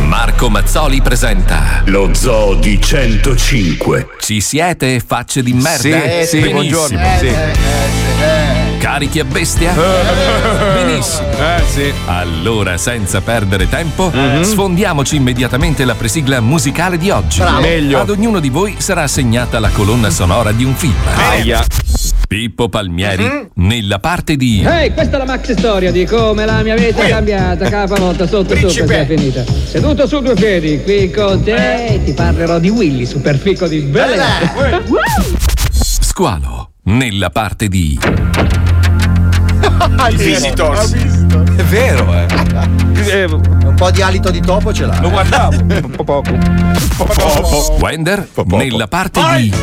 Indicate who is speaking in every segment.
Speaker 1: Marco Mazzoli presenta Lo Zoo di 105. Ci siete, facce di merda? Eh,
Speaker 2: Sì, Eh, sì,
Speaker 1: Benissimo.
Speaker 2: buongiorno. Sì.
Speaker 3: Eh,
Speaker 1: Carichi a bestia? Benissimo. Allora, senza perdere tempo, sfondiamoci immediatamente la presigla musicale di oggi.
Speaker 4: Bravo. Meglio.
Speaker 1: Ad ognuno di voi sarà assegnata la colonna sonora di un film.
Speaker 4: Aia.
Speaker 1: Pippo Palmieri,
Speaker 5: Mhm.
Speaker 1: nella parte di.
Speaker 5: Eh.
Speaker 3: Ehi, Eh, questa è la maxi storia di come la mia vita è cambiata, capovolta sotto sopra, già finita. Seduto su due piedi, qui con te, ti parlerò di Willy, superfico di Bella.
Speaker 1: Squalo, nella parte di.
Speaker 5: Il
Speaker 6: Visitors.
Speaker 5: È vero, eh. Un po' di alito di topo ce l'ha. Lo guardavo. Un po' poco.
Speaker 1: Wender, nella parte di.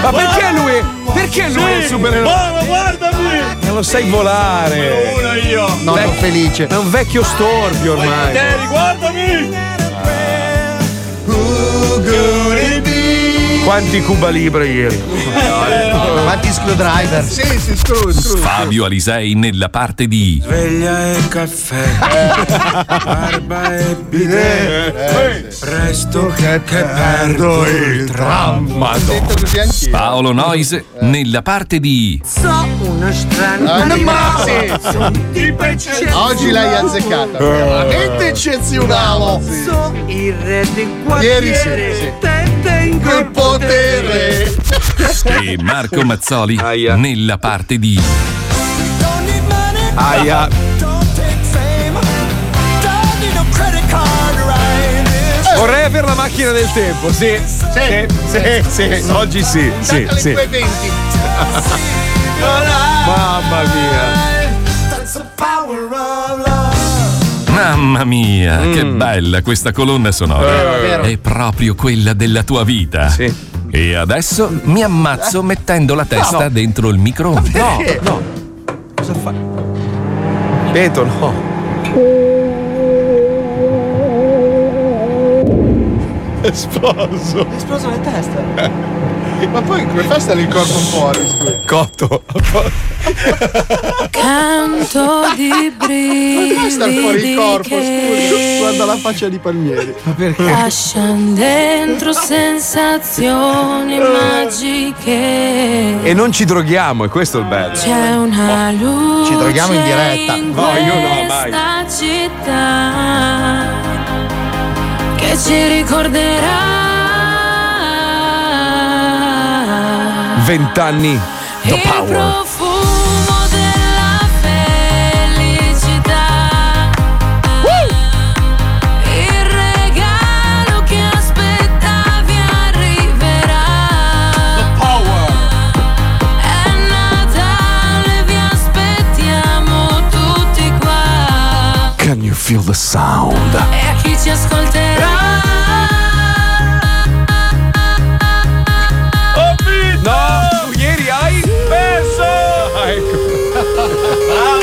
Speaker 2: Ma perché lui? Perché lui è il supereroe?
Speaker 6: Ma guarda lui!
Speaker 2: Non lo sai volare.
Speaker 6: Uno io!
Speaker 2: No, non felice. È un vecchio storpio ormai.
Speaker 6: Terry, guardami!
Speaker 2: Quanti Cuba Libre ieri?
Speaker 5: Quanti screwdriver? Sì, sì, screw, screw.
Speaker 1: Fabio Alisei nella parte di.
Speaker 7: Sveglia e caffè, barba e bidet, presto che, che perdo il tram.
Speaker 1: Madonna. Paolo Noise nella parte di.
Speaker 7: So uno strano
Speaker 6: animale.
Speaker 8: Oggi l'hai
Speaker 9: Eh.
Speaker 8: azzeccata. Veramente eccezionale.
Speaker 7: So il re del
Speaker 8: Ieri sì, sì.
Speaker 7: tengo il
Speaker 8: potere.
Speaker 1: E Marco Mazzoli nella parte di.
Speaker 2: Aia. Vorrei avere la macchina del tempo, sì. Sì, sì, sì. Oggi sì, sì, sì. Mamma mia.
Speaker 1: Mamma mia, che bella questa colonna sonora.
Speaker 2: Mm. Eh, vero.
Speaker 1: È proprio quella della tua vita. E adesso mi ammazzo mettendo la testa
Speaker 2: Eh. No.
Speaker 1: dentro il microfono.
Speaker 2: No, no. Cosa fa? Beto, no.
Speaker 8: Esploso. Esploso nella testa. Ma poi come fa a stare il corpo fuori? scusa?
Speaker 2: Cotto.
Speaker 10: Canto di
Speaker 8: Come fa a stare fuori
Speaker 10: brividi
Speaker 8: il corpo? Scusa. Guarda
Speaker 10: che
Speaker 8: la faccia di Palmieri. Ma
Speaker 10: lasciano dentro sensazioni magiche.
Speaker 2: E non ci droghiamo, e questo è il bello.
Speaker 10: C'è una luce.
Speaker 2: Oh, Ci droghiamo in diretta.
Speaker 10: in
Speaker 2: No, io no, mai.
Speaker 10: Questa città che ci ricorderà.
Speaker 2: Vent'anni. The
Speaker 10: Il
Speaker 2: power.
Speaker 10: profumo della felicità. Il regalo che aspettavi arriverà. È Natale, vi aspettiamo tutti qua.
Speaker 2: Can you feel the sound?
Speaker 10: E a chi ci ascolterà.
Speaker 2: No, tu ieri hai perso.
Speaker 6: Ah,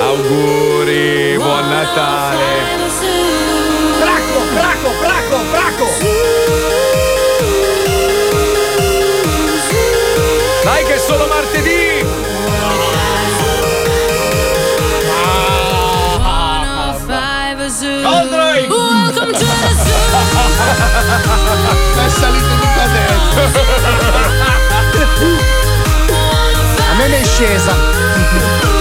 Speaker 2: Auguri, buon Natale.
Speaker 6: Bracco, bracco, bracco,
Speaker 2: Dai che è solo martedì. Ah.
Speaker 10: Welcome to the zoo.
Speaker 8: È salito tutta
Speaker 5: A me ne è scesa.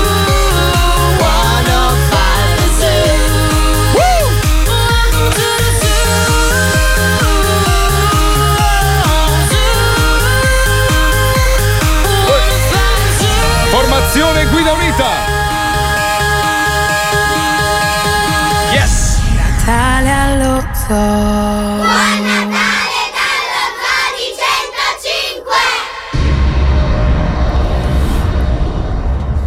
Speaker 2: Formazione guida unita. Yes.
Speaker 10: Natale allo zoo.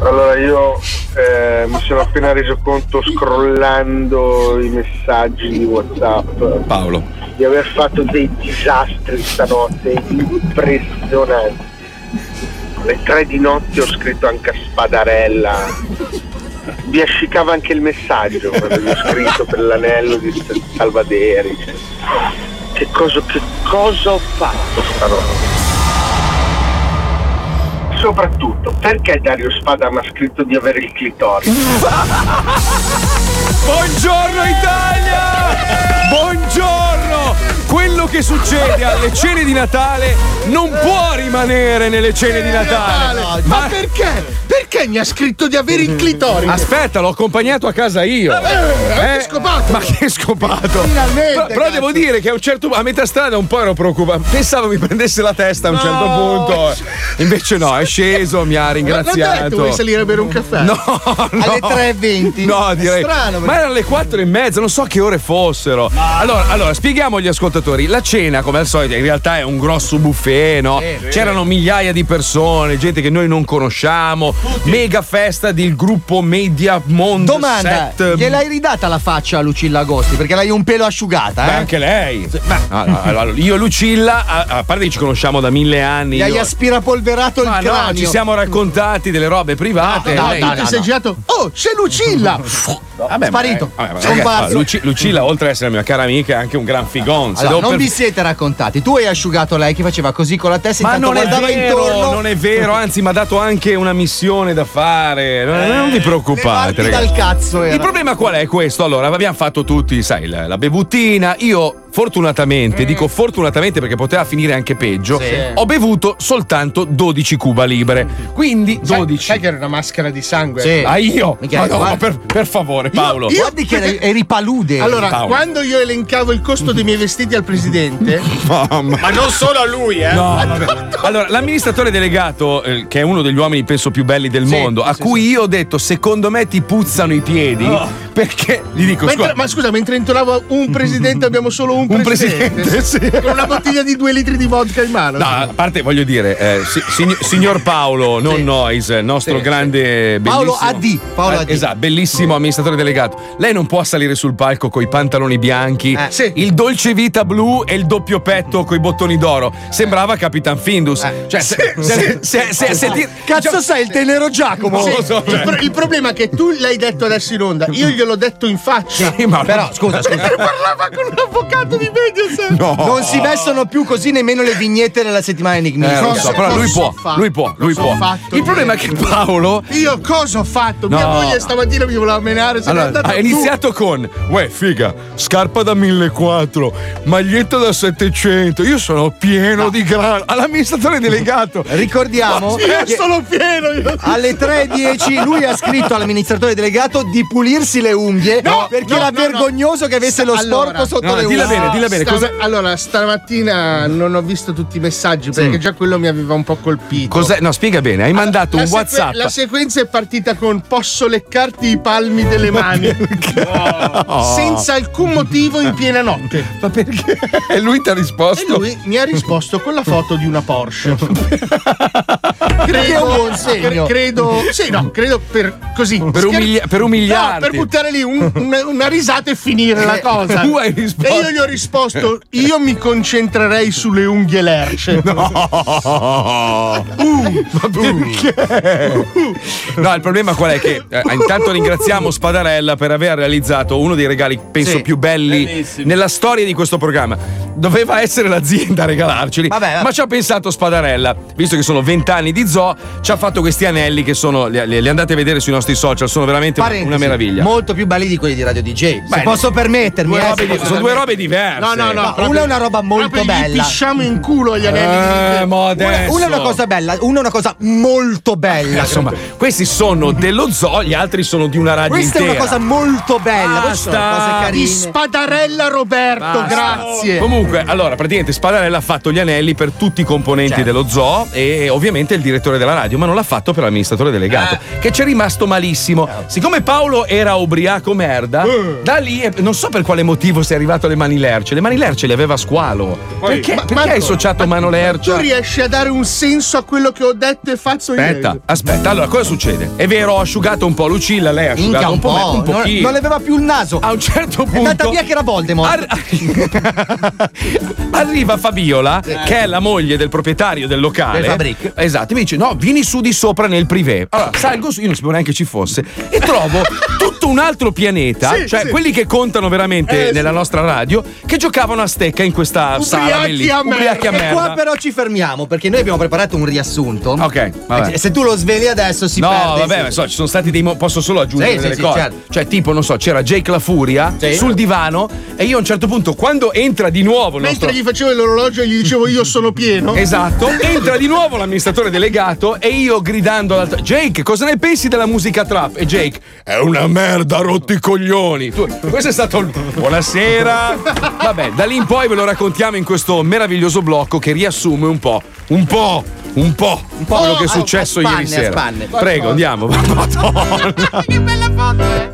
Speaker 11: Allora io eh, mi
Speaker 12: sono appena reso conto scrollando i messaggi di WhatsApp.
Speaker 2: Paolo.
Speaker 12: Di aver fatto dei disastri stanotte impressionanti. Alle tre di notte ho scritto anche a Spadarella. Mi ascicava anche il messaggio quando gli ho scritto per l'anello di S- Salvaderi. Che cosa, che cosa ho fatto stanotte? Soprattutto, perché Dario Spada mi ha scritto di avere il clitoride?
Speaker 2: Buongiorno Italia! Buongiorno! Quello che succede alle cene di Natale non può rimanere nelle cene di Natale.
Speaker 9: Natale. Ma perché? Perché mi ha scritto di avere il clitoride?
Speaker 2: Aspetta, l'ho accompagnato a casa io.
Speaker 9: Vabbè, che Eh, scopato.
Speaker 2: Ma che scopato!
Speaker 9: Finalmente,
Speaker 2: Però, però
Speaker 9: cazzo.
Speaker 2: devo dire che a un certo a metà strada un po' ero preoccupato. Pensavo mi prendesse la testa a un certo punto. Invece no, è sceso, mi ha
Speaker 9: Ma non ho detto,
Speaker 2: ringraziato.
Speaker 9: vuoi salire a bere un caffè?
Speaker 2: No, no.
Speaker 9: Cioè, Alle 3.20.
Speaker 2: No, direi.
Speaker 9: È strano.
Speaker 2: ma erano le 4 e mezza, non so che ore fossero. Allora, allora, spieghiamo agli ascoltatori: la cena, come al solito, in realtà è un grosso buffet, no?
Speaker 13: Sì, sì.
Speaker 2: C'erano migliaia di persone, gente che noi non conosciamo. Mega festa del gruppo Media Mondo.
Speaker 5: Domanda,
Speaker 2: Set. ehm,
Speaker 5: gliel'hai ridata la faccia a Lucilla Agosti? Perché l'hai un pelo asciugata, eh?
Speaker 2: Beh, anche lei. Ma- allora, Ah, allora, io e Lucilla, a, a parte che ci conosciamo da mille anni.
Speaker 5: Gli hai
Speaker 2: io-
Speaker 5: aspirapolverato
Speaker 2: Ma
Speaker 5: il
Speaker 2: no,
Speaker 5: cranio.
Speaker 2: ci siamo raccontati delle robe private.
Speaker 9: Ah, No,
Speaker 2: lei-
Speaker 9: tu ti sei girato. Oh, c'è Lucilla!
Speaker 2: Vabbè,
Speaker 9: Sparito.
Speaker 2: ma- Eh, vabbè, ma
Speaker 5: Scomparso.
Speaker 2: ragazzi, allora, Luci- Lucilla, oltre ad essere una mia cara amica, è anche un gran figonzo.
Speaker 5: Allora,
Speaker 2: Devo
Speaker 5: non
Speaker 2: per-
Speaker 5: vi siete raccontati. Tu hai asciugato lei che faceva così con la testa
Speaker 2: Ma
Speaker 5: intanto
Speaker 2: non è
Speaker 5: guardava
Speaker 2: vero,
Speaker 5: intorno.
Speaker 2: non è vero, anzi, mi ha dato anche una missione da fare. Non, non vi preoccupate,
Speaker 5: Levarti Eh, dal
Speaker 2: ragazzi.
Speaker 5: cazzo era.
Speaker 2: Il problema qual è questo? Allora, abbiamo fatto tutti, sai, la, la bevutina. Io,
Speaker 5: Mm.
Speaker 2: fortunatamente, dico fortunatamente perché poteva finire anche peggio, ho bevuto soltanto 12 cuba libre. Quindi 12. Sai,
Speaker 9: che era una maschera di sangue?
Speaker 2: Ah, io?
Speaker 9: Michele,
Speaker 2: Ma no,
Speaker 9: guarda.
Speaker 2: per, per favore, Paolo.
Speaker 9: Guardi che eri- eri
Speaker 5: palude.
Speaker 9: Allora,
Speaker 2: Paolo.
Speaker 9: quando io elencavo il costo dei miei vestiti al presidente,
Speaker 2: Mamma.
Speaker 9: Ma non solo a lui, eh.
Speaker 2: No,
Speaker 9: A
Speaker 2: vabbè. Allora, l'amministratore delegato, eh, che è uno degli uomini penso più belli del mondo, a cui io ho detto: secondo me ti puzzano i piedi. Perché gli dico:
Speaker 9: Mentre-
Speaker 2: scusa.
Speaker 9: ma scusa, mentre intonavo un presidente abbiamo solo un,
Speaker 2: Un
Speaker 9: presidente.
Speaker 2: presidente, sì.
Speaker 9: Con una bottiglia di due litri di vodka in mano.
Speaker 2: No, a parte voglio dire, eh, si- sign- signor Paolo, non Nois, nostro grande
Speaker 5: Paolo
Speaker 2: bellissimo-
Speaker 5: AD, Paolo
Speaker 2: eh,
Speaker 5: AD.
Speaker 2: Esatto, bellissimo amministratore delegato. Lei non può salire sul palco coi pantaloni bianchi,
Speaker 9: Eh,
Speaker 2: il dolce vita blu e il doppio petto coi bottoni d'oro. Sembrava Capitan Findus. Cioè, se, se- se- se- se ti-
Speaker 9: Eh.
Speaker 2: diciamo-
Speaker 9: Cazzo sei il tenero Giacomo?
Speaker 2: Non lo so,
Speaker 9: il,
Speaker 2: cioè.
Speaker 9: pro- il problema è che tu l'hai detto adesso in onda, io gliel'ho detto in faccia.
Speaker 2: Sì, ma-
Speaker 5: Però, scusa, scusa.
Speaker 9: Mentre parlava con un avvocato di Mediaset.
Speaker 5: Non si vestono più così nemmeno le vignette della settimana enigmistica.
Speaker 2: Eh, lo so, però lui può, lui può, lui può. Il problema è che Paolo
Speaker 9: Io cosa ho fatto? Mia
Speaker 2: No.
Speaker 9: moglie stamattina mi voleva menare, se n'è
Speaker 2: Allora,
Speaker 9: andata
Speaker 2: ha
Speaker 9: tu.
Speaker 2: iniziato con Uè figa, scarpa da 1400 Maglietta da 700 Io sono pieno di grano All'amministratore delegato
Speaker 5: Ricordiamo
Speaker 9: Io
Speaker 5: che-
Speaker 9: sono pieno. Io.
Speaker 5: Alle 3.10 lui ha scritto all'amministratore delegato di pulirsi le unghie
Speaker 9: No,
Speaker 5: perché
Speaker 9: no,
Speaker 5: era
Speaker 9: no,
Speaker 5: vergognoso che avesse lo sporco
Speaker 9: Allora,
Speaker 5: sotto
Speaker 2: no,
Speaker 5: le unghie.
Speaker 2: dilla bene, dilla bene,
Speaker 9: Sta-
Speaker 2: cosa-
Speaker 9: Allora, stamattina non ho visto tutti i messaggi perché già quello mi aveva un po' colpito.
Speaker 2: Cos'è? No, spiega bene Hai mandato
Speaker 9: La
Speaker 2: un
Speaker 9: sequen-
Speaker 2: whatsapp
Speaker 9: La sequenza è partita con posso leccarti i palmi delle mani.
Speaker 2: No.
Speaker 9: Senza alcun motivo in piena notte.
Speaker 2: Ma perché? E lui ti ha risposto?
Speaker 9: E lui mi ha risposto con la foto di una Porsche.
Speaker 5: Perché è un buon
Speaker 9: cre-
Speaker 5: segno.
Speaker 9: credo. Sì, no, credo per così.
Speaker 2: Per umilia- per umiliarti.
Speaker 9: No, per buttare lì un- una, una risata e finire la cosa.
Speaker 2: Tu hai risposto.
Speaker 9: E io gli ho risposto: io mi concentrerei sulle unghie lerce. Uh,
Speaker 2: No, no, il problema qual è? Che eh, intanto ringraziamo Spadarella per aver realizzato uno dei regali, penso, più belli nella storia di questo programma. Doveva essere l'azienda a regalarceli, ma ci ha pensato Spadarella, visto che sono vent'anni di zoo, ci ha fatto questi anelli che sono, li, li- li andate a vedere sui nostri social, sono veramente una,
Speaker 5: Parentesi,
Speaker 2: una meraviglia.
Speaker 5: Molto più belli di quelli di Radio DJ.
Speaker 2: Beh,
Speaker 5: se posso permettermi,
Speaker 2: due
Speaker 5: eh,
Speaker 2: robe
Speaker 5: se
Speaker 2: di-
Speaker 5: posso
Speaker 2: sono due robe
Speaker 5: permettermi.
Speaker 2: diverse.
Speaker 5: No, no, no. una è una roba molto
Speaker 9: Proprio gli
Speaker 5: bella.
Speaker 9: pisciamo in culo agli
Speaker 2: Eh,
Speaker 9: anelli.
Speaker 2: ma
Speaker 5: Una,
Speaker 2: adesso.
Speaker 5: una è una cosa bella, una è una cosa molto bella.
Speaker 2: Eh, Insomma, questi sono dello zoo, gli altri sono di una radio
Speaker 5: questa è
Speaker 2: intera.
Speaker 5: una cosa molto bella. queste sono
Speaker 2: Basta.
Speaker 5: cose carine.
Speaker 9: Di Spadarella Roberto,
Speaker 2: Basta.
Speaker 9: grazie.
Speaker 2: Comunque, Comunque, allora, praticamente Spadalella ha fatto gli anelli per tutti i componenti
Speaker 4: Certo.
Speaker 2: dello zoo e ovviamente il direttore della radio, ma non l'ha fatto per l'amministratore delegato,
Speaker 8: Ah.
Speaker 2: che c'è rimasto malissimo. Siccome Paolo era ubriaco merda, da lì, eh, non so per quale motivo sia arrivato alle mani lerce. Le mani lerce le aveva a squalo. perché perché hai associato mano lercia?
Speaker 8: Tu riesci a dare un senso a quello che ho detto e faccio
Speaker 2: Aspetta,
Speaker 8: ieri.
Speaker 2: aspetta, allora cosa succede? È vero, ho asciugato un po' Lucilla, lei ha asciugato
Speaker 11: Minchia,
Speaker 2: un po', me, un
Speaker 11: non,
Speaker 2: pochino.
Speaker 11: non leveva più il naso.
Speaker 2: A un certo punto.
Speaker 11: È andata via che era Voldemort.
Speaker 2: Arriva Fabiola,
Speaker 11: Sì.
Speaker 2: che è la moglie del proprietario del locale.
Speaker 11: Del Fabric. Ah.
Speaker 2: Esatto, mi dice: No, vieni su di sopra nel privé. Allora, salgo su, io non sapevo neanche ci fosse, e trovo tutto un altro pianeta,
Speaker 8: Sì,
Speaker 2: cioè
Speaker 8: sì.
Speaker 2: quelli che contano veramente
Speaker 8: Eh,
Speaker 2: nella
Speaker 8: sì.
Speaker 2: nostra radio, che giocavano a stecca in questa sala bellissima. Ubriachi a
Speaker 11: E qua
Speaker 2: merda.
Speaker 11: però ci fermiamo perché noi abbiamo preparato un riassunto.
Speaker 2: Ok, vabbè.
Speaker 5: Eh,
Speaker 11: E Eh, Se tu lo sveli adesso si
Speaker 2: no,
Speaker 11: perde.
Speaker 2: vabbè, ma so, ci sono stati dei. mo- posso solo aggiungere
Speaker 11: Sì, sì,
Speaker 2: delle
Speaker 11: sì,
Speaker 2: cose.
Speaker 11: certo.
Speaker 2: Cioè, tipo, non so, c'era Jake La Furia sul divano. E io a un certo punto, quando entra di nuovo il nostro.
Speaker 8: Mentre gli facevo l'orologio e gli dicevo io sono pieno.
Speaker 2: Esatto, entra di nuovo l'amministratore delegato e io gridando all'altra Jake, cosa ne pensi della musica trap? E Jake, è una merda, rotti i coglioni. Tu- questo è stato il buonasera. Vabbè, da lì in poi ve lo raccontiamo in questo meraviglioso blocco che riassume un po', un po', un po', un po' quello che è successo
Speaker 11: a spanne,
Speaker 2: ieri
Speaker 11: a
Speaker 2: sera.
Speaker 11: spanne.
Speaker 2: Prego, andiamo.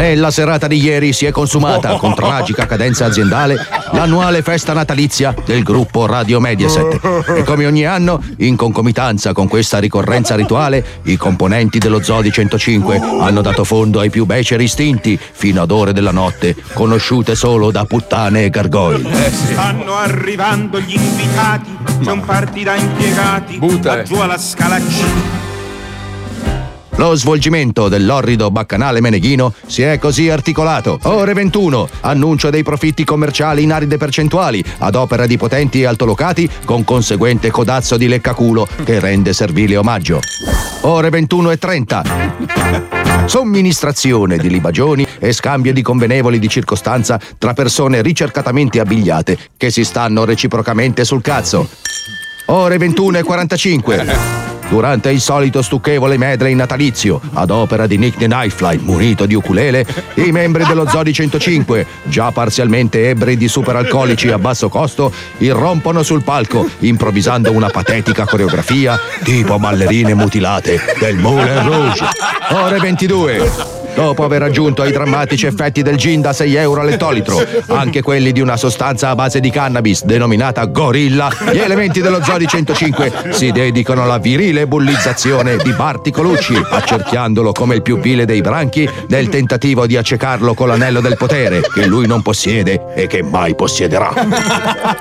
Speaker 14: Nella serata di ieri si è consumata, con tragica cadenza aziendale, l'annuale festa natalizia del gruppo Radio Mediaset. E come ogni anno, in concomitanza con questa ricorrenza rituale, i componenti dello Zoo di 105 hanno dato fondo ai più beceri istinti, fino ad ore della notte, conosciute solo da puttane e gargoyle.
Speaker 15: Stanno arrivando gli invitati, c'è un party da impiegati, laggiù alla scala C.
Speaker 14: Lo svolgimento dell'orrido baccanale meneghino si è così articolato. Ore 21, annuncio dei profitti commerciali in aride percentuali ad opera di potenti e altolocati con conseguente codazzo di leccaculo che rende servile omaggio. Ore 21 e 30. Somministrazione di libagioni e scambio di convenevoli di circostanza tra persone ricercatamente abbigliate che si stanno reciprocamente sul cazzo. Ore 21 e 45. Durante il solito stucchevole medley natalizio, ad opera di Nick the Knifefly, munito di ukulele, i membri dello Zodi 105, già parzialmente ebri di superalcolici a basso costo, irrompono sul palco, improvvisando una patetica coreografia tipo ballerine mutilate del Moulin Rouge. Ore 22. Dopo aver aggiunto ai drammatici effetti del gin da 6 euro all'ettolitro, anche quelli di una sostanza a base di cannabis denominata gorilla, gli elementi dello Zodi 105 si dedicano alla virile bullizzazione di Barti Colucci, accerchiandolo come il più vile dei branchi nel tentativo di accecarlo con l'anello del potere che lui non possiede e che mai possiederà.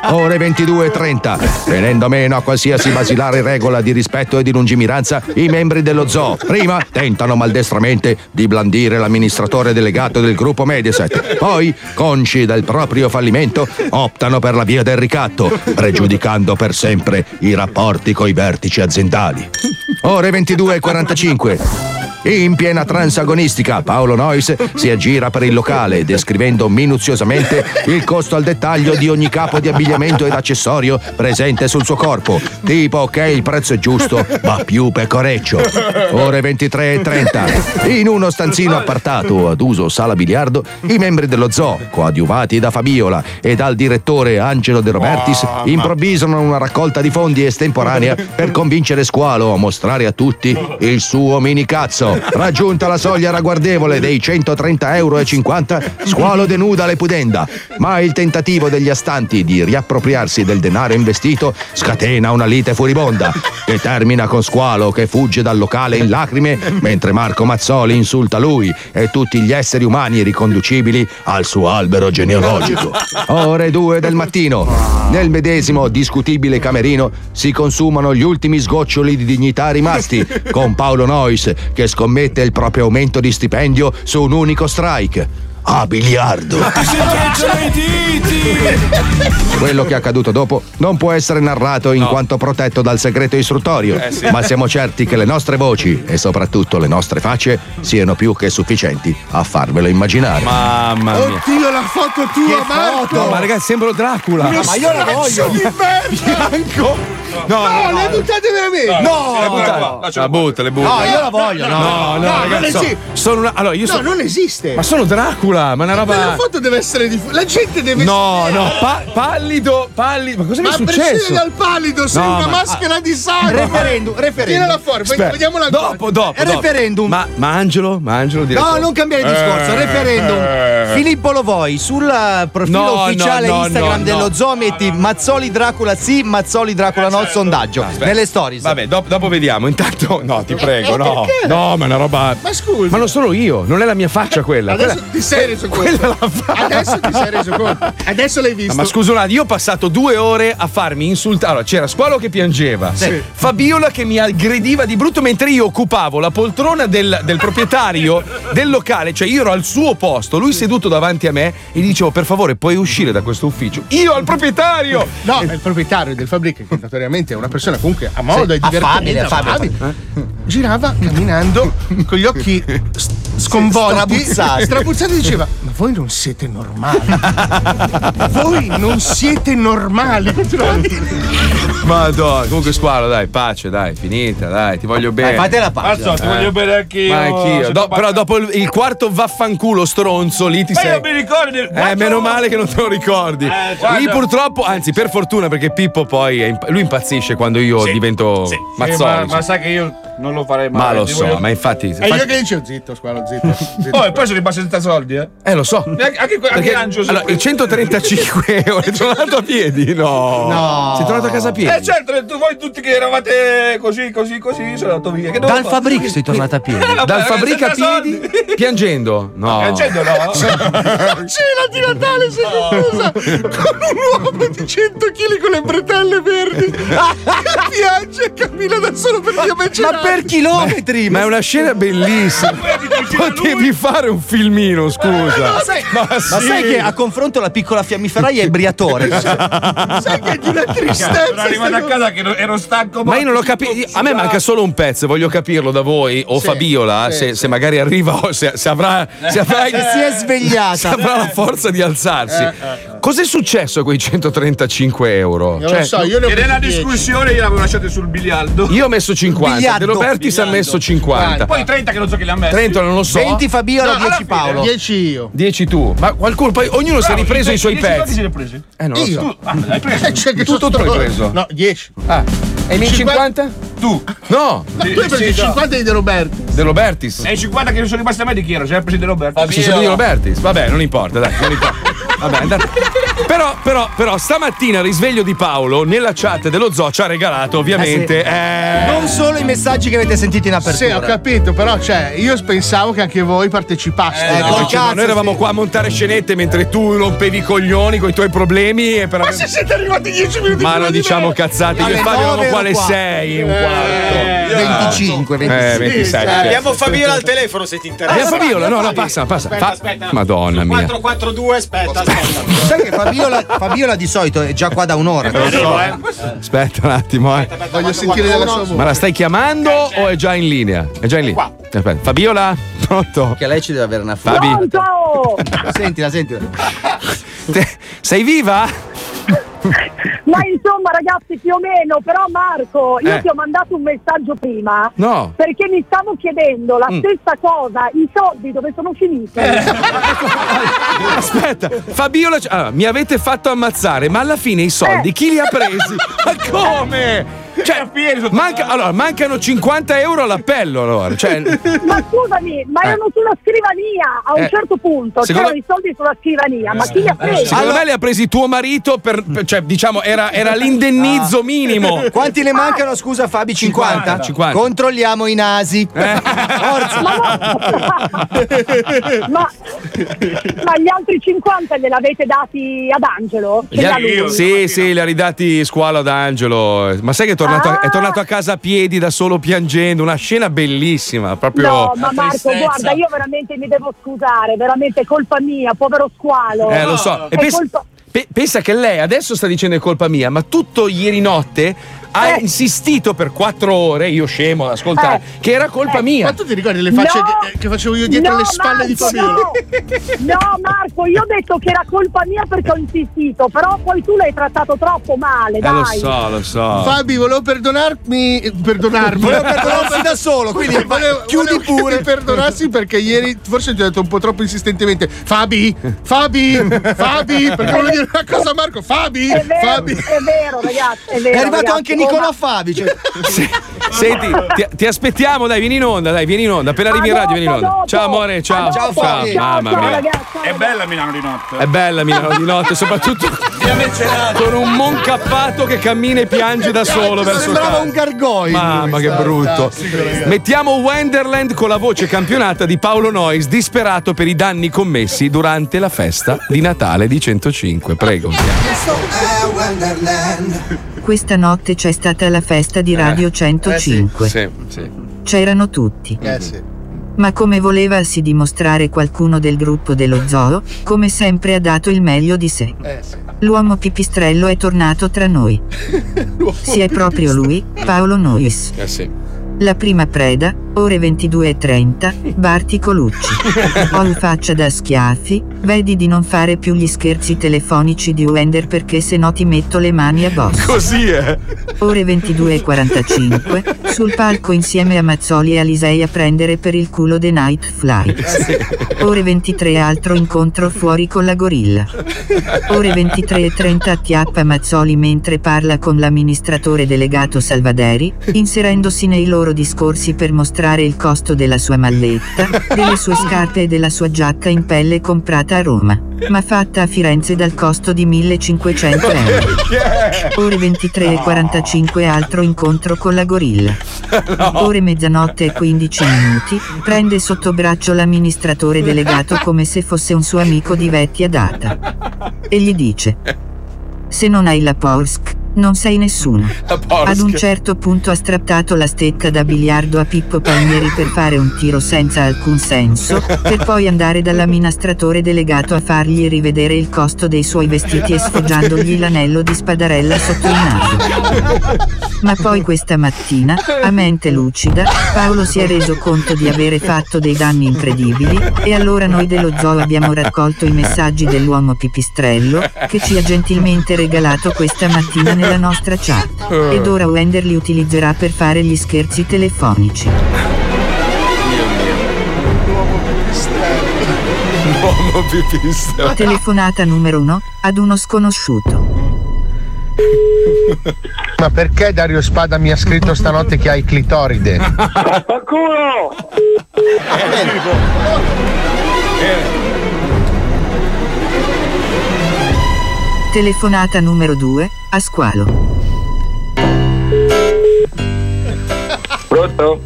Speaker 14: Ore 22.30, venendo meno a qualsiasi basilare regola di rispetto e di lungimiranza, i membri dello zoo prima tentano maldestramente di blandire l'amministratore delegato del gruppo Mediaset, poi, consci del proprio fallimento, optano per la via del ricatto, pregiudicando per sempre i rapporti coi vertici aziendali. Ore 22.45. In piena transagonistica, Paolo Nois si aggira per il locale, descrivendo minuziosamente il costo al dettaglio di ogni capo di abbigliamento ed accessorio presente sul suo corpo. Tipo, ok, il prezzo è giusto, ma più pecoreccio. Ore 23.30. In uno stanzino appartato, ad uso sala biliardo, i membri dello zoo, coadiuvati da Fabiola e dal direttore Angelo De Robertis, improvvisano una raccolta di fondi estemporanea per convincere Squalo a mostrare a tutti il suo minicazzo. Raggiunta la soglia ragguardevole dei 130,50 euro, Squalo denuda le pudenda, ma il tentativo degli astanti di riappropriarsi del denaro investito scatena una lite furibonda, che termina con Squalo che fugge dal locale in lacrime mentre Marco Mazzoli insulta lui e tutti gli esseri umani riconducibili al suo albero genealogico. Ore 2 del mattino. Nel medesimo discutibile camerino si consumano gli ultimi sgoccioli di dignità rimasti, con Paolo Nois che scommette il proprio aumento di stipendio su un unico strike. A biliardo.
Speaker 6: Ti si intrecciano i diti!
Speaker 14: Quello che è accaduto dopo non può essere narrato in quanto protetto dal segreto istruttorio,
Speaker 6: Eh, sì.
Speaker 14: ma siamo certi che le nostre voci e soprattutto le nostre facce siano più che sufficienti a farvelo immaginare.
Speaker 2: Mamma
Speaker 8: Oddio, la foto tua, Marco!
Speaker 2: ma ragazzi, sembro Dracula.
Speaker 8: Uno
Speaker 14: Ma io la voglio.
Speaker 8: straccio di merda!
Speaker 2: Bianco No, no,
Speaker 9: le buttate veramente.
Speaker 2: No, le butta, la butta, le butta.
Speaker 9: No, io la voglio,
Speaker 2: No,
Speaker 9: no.
Speaker 2: no,
Speaker 9: No, non
Speaker 2: ragazzi,
Speaker 9: esiste.
Speaker 2: sono una. Allora, io
Speaker 9: No,
Speaker 2: sono.
Speaker 9: non esiste.
Speaker 2: Ma sono Dracula, ma è una roba.
Speaker 9: Ma la foto deve essere di fu- La gente deve
Speaker 2: No, no, pa- pallido, pallido. Ma cosa mi è
Speaker 9: Ma a
Speaker 2: successo?
Speaker 9: prescindere dal pallido, sei
Speaker 2: No,
Speaker 9: una
Speaker 2: ma- Ah,
Speaker 9: maschera di sangue.
Speaker 5: Referendum, referendum.
Speaker 9: Tirala fuori, poi
Speaker 2: Aspetta.
Speaker 9: vediamo la
Speaker 2: Dopo, dopo.
Speaker 5: È
Speaker 2: dopo.
Speaker 5: referendum.
Speaker 2: Ma, ma Angelo, ma Angelo
Speaker 5: No,
Speaker 2: direttore.
Speaker 5: non cambiare discorso,
Speaker 2: Eh,
Speaker 5: referendum.
Speaker 2: eh.
Speaker 5: Filippo Lovoi sul profilo
Speaker 2: No,
Speaker 5: ufficiale
Speaker 2: no, no,
Speaker 5: Instagram
Speaker 2: no,
Speaker 5: dello
Speaker 2: no. Eh, certo.
Speaker 5: zoo metti Mazzoli Dracula sì, Mazzoli Dracula no, sondaggio.
Speaker 2: Aspetta.
Speaker 5: Nelle stories.
Speaker 2: Vabbè, dopo, dopo vediamo. Intanto, no, ti prego, no.
Speaker 5: perché?
Speaker 2: No, ma è una roba.
Speaker 9: Ma scusa.
Speaker 2: Ma non sono io, non è la mia faccia quella.
Speaker 9: Adesso
Speaker 2: Quella-
Speaker 9: ti sei reso conto. Adesso ti sei reso conto. Adesso l'hai visto.
Speaker 2: Ma scusa un attimo, io ho passato due ore a farmi insultare. Allora, c'era Squalo che piangeva,
Speaker 9: Sì.
Speaker 2: Fabiola che mi aggrediva di brutto mentre io occupavo la poltrona del, del proprietario del locale, cioè io ero al suo posto, lui seduto davanti a me e gli dicevo per favore puoi uscire da questo ufficio. Io al proprietario!
Speaker 9: No, è il proprietario del fabbrica, che notoriamente è una persona comunque a modo
Speaker 2: Sì,
Speaker 9: e divertente.
Speaker 2: affabile, affabile, Eh?
Speaker 9: Girava camminando con gli occhi s- sconvolti,
Speaker 5: strabuzzati.
Speaker 9: strabuzzati, e diceva: Ma voi non siete normali. voi non siete normali. Continuava a dire.
Speaker 2: Madonna, comunque Squalo, dai, pace, dai, finita, dai, ti voglio bene.
Speaker 5: Dai, fate la pace. eh. Mazzo, ti voglio
Speaker 6: bene anch'io,
Speaker 2: Ma anch'io.
Speaker 6: sono
Speaker 2: Do- però
Speaker 6: abbastanza-
Speaker 2: dopo il, il quarto vaffanculo stronzo lì ti
Speaker 6: Ma
Speaker 2: sei.
Speaker 6: io mi ricordo.
Speaker 2: Eh, meno male che non te lo ricordi. lì
Speaker 6: guarda.
Speaker 2: purtroppo, anzi, per fortuna, perché Pippo poi è imp- lui impazzisce quando io divento
Speaker 6: Eh,
Speaker 2: mazzoli.
Speaker 6: ma, ma sai che io non lo farei mai.
Speaker 2: Ma lo
Speaker 6: ti
Speaker 2: so,
Speaker 6: voglio-
Speaker 2: ma infatti.
Speaker 6: E Eh, io
Speaker 2: infatti-
Speaker 6: che
Speaker 9: dicevo zitto, squalo, zitto. zitto.
Speaker 6: oh, e poi sono rimasto senza soldi, eh?
Speaker 2: Eh, lo so.
Speaker 6: Anche, anche, anche
Speaker 2: Perché-
Speaker 6: Angelo si è
Speaker 2: allora,
Speaker 6: preso.
Speaker 2: il 135 euro è tornato a piedi? No. cioè, Sei tornato a casa a piedi?
Speaker 6: Eh certo, e tu, voi tutti che eravate così, così, così, sono andato via. Che devo
Speaker 5: Dal
Speaker 6: fare?
Speaker 5: Fabric sei tornata a piedi.
Speaker 6: Eh, vabbè,
Speaker 2: Dal
Speaker 6: ragazzi,
Speaker 2: Fabrica a
Speaker 6: senza soldi.
Speaker 2: piedi? Piangendo? No.
Speaker 6: Piangendo no?
Speaker 9: Cena di Natale seduta con un uomo di 100 kg con le bretelle verdi che piange e cammina da solo per via
Speaker 5: Ma per chilometri!
Speaker 2: Ma è una scena bellissima. Potevi fare un filmino, scusa.
Speaker 5: Ma sai, ma sai che a confronto la piccola fiammiferaia è briatore. sai
Speaker 9: che è di una
Speaker 6: Cazzo, Sono arrivato a casa che ero- ero stanco.
Speaker 2: Ma io non l'ho capito. A me manca solo un pezzo, voglio capirlo da voi o
Speaker 6: Sì,
Speaker 2: Fabiola,
Speaker 6: sì,
Speaker 2: se,
Speaker 6: sì.
Speaker 2: se magari arriva o se, se avrà. Se avrà
Speaker 5: Se si è svegliata.
Speaker 2: se avrà la forza di
Speaker 6: Eh,
Speaker 2: alzarsi. Cos'è successo a quei 135 euro? Cioè,
Speaker 6: Non lo so, io ne ho presi nella discussione gliel'avevo lasciate sul biliardo.
Speaker 2: Io ho messo 50,
Speaker 6: Biliardo.
Speaker 2: De Roberti si è messo 50.
Speaker 6: Poi 30 che non so chi l'ha messo.
Speaker 2: 30 non lo so.
Speaker 5: 20 Fabiola, 10 Paolo.
Speaker 9: 10 io.
Speaker 2: 10 tu. Ma qualcuno poi ognuno si è ripreso i suoi pezzi.
Speaker 6: si è preso?
Speaker 2: Eh, non lo
Speaker 9: Io?
Speaker 2: so.
Speaker 9: Tu,
Speaker 6: ah,
Speaker 9: tutto
Speaker 2: tu hai preso?
Speaker 9: No, 10.
Speaker 2: Ah, e i miei 50?
Speaker 6: Tu.
Speaker 2: No.
Speaker 9: Ma tu hai preso i 50 di De Roberti.
Speaker 2: De Robertis.
Speaker 6: E i 50 che non sono rimasti a me di chi era? C'era preso De Roberto.
Speaker 2: Ci sono di Robertis. Vabbè, non importa, dai, non importa. Vabbè, andate. Però, però, però, stamattina il risveglio di Paolo nella chat dello zoo ci ha regalato ovviamente. eh,
Speaker 5: Non solo i messaggi che avete sentito in
Speaker 9: Sì, ho
Speaker 5: apertura.
Speaker 9: capito, però cioè, io pensavo che anche voi
Speaker 5: Eh,
Speaker 9: partecipaste.
Speaker 2: no, cioè, noi eravamo qua a montare scenette mentre tu rompevi i coglioni con i tuoi problemi. E per
Speaker 9: Ma se siete arrivati 10 minuti
Speaker 2: Ma
Speaker 9: prima
Speaker 2: non
Speaker 9: di
Speaker 2: diciamo
Speaker 9: me.
Speaker 2: cazzate, io e
Speaker 9: Alle
Speaker 2: Fabio eravamo
Speaker 9: nove
Speaker 2: qua alle
Speaker 9: ero qua.
Speaker 2: 6 e un
Speaker 9: Eh,
Speaker 2: quarto.
Speaker 5: 25, 26.
Speaker 2: Eh, 27.
Speaker 16: Abbiamo Fabiola al telefono se ti interessa.
Speaker 2: Abbiamo Fabiola, no, no, passa, passa.
Speaker 16: Aspetta,
Speaker 2: Fa-
Speaker 16: aspetta.
Speaker 2: Madonna mia.
Speaker 16: 442, aspetta, aspetta.
Speaker 5: Sai che Fabiola, Fabiola di solito è già qua da un'ora.
Speaker 16: Lo so, eh.
Speaker 2: Aspetta un attimo, eh.
Speaker 9: Voglio sentire dalla sua voce.
Speaker 2: Ma la stai chiamando o è già in linea? È già in linea. Aspetta, Fabiola? Pronto?
Speaker 5: Che lei ci deve avere una
Speaker 2: Fabi?
Speaker 5: Sentila, sentila.
Speaker 2: Te- sei viva?
Speaker 7: Ma insomma ragazzi più o meno, però Marco, io
Speaker 2: Eh.
Speaker 7: ti ho mandato un messaggio prima
Speaker 2: No.
Speaker 7: perché mi stavo chiedendo la
Speaker 2: Mm. Eh,
Speaker 7: stessa cosa, i soldi dove sono finiti.
Speaker 2: Aspetta, Fabiola, allora, mi avete fatto ammazzare, ma alla fine i soldi chi li ha presi? Ma come? Cioè, manca- allora, mancano 50 euro all'appello allora. Cioè,
Speaker 7: ma scusami, ma
Speaker 2: Eh.
Speaker 7: erano sulla scrivania a un
Speaker 2: Eh.
Speaker 7: certo punto,
Speaker 2: Secondo- Eh,
Speaker 7: c'erano i soldi sulla scrivania, ma chi li ha presi?
Speaker 2: Secondo me li ha presi tuo marito per, per- cioè, diciamo, era, era l'indennizzo minimo.
Speaker 5: Ah. Quanti ne mancano, scusa Fabi? 50?
Speaker 2: 50.
Speaker 5: Controlliamo i nasi.
Speaker 2: Eh.
Speaker 7: ma, ma gli altri 50 gliel'avete dati ad Angelo? Ce
Speaker 2: Gli-
Speaker 7: l'ha lui?
Speaker 2: sì, sì, li ha ridati squalo ad Angelo. Ma sai che è tornato,
Speaker 7: Ah!
Speaker 2: è tornato a casa a piedi da solo piangendo? Una scena bellissima, proprio.
Speaker 7: No, ma Marco, guarda, io veramente mi devo scusare, veramente è colpa mia, povero squalo.
Speaker 2: Eh, lo so. E
Speaker 7: È
Speaker 2: pensa,
Speaker 7: colpa-
Speaker 2: pe- pensa che lei adesso sta dicendo è colpa mia, ma tutto ieri notte ha
Speaker 7: Eh.
Speaker 2: insistito per quattro ore, io scemo ad ascoltare, che era colpa mia.
Speaker 9: Ma tu ti ricordi le facce
Speaker 7: Eh. No.
Speaker 9: che, eh, che facevo io dietro
Speaker 7: No,
Speaker 9: le spalle di
Speaker 7: Marco,
Speaker 9: Fabio?
Speaker 7: No. No, Marco, io ho detto che era colpa mia perché ho insistito, però poi tu l'hai trattato troppo male, Eh,
Speaker 17: Eh,
Speaker 7: dai.
Speaker 2: Eh, lo so.
Speaker 9: Fabi, volevo perdonarmi. eh, Perdonarmi.
Speaker 10: Ah. Volevo perdonarsi da solo, quindi
Speaker 9: chiudi pure. Che ti perdonassi perché ieri forse ti ho detto un po' troppo insistentemente. Fabi, Fabi, Fabi, perché volevo dire una cosa a Marco. Fabi,
Speaker 7: È vero,
Speaker 9: Fabi.
Speaker 7: è vero, ragazzi, è vero. ragazzi. Oh, ma-
Speaker 9: Fabi.
Speaker 2: Senti, ti, ti aspettiamo, dai, vieni in onda, dai, vieni in onda. Appena arrivi in radio, vieni in onda. Ciao amore, ciao. Mamma mia.
Speaker 18: È bella Milano di notte.
Speaker 2: È bella Milano di notte, soprattutto con un moncappato che cammina e piange da solo verso
Speaker 8: Sembrava
Speaker 2: casa.
Speaker 8: un gargoglio.
Speaker 2: Mamma che brutto. Mettiamo Wenderland con la voce campionata di Paolo Nois, disperato per i danni commessi durante la festa di Natale di 105. Prego.
Speaker 19: Questa notte c'è stata la festa
Speaker 2: Eh,
Speaker 19: di Radio 105.
Speaker 2: Sì, sì.
Speaker 19: C'erano tutti.
Speaker 9: Eh sì.
Speaker 19: Ma come volevasi dimostrare qualcuno del gruppo dello zoo, come sempre ha dato il meglio di sé.
Speaker 9: Eh sì.
Speaker 19: L'uomo pipistrello è tornato tra noi. Si è proprio lui, Paolo Nois.
Speaker 2: Eh sì.
Speaker 19: La prima preda, ore 22.30, Barti Colucci. Ho in faccia da schiaffi, vedi di non fare più gli scherzi telefonici di Wender perché se no ti metto le mani a bosso.
Speaker 2: Così è.
Speaker 17: eh.
Speaker 19: Ore 22.45, sul palco insieme a Mazzoli e Alisei a prendere per il culo The Night Fly.
Speaker 10: Eh
Speaker 19: Ore 23 altro incontro fuori con la gorilla. Ore 23.30 acchiappa Mazzoli mentre parla con l'amministratore delegato Salvaderi, inserendosi nei loro discorsi per mostrare il costo della sua malletta, delle sue scarpe e della sua giacca in pelle comprata a Roma, ma fatta a Firenze dal costo di 1500 euro. Ore 23 e 45 altro incontro con la gorilla. Ore mezzanotte e 15 minuti, prende sotto braccio l'amministratore delegato come se fosse un suo amico di vecchia data. E gli dice: Se non hai la Polsk, non sei nessuno. Ad un certo punto ha strappato la stecca da biliardo a Pippo Palmieri per fare un tiro senza alcun senso, per poi andare dall'amministratore delegato a fargli rivedere il costo dei suoi vestiti e sfoggiandogli l'anello di spadarella sotto il naso. Ma poi questa mattina, a mente lucida, Paolo si è reso conto di avere fatto dei danni incredibili e allora noi dello zoo abbiamo raccolto i messaggi dell'uomo pipistrello che ci ha gentilmente regalato questa mattina nella nostra chat ed ora Wender li utilizzerà per fare gli scherzi telefonici.
Speaker 2: Uomo pipista.
Speaker 19: Telefonata numero 1 ad uno sconosciuto.
Speaker 12: Ma perché Dario Spada mi ha scritto stanotte che hai clitoride?
Speaker 10: Culo!
Speaker 19: Telefonata numero 2 a squalo.
Speaker 12: Pronto?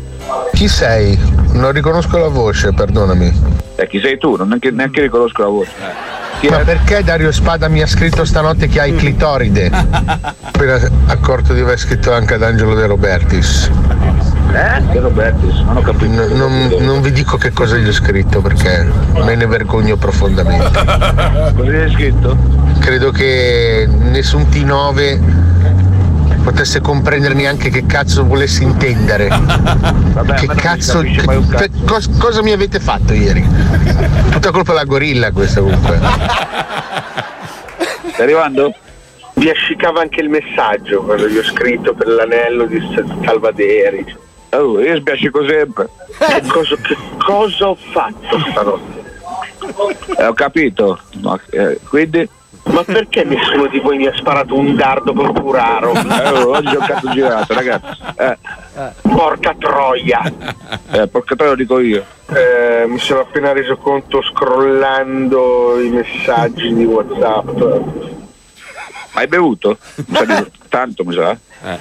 Speaker 12: Chi sei? Non riconosco la voce, perdonami.
Speaker 6: Eh, chi sei tu? Non neanche, neanche riconosco la voce.
Speaker 12: Ma perché Dario Spada mi ha scritto stanotte che hai clitoride? Appena accorto di aver scritto anche ad Angelo De Robertis.
Speaker 6: Eh? Che Robertis, non ho capito.
Speaker 12: No- non, non vi dico che cosa gli ho scritto perché me ne vergogno profondamente.
Speaker 6: Cosa hai scritto?
Speaker 12: Credo che nessun T9 potesse comprendere neanche che cazzo volessi intendere. che cazzo. che- cos- cosa mi avete fatto ieri? Tutta colpa della gorilla questa comunque.
Speaker 6: Stai arrivando?
Speaker 12: Mi ascicava anche il messaggio quando gli ho scritto per l'anello di Salvaderi.
Speaker 6: Oh, io sbiascico sempre.
Speaker 12: Che cosa, che cosa ho fatto stanotte?
Speaker 6: Eh, ho capito. Ma, eh, quindi?
Speaker 12: Ma perché nessuno di voi mi ha sparato un dardo col curaro?
Speaker 6: Eh, oh, oggi ho cazzo girato, ragazzi. Eh,
Speaker 12: Porca troia!
Speaker 6: eh, porca troia lo dico io.
Speaker 12: Eh, mi sono appena reso conto scrollando i messaggi di Whatsapp
Speaker 6: Hai bevuto? Mi sa di- tanto mi sa.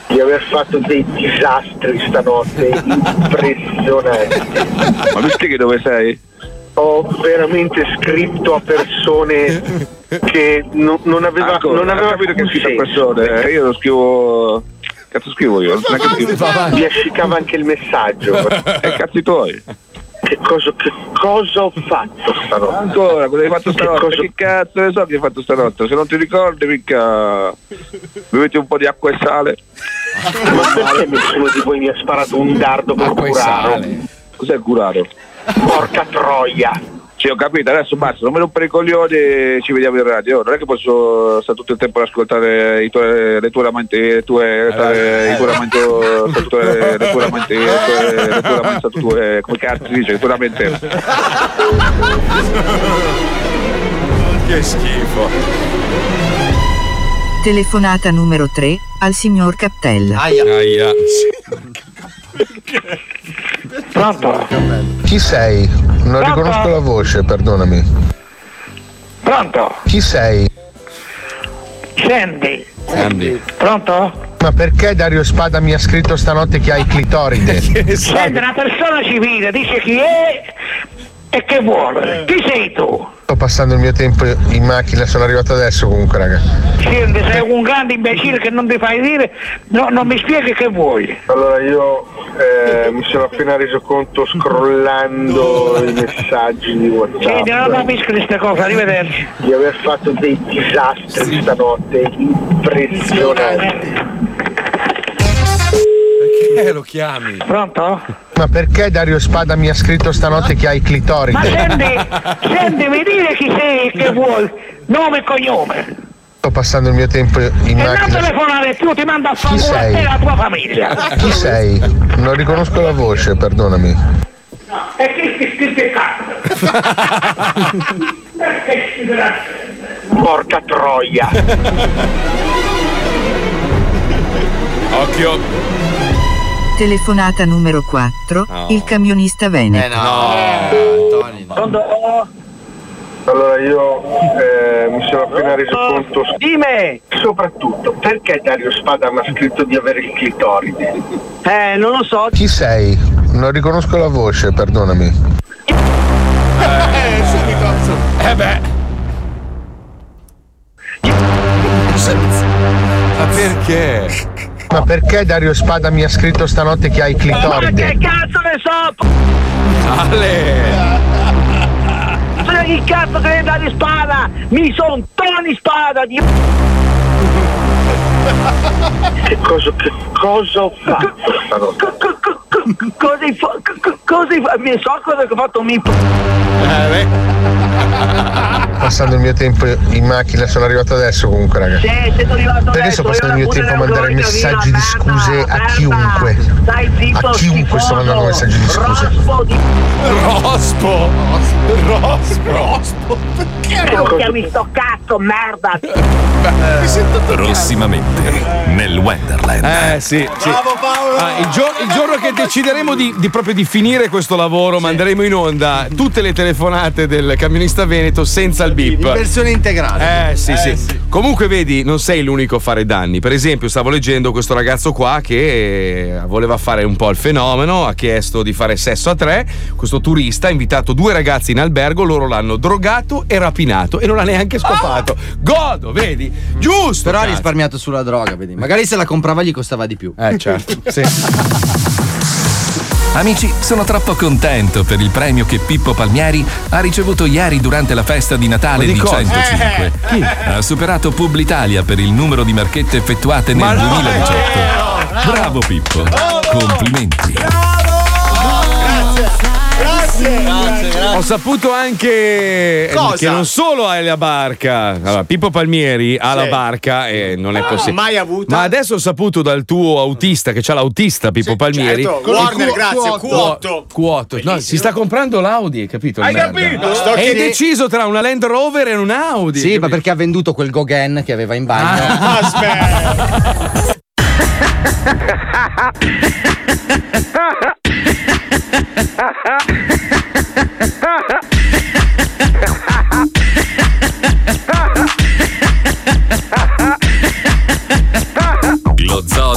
Speaker 12: di aver fatto dei disastri stanotte impressionanti.
Speaker 6: Ma mi spieghi dove sei?
Speaker 12: Ho veramente scritto a persone che non, non aveva,
Speaker 6: Ancora,
Speaker 12: non aveva
Speaker 6: ho capito che
Speaker 12: alcun
Speaker 6: scrivo
Speaker 12: senso.
Speaker 6: persone. eh, io lo scrivo. Cazzo scrivo io? Non è che scrivo.
Speaker 12: Mi ascicava anche il messaggio.
Speaker 6: Eh, cazzi tuoi.
Speaker 12: Che cosa, che cosa ho fatto stanotte?
Speaker 6: Ancora, cosa hai fatto stanotte? Che, cazzo ne so che hai fatto stanotte? Se non ti ricordi, mica. Bevete un po' di acqua e sale.
Speaker 12: Ma perché nessuno di voi mi ha sparato un dardo per curare?
Speaker 6: Cos'è il curaro?
Speaker 12: Porca troia!
Speaker 6: Sì, ho capito, adesso basta, non me lo per i coglioni e ci vediamo in radio. Oh, Non è che posso stare tutto il tempo ad ascoltare i tuoi- le tue lamentele, le tue stare- i tuoi lamento- stare tutte le le tue lamentele, le tue- le tue lamentele, tue- come cazzo si dice, le tue lamentele.
Speaker 17: Che schifo.
Speaker 19: Telefonata numero 3 al signor Cappella.
Speaker 2: Aia.
Speaker 9: Pronto? Chi sei? Non riconosco la voce, perdonami. Pronto? Chi sei? Sandy. Pronto? Ma perché Dario Spada mi ha scritto stanotte che hai clitoride?
Speaker 8: Senti, una persona civile dice chi è e che vuole. Chi sei tu?
Speaker 9: Sto passando il mio tempo in macchina, sono arrivato adesso comunque, raga.
Speaker 8: Senti, sei un grande imbecille che non ti fai dire, no, non mi spieghi che vuoi.
Speaker 12: Allora io eh, mi sono appena reso conto scrollando i messaggi di
Speaker 8: Senti, non
Speaker 12: Whatsapp
Speaker 8: capisco queste cose, arrivederci.
Speaker 12: di aver fatto dei disastri stanotte
Speaker 8: Eh,
Speaker 12: impressionanti.
Speaker 2: Perché Eh, lo chiami?
Speaker 9: Pronto? Ma perché Dario Spada mi ha scritto stanotte che hai clitoride?
Speaker 8: Ma senti, sentimi dire chi sei e che vuoi, nome e cognome.
Speaker 9: Sto passando il mio tempo in
Speaker 8: E non
Speaker 9: macchina.
Speaker 8: telefonare più, ti mando a fanculo a
Speaker 9: sei?
Speaker 8: te e la tua famiglia.
Speaker 9: Chi sei? Non riconosco la voce, perdonami.
Speaker 8: E chi ti scrive cazzo? Perché ci verrà?
Speaker 12: Porca troia!
Speaker 2: Occhio.
Speaker 19: Telefonata numero 4 il camionista veneto.
Speaker 10: Eh,
Speaker 12: Allora io eh, mi sono appena reso conto Dime! Soprattutto perché Dario Spada mi ha scritto di avere il clitoride?
Speaker 9: Eh, non lo so. Chi sei? Non riconosco la voce, perdonami.
Speaker 10: Eh, subito.
Speaker 2: Eh beh.
Speaker 9: Ma perché? Ma perché Dario Spada mi ha scritto stanotte che hai clitoride?
Speaker 8: cazzo ne so?
Speaker 2: Ale!
Speaker 8: Sono chi cazzo che ne dà di spada? Mi sono Tony Spada di...
Speaker 12: Che cosa, che cosa ho fatto stanotte?
Speaker 8: Cosa hai fa- co- co- Cosa hai fa- Mi so cosa che ho fatto mi...
Speaker 9: Passando il mio tempo in macchina, sono arrivato adesso comunque, raga.
Speaker 8: Sì, sei arrivato
Speaker 9: Perché sto passando il mio tempo a mandare messaggi di scuse a chiunque.
Speaker 8: Stai zitto,
Speaker 9: A chiunque sto mandando messaggi di scuse.
Speaker 2: Rospo! Rospo! Rospo!
Speaker 8: Perché lo chiami sto cazzo, merda?
Speaker 1: Mi Prossimamente nel Wonderland.
Speaker 2: Eh sì, sì. Ah, il, gior- il giorno che decideremo di, di proprio di finire questo lavoro, manderemo in onda tutte le telefonate del camionista veneto senza il bip.
Speaker 5: In versione integrale.
Speaker 2: Eh sì, sì. Comunque vedi, non sei l'unico a fare danni. Per esempio, stavo leggendo questo ragazzo qua che eh, voleva fare un po' il fenomeno, ha chiesto di fare sesso a tre. Questo turista ha invitato due ragazzi in albergo, loro l'hanno drogato e rapinato e non l'ha neanche scopato. Godo, vedi? Giusto!
Speaker 5: Però ha
Speaker 2: cazzo.
Speaker 5: risparmiato sulla droga, vedi. Magari se la comprava gli costava di più.
Speaker 2: Eh, certo. Sì.
Speaker 1: Amici, sono troppo contento per il premio che Pippo Palmieri ha ricevuto ieri durante la festa di Natale di,
Speaker 2: Ma di cosa?
Speaker 1: 105.
Speaker 2: Eh, chi?
Speaker 1: Ha superato Publitalia per il numero di marchette effettuate nel 2018.
Speaker 2: eh, oh,
Speaker 1: Bravo Pippo. Complimenti.
Speaker 10: Grazie. Grazie,
Speaker 2: Ho saputo anche eh,
Speaker 10: Cosa?
Speaker 2: che non solo hai la barca. Allora, Pippo Palmieri ha la barca e non è possibile.
Speaker 20: mai avuta.
Speaker 2: Ma adesso ho saputo dal tuo autista, che c'ha l'autista Pippo Palmieri.
Speaker 20: certo.
Speaker 2: Con il
Speaker 20: Warner,
Speaker 2: cuo-
Speaker 20: grazie,
Speaker 2: Cuoto. Cuoto. No, si sta comprando l'Audi, capito? il
Speaker 5: Hai
Speaker 2: merda?
Speaker 5: capito? Sto
Speaker 2: È
Speaker 5: che-
Speaker 2: indeciso tra una Land Rover e un Audi. Ah,
Speaker 5: Sì, ma perché ha venduto quel Gauguin che aveva in bagno.
Speaker 1: Lo Zoo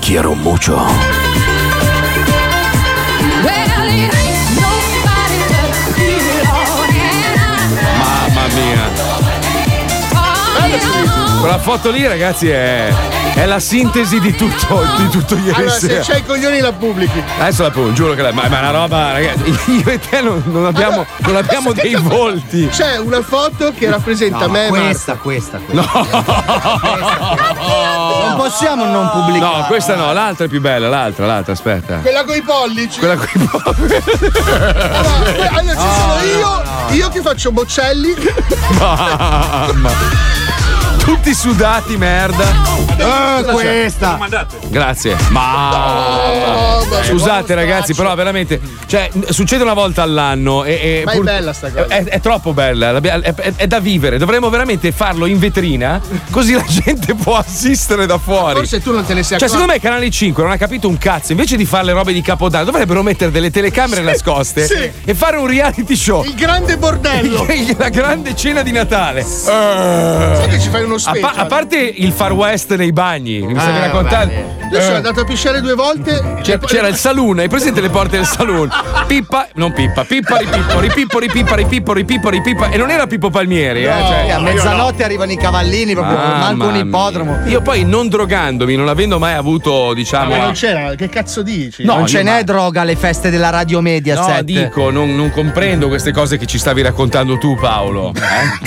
Speaker 16: quiero mucho.
Speaker 10: Well, it ain't nobody but you, Lord, and
Speaker 2: Mamma mia. Quella foto lì, ragazzi, è, è la sintesi di tutto, di tutto ieri
Speaker 9: Allora, se
Speaker 2: sera.
Speaker 9: c'hai i coglioni la pubblichi.
Speaker 2: Adesso la pubblico, giuro che la. Ma, ma è una roba, ragazzi. Io e te non, non abbiamo, non abbiamo dei volti.
Speaker 9: C'è una foto che rappresenta
Speaker 2: No,
Speaker 9: me e
Speaker 2: questa,
Speaker 9: Marco. questa,
Speaker 2: Non
Speaker 11: possiamo non pubblicare.
Speaker 2: No, questa no, l'altra è più bella, l'altra, l'altra, aspetta.
Speaker 9: Quella coi pollici.
Speaker 2: Quella coi
Speaker 9: pollici. allora ci
Speaker 2: Ah,
Speaker 9: sono io, io che faccio Boccelli.
Speaker 2: Mamma. Tutti sudati, Eh, merda.
Speaker 8: questa.
Speaker 2: Grazie. Ma
Speaker 8: No, vabbè,
Speaker 2: scusate ragazzi, però veramente cioè, n- succede una volta all'anno e, e
Speaker 9: Ma è bella sta cosa.
Speaker 2: È, è troppo bella, l'abbia- è, è- è da vivere. Dovremmo veramente farlo in vetrina così la gente può assistere da fuori.
Speaker 9: Forse tu non te ne sei
Speaker 2: Cioè,
Speaker 9: accorto.
Speaker 2: secondo me Canale 5 non ha capito un cazzo. Invece di fare le robe di Capodanno, dovrebbero mettere delle telecamere nascoste
Speaker 9: sì.
Speaker 2: e fare un reality show.
Speaker 9: Il grande bordello.
Speaker 2: La grande cena di Natale.
Speaker 9: Sai che ci fai uno
Speaker 2: A,
Speaker 9: special?
Speaker 2: pa- a parte il far west nei bagni, mi stavi
Speaker 9: Ah,
Speaker 2: raccontando.
Speaker 9: Io sono
Speaker 2: Eh.
Speaker 9: andato a pisciare due volte.
Speaker 2: C'era, c'era il saloon, hai presente le porte del saloon? Pippa, non Pippa, Pippa, ripippo, ripippo, ripippa, ripippo, ripippo, ripippa. E non era Pippo Palmieri, eh? cioè-
Speaker 11: a mezzanotte arrivano i cavallini, proprio
Speaker 2: Mamma
Speaker 11: manco un
Speaker 2: mia.
Speaker 11: ippodromo.
Speaker 2: Io poi non drogandomi, non avendo mai avuto, diciamo.
Speaker 9: Ma non
Speaker 2: a-
Speaker 9: c'era, che cazzo dici?
Speaker 11: non ce n'è droga alle feste della Radio Media
Speaker 2: No, dico, non, non comprendo queste cose che ci stavi raccontando tu, Paolo. Eh?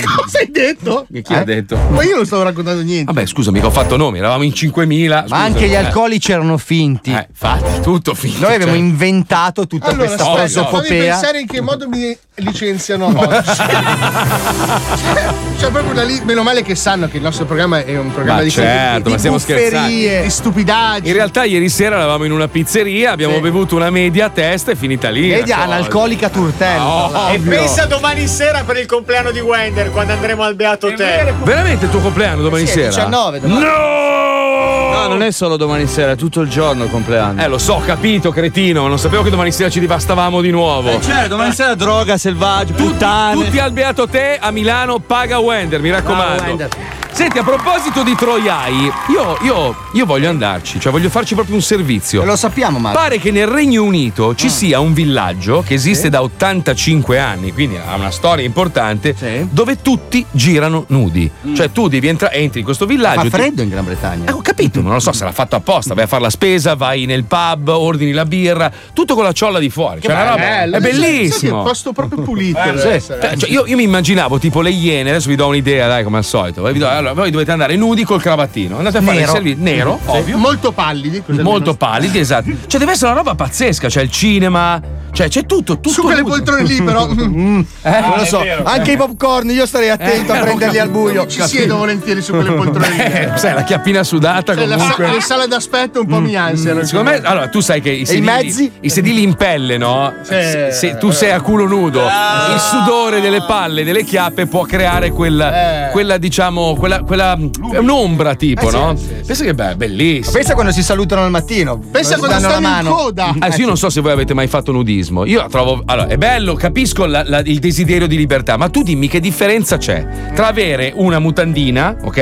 Speaker 9: Cosa hai detto? Eh?
Speaker 2: Che Chi ha detto?
Speaker 9: Ma io non stavo raccontando niente.
Speaker 2: Vabbè, scusami, che ho fatto nomi, eravamo in 5000.
Speaker 11: Ma anche gli
Speaker 2: alcolici
Speaker 11: alcolici erano finti.
Speaker 2: Eh, infatti, tutto finto.
Speaker 11: Noi abbiamo
Speaker 2: cioè.
Speaker 11: inventato tutta
Speaker 9: Allora,
Speaker 11: questa
Speaker 9: aspetta, fammi
Speaker 11: prosopopea.
Speaker 9: pensare in che modo mi licenziano oggi. C'è proprio una li- Meno male che sanno che il nostro programma è un programma
Speaker 2: Ma
Speaker 9: di
Speaker 2: certo,
Speaker 9: di
Speaker 2: ma stiamo
Speaker 9: pufferie,
Speaker 2: scherzando.
Speaker 9: di stupidaggini.
Speaker 2: In realtà ieri sera eravamo in una pizzeria, abbiamo bevuto una media a testa e finita lì.
Speaker 11: Media
Speaker 2: la cosa.
Speaker 11: analcolica turtella.
Speaker 2: No,
Speaker 11: tra l'altro.
Speaker 4: E
Speaker 2: ovvio.
Speaker 4: pensa domani sera per il compleanno di Wender quando andremo al Beato Te.
Speaker 2: Veramente il tuo compleanno domani
Speaker 4: Sì, è
Speaker 2: sera?
Speaker 4: 19 domani.
Speaker 2: No!
Speaker 21: No, non è solo domani sera, è tutto il giorno il compleanno.
Speaker 2: Eh, lo so, ho capito, cretino, ma non sapevo che domani sera ci devastavamo di nuovo.
Speaker 21: Cioè, domani sera droga, selvaggio, puttane.
Speaker 2: Tutti al beato te a Milano, paga Wender, mi raccomando.
Speaker 21: Bravo, Wender.
Speaker 2: Senti, a proposito di Troiai, io, io- io voglio andarci, cioè voglio farci proprio un servizio.
Speaker 11: Lo sappiamo, ma
Speaker 2: Pare che nel Regno Unito
Speaker 9: Ah.
Speaker 2: ci sia un villaggio che esiste da 85 anni, quindi ha una storia importante, dove tutti girano nudi.
Speaker 9: Mm.
Speaker 2: Cioè tu devi entrare, entri in questo villaggio. ti-
Speaker 11: Fa
Speaker 2: Eh,
Speaker 11: freddo in Gran Bretagna.
Speaker 2: ho capito, non lo so, sarà fatto apposta. Vai a fare la spesa, vai nel pub, ordini la birra, tutto con la ciolla di fuori.
Speaker 9: Che
Speaker 2: Cioè, una roba-
Speaker 9: bello, Eh, sai- sai
Speaker 2: è
Speaker 9: che è
Speaker 2: bellissimo.
Speaker 9: un posto proprio pulito.
Speaker 2: Eh,
Speaker 9: deve
Speaker 2: sì.
Speaker 9: essere, eh.
Speaker 2: Cioè, cioè, io, io mi immaginavo tipo le iene, adesso vi do un'idea, dai, come al solito. Vi do- allora, voi dovete andare nudi col cravattino, andate a fare il
Speaker 9: Nero.
Speaker 2: servizio nero,
Speaker 9: Sì.
Speaker 2: ovvio.
Speaker 9: Molto pallidi. così
Speaker 2: Molto
Speaker 9: almeno-
Speaker 2: pallidi, esatto. Cioè, deve essere una roba pazzesca. C'è il cinema, cioè, c'è tutto. tutto
Speaker 9: Su quelle
Speaker 2: nudo.
Speaker 9: poltrone lì, però.
Speaker 2: Mm. Eh, non lo so.
Speaker 11: Anche i popcorn, io starei attento
Speaker 2: Eh,
Speaker 11: a prenderli al buio.
Speaker 9: Ci siedo volentieri su quelle poltrone lì.
Speaker 2: Eh, sai, la chiappina sudata
Speaker 9: Cioè, la sa-
Speaker 2: comunque. Mm.
Speaker 9: le sale d'aspetto un po' mi ansiano.
Speaker 2: Secondo me, allora, tu sai che i sedili,
Speaker 9: mezzi?
Speaker 2: i sedili in pelle, no? Se, se tu sei a culo nudo,
Speaker 11: Ah.
Speaker 2: il sudore delle palle, delle chiappe può creare quella, quella diciamo, quella, quella- è un'ombra tipo,
Speaker 11: Eh, sì,
Speaker 2: no? Pensa che beh, bellissimo.
Speaker 11: Pensa quando si salutano al mattino.
Speaker 9: Pensa
Speaker 11: Quando
Speaker 9: quando
Speaker 11: si danno
Speaker 9: stanno
Speaker 11: la
Speaker 9: in
Speaker 11: mano.
Speaker 9: coda.
Speaker 2: Adesso Ah, io non so se voi avete mai fatto nudismo. Io la trovo. Allora, è bello, capisco la- la- il desiderio di libertà, ma tu dimmi che differenza c'è tra avere una mutandina, ok?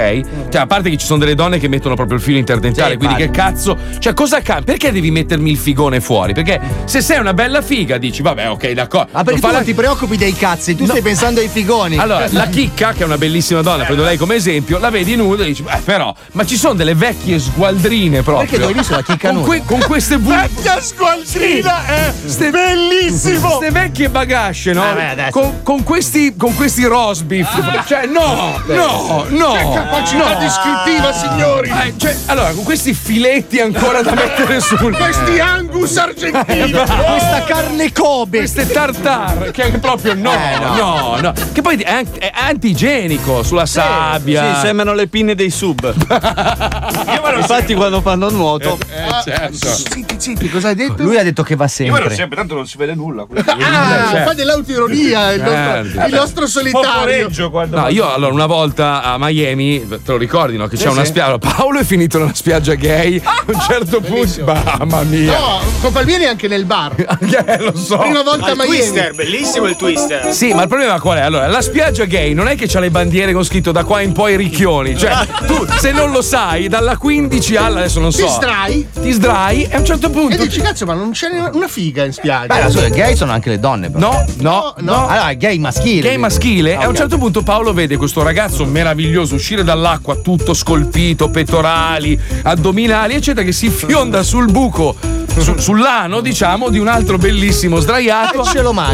Speaker 2: Cioè, a parte che ci sono delle donne che mettono proprio il filo interdentale,
Speaker 21: Sì,
Speaker 2: quindi che
Speaker 21: infatti.
Speaker 2: cazzo. Cioè, cosa cambia? Perché devi mettermi il figone fuori? Perché se sei una bella figa, dici, vabbè, ok, d'accordo.
Speaker 11: Ma perché
Speaker 2: Lo fa
Speaker 11: tu
Speaker 2: la-
Speaker 11: non ti preoccupi dei cazzi, tu stai pensando ai figoni.
Speaker 2: allora, la chicca, che è una bellissima
Speaker 8: Eh.
Speaker 2: donna, prendo lei come esempio, la vedi nuda e dici, beh, però, ma ci sono delle vecchie sgualdrine proprio.
Speaker 11: Perché dove hai visto la chicca
Speaker 2: con,
Speaker 11: nuda?
Speaker 2: con queste
Speaker 8: Vecchia squaltrina è
Speaker 2: bellissimo! Queste vecchie bagasce, no?
Speaker 8: Ah, beh, adesso.
Speaker 2: con, con questi, con questi roast beef. Cioè, no,
Speaker 8: Beh.
Speaker 2: no, no!
Speaker 8: Ah. Che capacità descrittiva,
Speaker 9: signori!
Speaker 2: cioè, allora, con questi filetti ancora da mettere sul.
Speaker 8: Questi
Speaker 9: Angus
Speaker 2: Eh,
Speaker 8: argentini.
Speaker 2: bravo.
Speaker 8: Questa
Speaker 11: carne Kobe.
Speaker 2: Queste tartar, che è proprio no,
Speaker 21: Eh,
Speaker 2: no,
Speaker 21: no.
Speaker 2: no, Che poi è, an- è antigenico sulla sabbia.
Speaker 21: Sì, sembrano le pinne dei sub. Infatti, quando fanno nuoto.
Speaker 2: Eh, certo.
Speaker 9: Zitti, zitti, cosa hai detto?
Speaker 11: Lui ha detto che va
Speaker 6: Io vado
Speaker 11: sempre.
Speaker 6: sempre, tanto non si vede nulla.
Speaker 2: Eh,
Speaker 9: Ah, fa dell'autironia il nostro,
Speaker 2: Certo.
Speaker 9: il nostro solitario.
Speaker 2: No, io allora una volta a Miami, te lo ricordi, no? Che c'è
Speaker 9: Sì,
Speaker 2: una
Speaker 9: sì.
Speaker 2: spiaggia. Paolo è finito nella spiaggia gay. A un certo punto, mamma mia.
Speaker 9: No, Copalvieri è anche nel bar.
Speaker 2: lo so.
Speaker 9: Prima volta
Speaker 4: Al
Speaker 9: a Miami.
Speaker 4: Ah, Twister, bellissimo il twister.
Speaker 2: Sì, ma il problema qual è? Allora, la spiaggia gay non è che c'ha le bandiere con scritto da qua in poi ricchioni. Cioè, tu se non lo sai, dalla 15 alla adesso non so.
Speaker 9: Ti sdrai?
Speaker 2: Ti sdrai e a un certo punto.
Speaker 9: E dici, cazzo, ma non c'è ne- una figa in spiaggia.
Speaker 5: Beh, scusa, gay sono anche le donne. Però.
Speaker 2: No, no, no.
Speaker 5: Allora, gay maschile.
Speaker 2: Gay maschile. e a un certo punto Paolo vede questo ragazzo meraviglioso uscire dall'acqua tutto scolpito, pettorali, addominali, eccetera, che si fionda sul buco, su- sull'ano, diciamo, di un altro bellissimo
Speaker 5: Eh,
Speaker 2: sdraiato.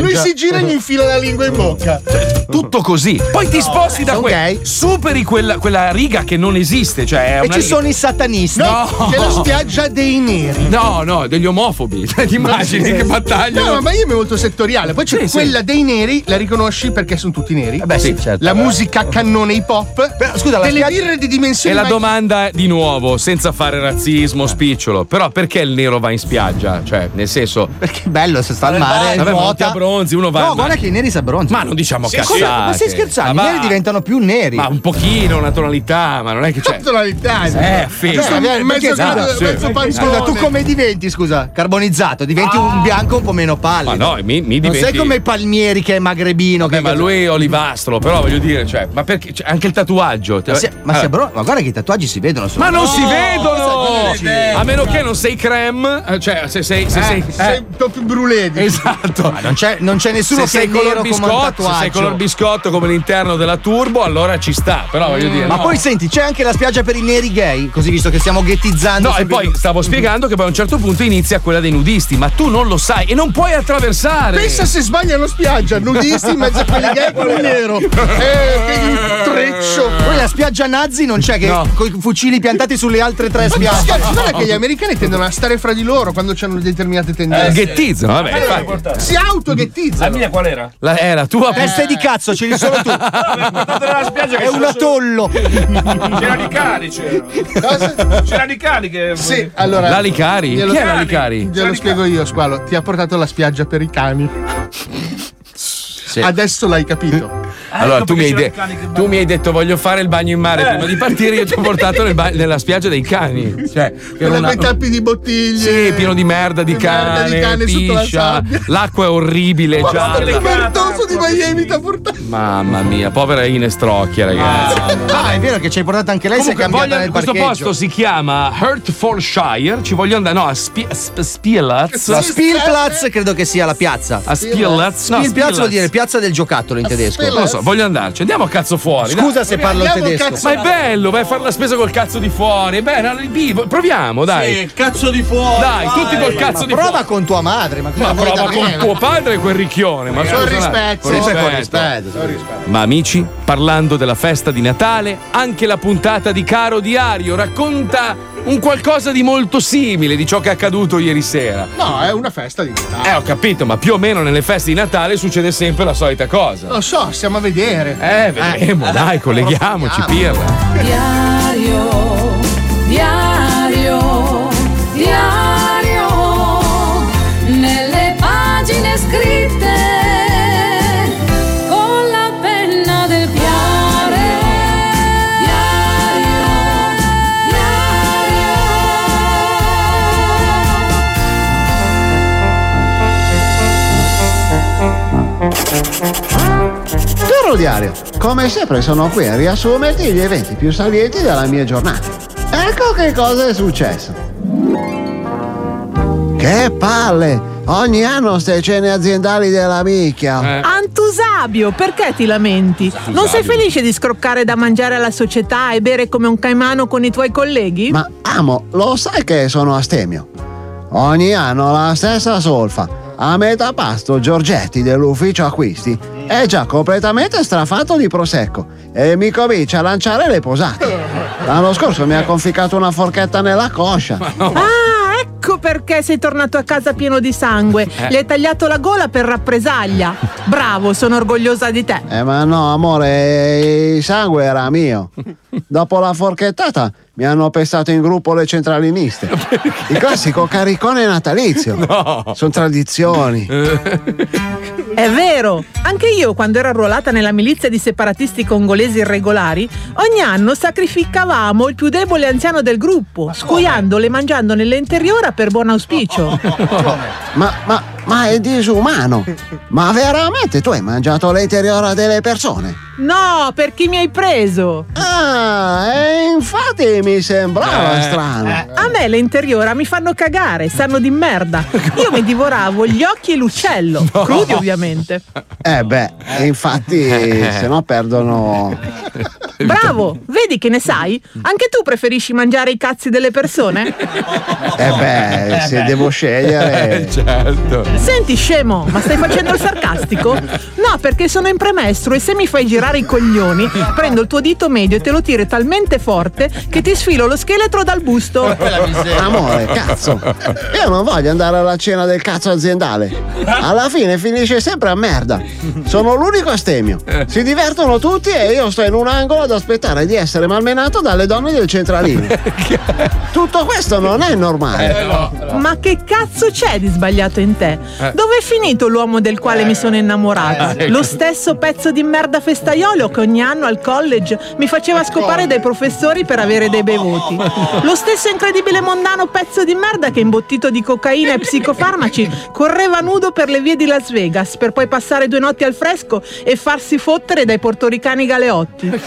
Speaker 9: Lui si gira e gli infila la lingua in bocca.
Speaker 2: Tutto così. Poi ti
Speaker 5: eh,
Speaker 2: sposti da quel. Superi quella, quella riga che non esiste. Cioè è
Speaker 5: E
Speaker 2: una
Speaker 5: ci
Speaker 2: riga-
Speaker 5: sono i satanisti.
Speaker 2: No.
Speaker 9: C'è la spiaggia dei neri.
Speaker 2: No, no, degli omofobi. Ti immagini che battaglia.
Speaker 9: No, ma io è molto settoriale. Poi c'è
Speaker 2: Sì, sì.
Speaker 9: quella dei neri, la riconosci perché sono tutti neri.
Speaker 5: Eh
Speaker 2: beh, sì, certo.
Speaker 9: La musica cannone hip hop.
Speaker 5: scusa, la
Speaker 9: delle
Speaker 5: spiaggia-
Speaker 9: birre di dimensioni.
Speaker 2: E la
Speaker 9: mai-
Speaker 2: domanda di nuovo, senza fare razzismo, spicciolo. Però perché il nero va in spiaggia? Cioè, nel senso. Perché
Speaker 5: è bello se sta al mare.
Speaker 2: Vabbè, ma
Speaker 5: nuota.
Speaker 2: ti abbronzi, uno va.
Speaker 5: No,
Speaker 2: ma-
Speaker 5: guarda che i neri si abbronzano.
Speaker 2: Ma non diciamo
Speaker 5: Sì,
Speaker 2: cazzate.
Speaker 5: come- Ma stai scherzando?
Speaker 2: Ma
Speaker 5: I
Speaker 2: va.
Speaker 5: neri diventano più neri.
Speaker 2: Ma un pochino una tonalità, ma non è che c'è.
Speaker 9: Naturalità,
Speaker 2: Eh, figa.
Speaker 5: Cioè,
Speaker 2: Perché-
Speaker 5: perché-
Speaker 2: esatto, sì.
Speaker 5: Scusa, tu come diventi, scusa? Carbonizzato, diventi un bianco un po' meno pallido.
Speaker 2: Ma no, mi, mi
Speaker 5: Non
Speaker 2: diventi.
Speaker 5: sei come Palmieri che è magrebino.
Speaker 2: Vabbè,
Speaker 5: che
Speaker 2: Eh, ma lui è olivastro, però voglio dire, cioè, ma perché cioè, anche il tatuaggio?
Speaker 5: Ma, se- ma, se
Speaker 2: Allora-
Speaker 5: bro- ma guarda che i tatuaggi si vedono.
Speaker 2: Ma non si vedono!
Speaker 5: sai, non è vero.
Speaker 2: A meno che non sei creme, eh, cioè se sei. Se
Speaker 5: Eh,
Speaker 2: sei,
Speaker 5: sei
Speaker 2: eh.
Speaker 9: Top bruledi.
Speaker 2: Esatto.
Speaker 5: non c'è, non c'è nessuno
Speaker 2: se
Speaker 5: che
Speaker 2: sei
Speaker 5: è nero
Speaker 2: color
Speaker 5: come un
Speaker 2: biscotto, se sei
Speaker 5: tatuaggio.
Speaker 2: color biscotto come l'interno della turbo, allora ci sta. Però voglio dire.
Speaker 5: ma
Speaker 2: no.
Speaker 5: poi senti, c'è anche la spiaggia per i neri gay, così visto che stiamo ghettizzando.
Speaker 2: No, e
Speaker 5: sempre
Speaker 2: poi
Speaker 5: più.
Speaker 2: stavo spiegando che poi a un certo punto inizia quella dei nudisti, ma tu non lo sai e non puoi attraversare.
Speaker 9: Pensa se sbagliano spiaggia, nudisti in mezzo a quelli gay con un nero. Eh, che treccio.
Speaker 5: Poi la spiaggia nazi non c'è, che
Speaker 9: No.
Speaker 5: con i fucili piantati sulle altre tre
Speaker 9: Ma
Speaker 5: spiagge.
Speaker 9: scherzi, guarda che gli americani tendono a stare fra di loro quando hanno determinate tendenze.
Speaker 2: Eh, ghettizzano, vabbè, Ma infatti.
Speaker 9: Si autoghettizzano. La mia qual era?
Speaker 2: La, eh, la tua
Speaker 5: Teste di cazzo, ce li sono tu.
Speaker 6: spiaggia che
Speaker 5: È un
Speaker 6: sono-
Speaker 5: atollo.
Speaker 6: C'era Licari, c'era. C'era Licari che.
Speaker 9: Sì, allora.
Speaker 2: La Licari?
Speaker 9: Glielo-
Speaker 2: Chi è la Licari?
Speaker 9: Glielo spiego io, Squalo. Ti ha portato la spiaggia per i cani. Adesso l'hai capito.
Speaker 2: Allora,
Speaker 9: Ecco
Speaker 2: tu mi, hai de- tu mi hai detto voglio fare il bagno in mare
Speaker 9: Eh.
Speaker 2: prima di partire, io ti ho portato nel ba- nella spiaggia dei cani. Cioè, che era
Speaker 9: Con
Speaker 2: una-
Speaker 9: quei tappi di bottiglie.
Speaker 2: Sì, pieno di merda di cane,
Speaker 9: merda di cane sotto la
Speaker 2: piscia,
Speaker 9: sabbia.
Speaker 2: l'acqua è orribile,
Speaker 9: Ma
Speaker 2: gialla.
Speaker 9: guarda che merdoso di Miami ti ha portato.
Speaker 2: Mamma mia, povera Ines Trocchi, ragazzi.
Speaker 5: Ah, è vero che ci hai portato anche lei, si è
Speaker 2: Comunque,
Speaker 5: cambiata
Speaker 2: voglio-
Speaker 5: nel
Speaker 2: questo
Speaker 5: parcheggio.
Speaker 2: posto si chiama Hertfordshire. Ci voglio andare, no, a Spi- Sp- Spielaz.
Speaker 5: La Spielplatz credo che sia la piazza.
Speaker 2: A eh. Spielplatz? No,
Speaker 5: Spielplatz
Speaker 2: Spielplatz.
Speaker 5: vuol dire piazza del giocattolo in tedesco.
Speaker 2: Non lo so, voglio andarci. Andiamo a cazzo fuori. dai.
Speaker 5: Scusa se parlo
Speaker 2: Andiamo
Speaker 5: tedesco.
Speaker 2: cazzo- Ma è bello, vai a fare la spesa col cazzo di fuori. Beh, no, il bivo- proviamo, dai.
Speaker 5: Sì, il cazzo di fuori,
Speaker 2: Dai,
Speaker 5: vai.
Speaker 2: tutti col cazzo
Speaker 5: Ma
Speaker 2: di
Speaker 5: prova
Speaker 2: fuori.
Speaker 5: con tua madre, ma,
Speaker 2: Ma
Speaker 5: vuoi
Speaker 2: prova
Speaker 5: da
Speaker 2: con
Speaker 5: me?
Speaker 2: tuo padre e quel ricchione. Ma
Speaker 5: Con
Speaker 2: scusa,
Speaker 5: rispetto.
Speaker 2: dai,
Speaker 5: Sempre con
Speaker 9: rispetto.
Speaker 2: Ma amici, parlando della festa di Natale, anche la puntata di Caro Diario racconta un qualcosa di molto simile di ciò che è accaduto ieri sera.
Speaker 9: No, è una festa di Natale.
Speaker 2: Eh, ho capito, ma più o meno nelle feste di Natale succede sempre la solita cosa.
Speaker 9: Lo so, stiamo a vedere. Eh.
Speaker 2: Eh, vedremo, dai, colleghiamoci, pirla.
Speaker 10: Diario, diario, diario, nelle pagine scritte con la penna del piare. Diario,
Speaker 16: Caro diario, come sempre sono qui a riassumerti gli eventi più salienti della mia giornata. Ecco che cosa è successo. Che palle! Ogni anno ste cene aziendali della micchia.
Speaker 22: Antusabio, perché ti lamenti? Non sei felice di scroccare da mangiare alla società e bere come un caimano con i tuoi colleghi?
Speaker 16: Ma amo, lo sai che sono astemio? Ogni anno la stessa solfa. A metà pasto Giorgetti dell'ufficio acquisti è già completamente strafatto di prosecco e mi comincia a lanciare le posate. L'anno scorso mi ha conficcato una forchetta nella coscia.
Speaker 22: Ah, ecco perché sei tornato a casa pieno di sangue.
Speaker 16: Eh.
Speaker 22: Le hai tagliato la gola per rappresaglia. Bravo, sono orgogliosa di te.
Speaker 16: Eh ma no, amore, il sangue era mio. Dopo la forchettata mi hanno pestato in gruppo le centraliniste. Il classico caricone natalizio. Sono tradizioni.
Speaker 22: È vero, anche io quando ero arruolata nella milizia di separatisti congolesi irregolari, ogni anno sacrificavamo il più debole anziano del gruppo, scuiandolo e mangiando nell'interiora per buon auspicio.
Speaker 16: Ma, ma, ma è disumano. Ma veramente tu hai mangiato l'interiora delle persone?
Speaker 22: No, per chi mi hai preso?
Speaker 16: Ah, e infatti mi sembrava
Speaker 22: Eh.
Speaker 16: strano.
Speaker 22: A me le interiora mi fanno cagare, sanno di merda. Io mi divoravo gli occhi e l'uccello, crudi ovviamente.
Speaker 16: Eh beh, infatti se no perdono...
Speaker 22: Bravo, vedi che ne sai? Anche tu preferisci mangiare i cazzi delle persone?
Speaker 16: Eh beh, se devo scegliere... certo.
Speaker 22: Senti scemo, ma stai facendo il sarcastico? No, perché sono in premestro e se mi fai girare i coglioni, prendo il tuo dito medio e te lo tiro talmente forte che ti sfilo lo scheletro dal busto.
Speaker 16: Amore, cazzo. Io non voglio andare alla cena del cazzo aziendale. Alla fine finisce sempre a merda. Sono l'unico astemio. Si divertono tutti e io sto in un angolo ad aspettare di essere malmenato dalle donne del centralino. Tutto questo non è normale.
Speaker 22: Ma che cazzo c'è di sbagliato in te?
Speaker 16: Eh.
Speaker 22: Dove è finito l'uomo del quale mi sono innamorata?
Speaker 16: Eh, ecco.
Speaker 22: Lo stesso pezzo di merda festaiolo che ogni anno al college mi faceva scopare dai professori per avere dei bei voti. Lo stesso incredibile mondano pezzo di merda che imbottito di cocaina e psicofarmaci correva nudo per le vie di Las Vegas per poi passare due notti al fresco e farsi fottere dai portoricani galeotti.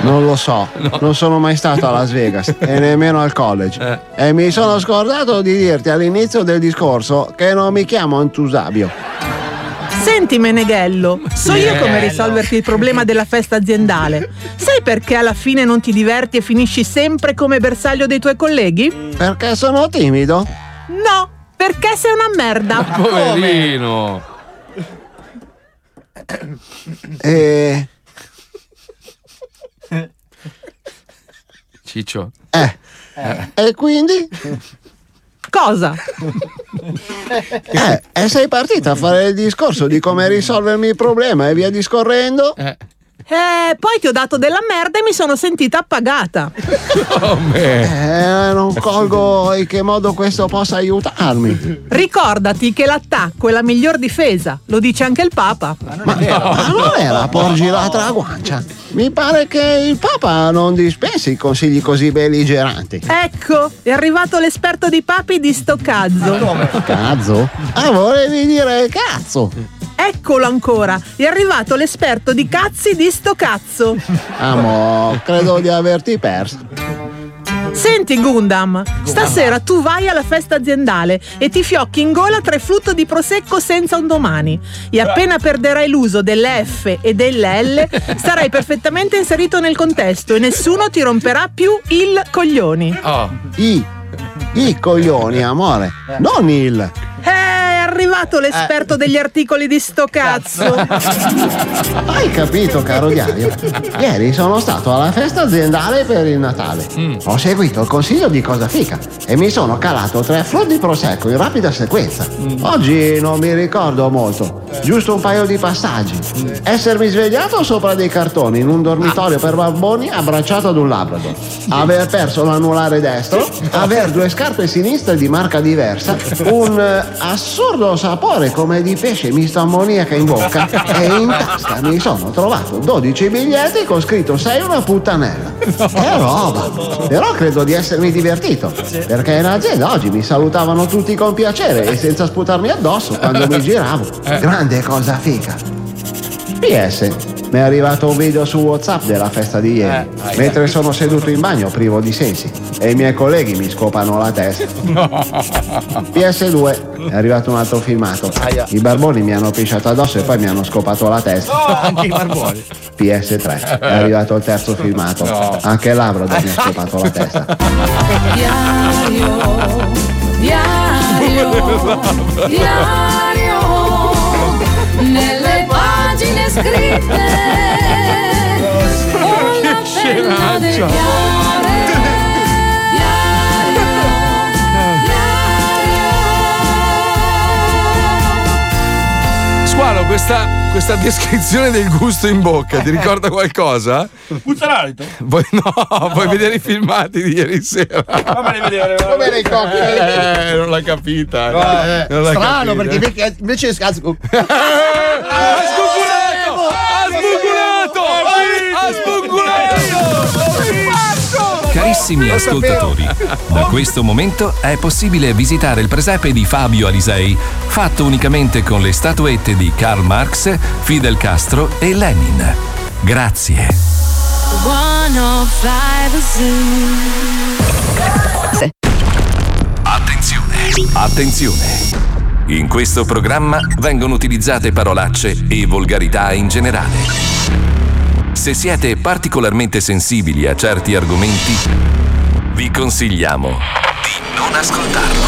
Speaker 16: Non lo so, non sono mai stato a Las Vegas e nemmeno al college. E mi sono scordato di dirti all'inizio del discorso che non mi chiamo Antusabio.
Speaker 22: Senti Meneghello, so io come
Speaker 16: Meneghello.
Speaker 22: risolverti il problema della festa aziendale. Sai perché alla fine non ti diverti e finisci sempre come bersaglio dei tuoi colleghi?
Speaker 16: Perché sono timido?
Speaker 22: No, perché sei una merda.
Speaker 2: Poverino.
Speaker 16: E...
Speaker 2: Ciccio.
Speaker 16: Eh. E quindi?
Speaker 22: Cosa?
Speaker 16: Eh, e sei partita a fare il discorso di come risolvermi il problema e via discorrendo?
Speaker 22: Eh, poi ti ho dato della merda e mi sono sentita appagata.
Speaker 16: Oh, Eh, non colgo in che modo questo possa aiutarmi.
Speaker 22: Ricordati che l'attacco è la miglior difesa, lo dice anche il Papa.
Speaker 16: Ma non era porgi la traguancia. Mi pare che il Papa non dispensi consigli così belligeranti.
Speaker 22: Ecco, è arrivato l'esperto di papi di sto cazzo.
Speaker 16: Cazzo? Ah, volevi dire cazzo?
Speaker 22: Eccolo ancora, è arrivato l'esperto di cazzi di sto cazzo.
Speaker 16: Amo, credo di averti perso.
Speaker 22: Senti Gundam, stasera tu vai alla festa aziendale e ti fiocchi in gola tre flutto di prosecco senza un domani. E appena perderai l'uso delle F e delle L, sarai perfettamente inserito nel contesto e nessuno ti romperà più il coglioni.
Speaker 16: I, i coglioni, amore. Non il.
Speaker 22: Eh, è arrivato l'esperto
Speaker 16: Eh.
Speaker 22: degli articoli di sto cazzo.
Speaker 16: Hai capito, caro Diario? Ieri sono stato alla festa aziendale per il Natale. Ho seguito il consiglio di Cosa Fica e mi sono calato tre flor di prosecco in rapida sequenza. Oggi non mi ricordo molto, giusto un paio di passaggi. Essermi svegliato sopra dei cartoni in un dormitorio per bamboni abbracciato ad un labrador. Aver perso l'anulare destro, aver due scarpe sinistre di marca diversa, un eh, assurdo sapore come di pesce misto ammoniaca in bocca e in tasca mi sono trovato 12 biglietti con scritto sei una puttanella. Che roba! Però credo di essermi divertito, perché in azienda oggi mi salutavano tutti con piacere e senza sputarmi addosso quando mi giravo. Grande cosa figa. PS, mi è arrivato un video su WhatsApp della festa di ieri, mentre sono seduto in bagno privo di sensi e i miei colleghi mi scopano la testa. PS2, è arrivato un altro filmato. I barboni mi hanno pisciato addosso e poi mi hanno scopato la testa.
Speaker 5: anche i barboni.
Speaker 16: PS3, è arrivato il terzo filmato. Anche Labrador mi ha scopato la testa.
Speaker 10: Diario, diario, diario, nelle pagine scritte, una penna del cuore.
Speaker 2: Squalo, questa, questa descrizione del gusto in bocca ti ricorda qualcosa?
Speaker 6: Puzza l'alito.
Speaker 2: Vuoi, no, vuoi vedere i filmati di ieri sera?
Speaker 9: Come nei cocktail.
Speaker 2: Eh, non l'ha capita.
Speaker 5: No,
Speaker 2: eh, non l'ha
Speaker 5: strano
Speaker 2: capita.
Speaker 5: perché invece- invece scazzo.
Speaker 10: Ha sbuculato!
Speaker 1: Carissimi ascoltatori, da questo momento è possibile visitare il presepe di Fabio Alisei, fatto unicamente con le statuette di Karl Marx, Fidel Castro e Lenin. Grazie.
Speaker 10: 105 Zoo.
Speaker 1: Attenzione! Attenzione! In questo programma vengono utilizzate parolacce e volgarità in generale. Se siete particolarmente sensibili a certi argomenti, vi consigliamo di non ascoltarlo.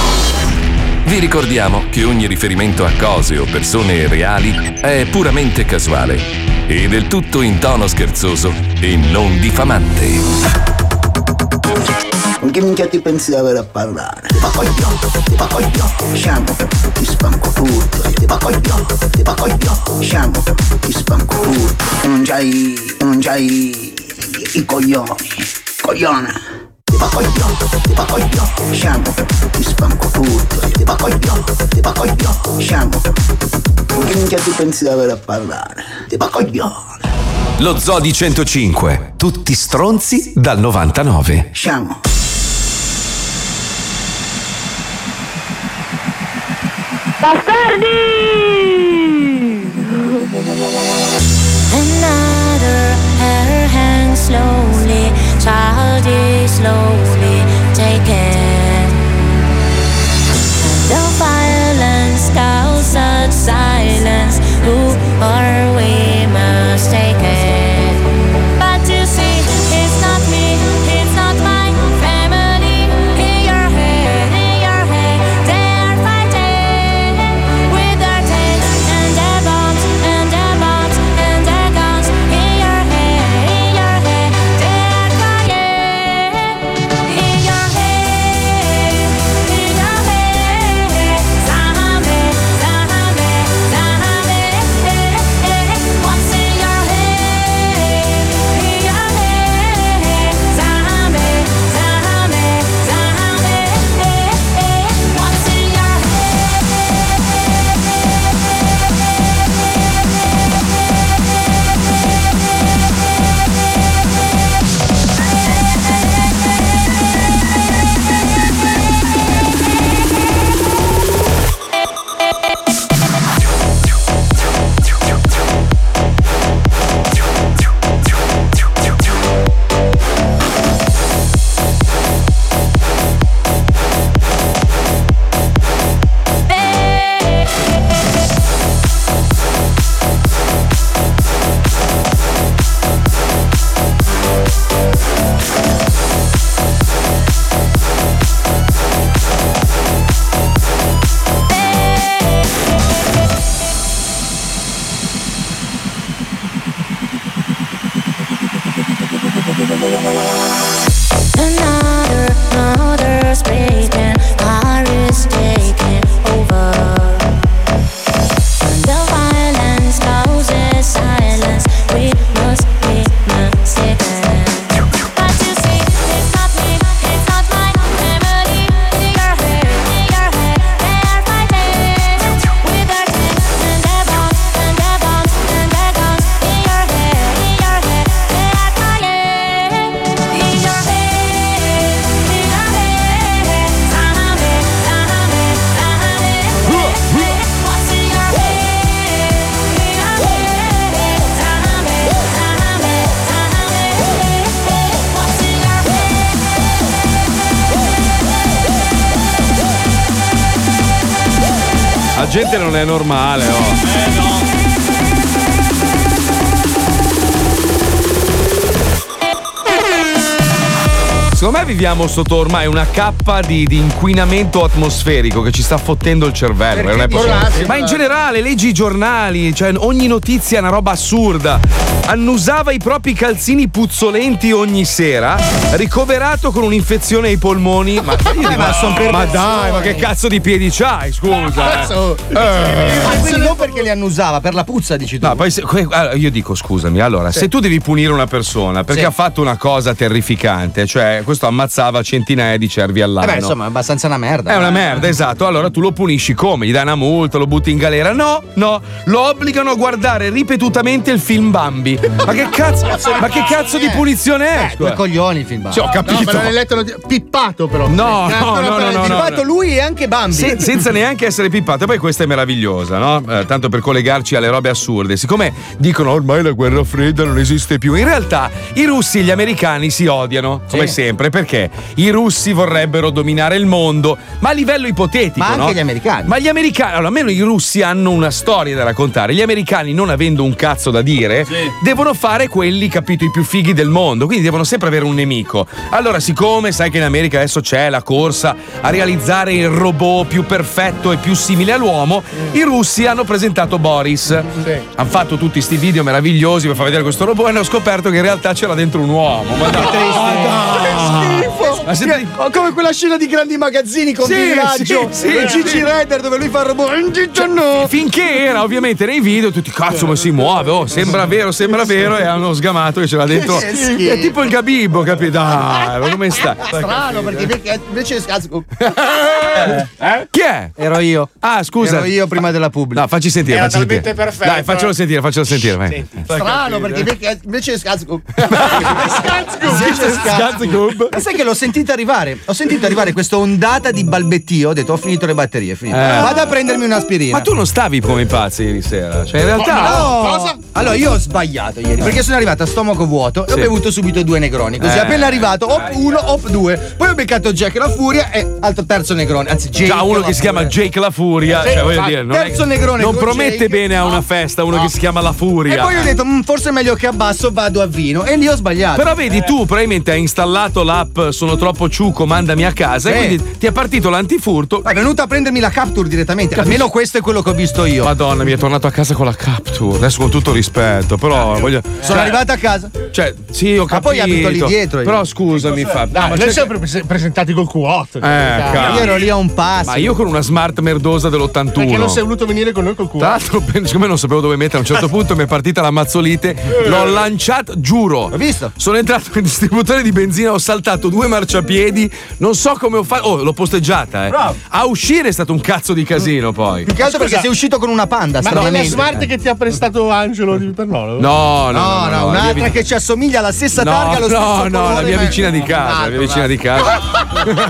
Speaker 1: Vi ricordiamo che ogni riferimento a cose o persone reali è puramente casuale e del tutto in tono scherzoso e non diffamante.
Speaker 3: Che minchia ti pensi di aver a parlare? Ti pacogliotto, ti pacogliotto, sciamo, ti spanco tutto. Ti pacogliotto, ti pacogliotto, sciamo, ti spanco tutto. Tu non c'hai, tu non c'hai i coglioni, cogliona. Ti pacogliotto, ti pacogliotto, sciamo, ti spanco tutto. Ti pacogliotto, ti pacogliotto, sciamo. Che minchia ti pensi di aver a parlare? Ti pacogliotto.
Speaker 23: Lo Zoo di 105. Tutti stronzi dal 99.
Speaker 3: Sciamo.
Speaker 10: Bastardi! Another hair hangs slowly, child is slowly taken. The violence calls out silence. Who are we mistaken? But you see, it's not me, it's not my family. In your head, in your head, they are fighting with their tails and their bombs and their bombs and their guns. In your head, in your head, they are crying. In your head, in your head, Zahame, Zahame, Zahame. What's in your head? In your head, Zahame, Zahame, Zahame. What's in your Another, another's breaking, heart is taking over. The violence causes silence. We must be mistaken. But you see, it's not me, it's not my family. In your head, in your head, they're fighting with their tails and their bombs and their bombs and their guns. In your head, in your head, they are crying. In your head.
Speaker 2: La gente non è normale, oh. secondo me viviamo sotto ormai una cappa di, di inquinamento atmosferico che ci sta fottendo il cervello.
Speaker 5: Perché
Speaker 2: non è
Speaker 5: dici
Speaker 2: possibile.
Speaker 5: così?
Speaker 2: Ma in generale, leggi i giornali, cioè ogni notizia è una roba assurda. Annusava i propri calzini puzzolenti ogni sera, ricoverato con un'infezione ai polmoni. Ma, io dico,
Speaker 5: Ma son per
Speaker 2: ma dai,
Speaker 5: persone.
Speaker 2: ma che cazzo di piedi c'hai? Scusa.
Speaker 5: Cazzo.
Speaker 2: eh. Eh.
Speaker 5: Ma quindi non perché li annusava, per la puzza dici tu.
Speaker 2: No, poi se- que- allora, io dico scusami, allora,
Speaker 5: Sì.
Speaker 2: se tu devi punire una persona perché
Speaker 5: Sì.
Speaker 2: ha fatto una cosa terrificante, cioè questo ammazzava centinaia di cervi
Speaker 5: Eh
Speaker 2: all'anno.
Speaker 5: beh, insomma, è abbastanza una merda.
Speaker 2: È una merda, esatto. Allora tu lo punisci come? Gli dai una multa, lo butti in galera? No, no, lo obbligano a guardare ripetutamente il film Bambi. Ma che cazzo, ma che cazzo di punizione è?
Speaker 5: Eh, due coglioni il film
Speaker 2: Sì, ho capito.
Speaker 9: No, ma non hai letto noti- Pippato però.
Speaker 2: No,
Speaker 9: Eh,
Speaker 2: no,
Speaker 9: ancora
Speaker 2: no,
Speaker 9: per-
Speaker 2: no, no,
Speaker 9: Pippato
Speaker 2: no.
Speaker 5: lui e anche Bambi.
Speaker 2: Se- senza neanche essere pippato. E poi questa è meravigliosa, no? Eh, tanto per collegarci alle robe assurde. Siccome dicono ormai la guerra fredda non esiste più, in realtà i russi e gli americani si odiano, come sempre, perché i russi vorrebbero dominare il mondo, ma a livello ipotetico.
Speaker 5: Ma anche
Speaker 2: no?
Speaker 5: gli americani.
Speaker 2: Ma gli americani, allora almeno i russi hanno una storia da raccontare. Gli americani, non avendo un cazzo da dire, devono fare quelli, capito, i più fighi del mondo. Quindi devono sempre avere un nemico. Allora, siccome sai che in America adesso c'è la corsa a realizzare il robot più perfetto e più simile all'uomo, i russi hanno presentato Boris. Hanno fatto tutti sti video meravigliosi per far vedere questo robot e hanno scoperto che in realtà c'era dentro un uomo. Ma dai,
Speaker 11: Schifo.
Speaker 2: Ma siete-
Speaker 11: Ho come quella scena di grandi magazzini con
Speaker 2: Sì,
Speaker 11: il villaggio
Speaker 2: sì, sì,
Speaker 11: e
Speaker 2: sì.
Speaker 11: Gigi Redder dove lui fa il robot.
Speaker 2: Cioè, fi- finché era ovviamente nei video tutti cazzo ma si muove oh, sembra vero sembra vero e hanno sgamato che c'era dentro
Speaker 11: Che schifo.
Speaker 2: è tipo il gabibbo capito dai ma come stai
Speaker 11: Strano
Speaker 2: eh.
Speaker 11: perché invece- invece scazzo.
Speaker 5: Eh?
Speaker 2: chi è?
Speaker 5: ero io.
Speaker 2: ah scusa
Speaker 5: Ero io prima della pubblica.
Speaker 2: no facci sentire
Speaker 5: Era
Speaker 2: facci sentire.
Speaker 5: talmente perfetto.
Speaker 2: dai faccelo sentire faccelo sentire vai. eh.
Speaker 11: Strano perché invece- invece scazzo.
Speaker 5: Invece
Speaker 2: Scazzacub.
Speaker 5: Ma sai che l'ho sentita arrivare? Ho sentito arrivare questa ondata di balbettio. Ho detto, ho finito le batterie, è finito.
Speaker 2: Eh.
Speaker 5: Vado a prendermi un'aspirina.
Speaker 2: ma tu non stavi come pazzo ieri sera cioè in realtà
Speaker 5: Eh, No! Allora, io ho sbagliato ieri perché sono arrivato a stomaco vuoto e ho
Speaker 2: Sì.
Speaker 5: bevuto subito due negroni. Così,
Speaker 2: Eh.
Speaker 5: appena arrivato, op uno, op due. Poi ho beccato Jack la Furia e altro terzo negrone. Anzi, Jake.
Speaker 2: Già uno
Speaker 5: la
Speaker 2: che si chiama
Speaker 5: Furia.
Speaker 2: Jake La Furia,
Speaker 5: Sì,
Speaker 2: cioè, voglio
Speaker 5: infatti.
Speaker 2: dire, non, è-
Speaker 5: Terzo negrone
Speaker 2: non
Speaker 5: con
Speaker 2: promette
Speaker 5: Jake.
Speaker 2: bene a una festa uno
Speaker 5: No.
Speaker 2: che si chiama La
Speaker 5: E
Speaker 2: Furia.
Speaker 5: poi ho detto, "Mm, forse è meglio che abbasso, vado a vino. E lì ho sbagliato.
Speaker 2: Però vedi, tu probabilmente hai installato l'app Sono troppo ciuco, mandami a casa. E
Speaker 5: Sì.
Speaker 2: quindi ti è partito l'antifurto.
Speaker 5: È venuto a prendermi la capture direttamente. Almeno questo è quello che ho visto io.
Speaker 2: Madonna, mi è tornato a casa con la capture. Adesso con tutto rispetto, però voglio.
Speaker 5: Sono arrivato a casa.
Speaker 2: Cioè, sì, ho capito.
Speaker 5: Ma poi abito lì dietro io.
Speaker 2: Però scusami, Fabio. Ah,
Speaker 9: Dai,
Speaker 2: ma
Speaker 9: noi
Speaker 2: c'è-
Speaker 9: siamo pre- presentati col Q8.
Speaker 2: Eh, cavolo.
Speaker 5: Io ero lì a un passo.
Speaker 2: Ma io con una smart merdosa dell'81.
Speaker 9: Perché non sei voluto venire con noi col
Speaker 2: Tra
Speaker 9: Q8?
Speaker 2: l'altro, ben- siccome non sapevo dove mettere, a un certo punto mi è partita la mazzolite, l'ho lanciata, giuro. Ho
Speaker 5: Eh. visto?
Speaker 2: Sono entrato nel distributore di benzina, ho saltato due marciapiedi, non so come ho fatto. Oh, l'ho posteggiata, eh.
Speaker 5: Bravo. Mm.
Speaker 2: A uscire è stato un cazzo di casino poi.
Speaker 5: Più che altro perché
Speaker 9: Scusa.
Speaker 5: sei uscito con una panda,
Speaker 9: Ma è la
Speaker 5: stranamente.
Speaker 9: smart che ti ha prestato Angelo di Pernolo?
Speaker 2: No, no, no, no,
Speaker 5: un'altra
Speaker 2: devi-
Speaker 5: che ci assomiglia alla stessa
Speaker 2: No,
Speaker 5: targa, allo stesso
Speaker 2: no,
Speaker 5: colore,
Speaker 2: no, la mia
Speaker 5: ma-
Speaker 2: vicina di casa, la mia vicina di casa.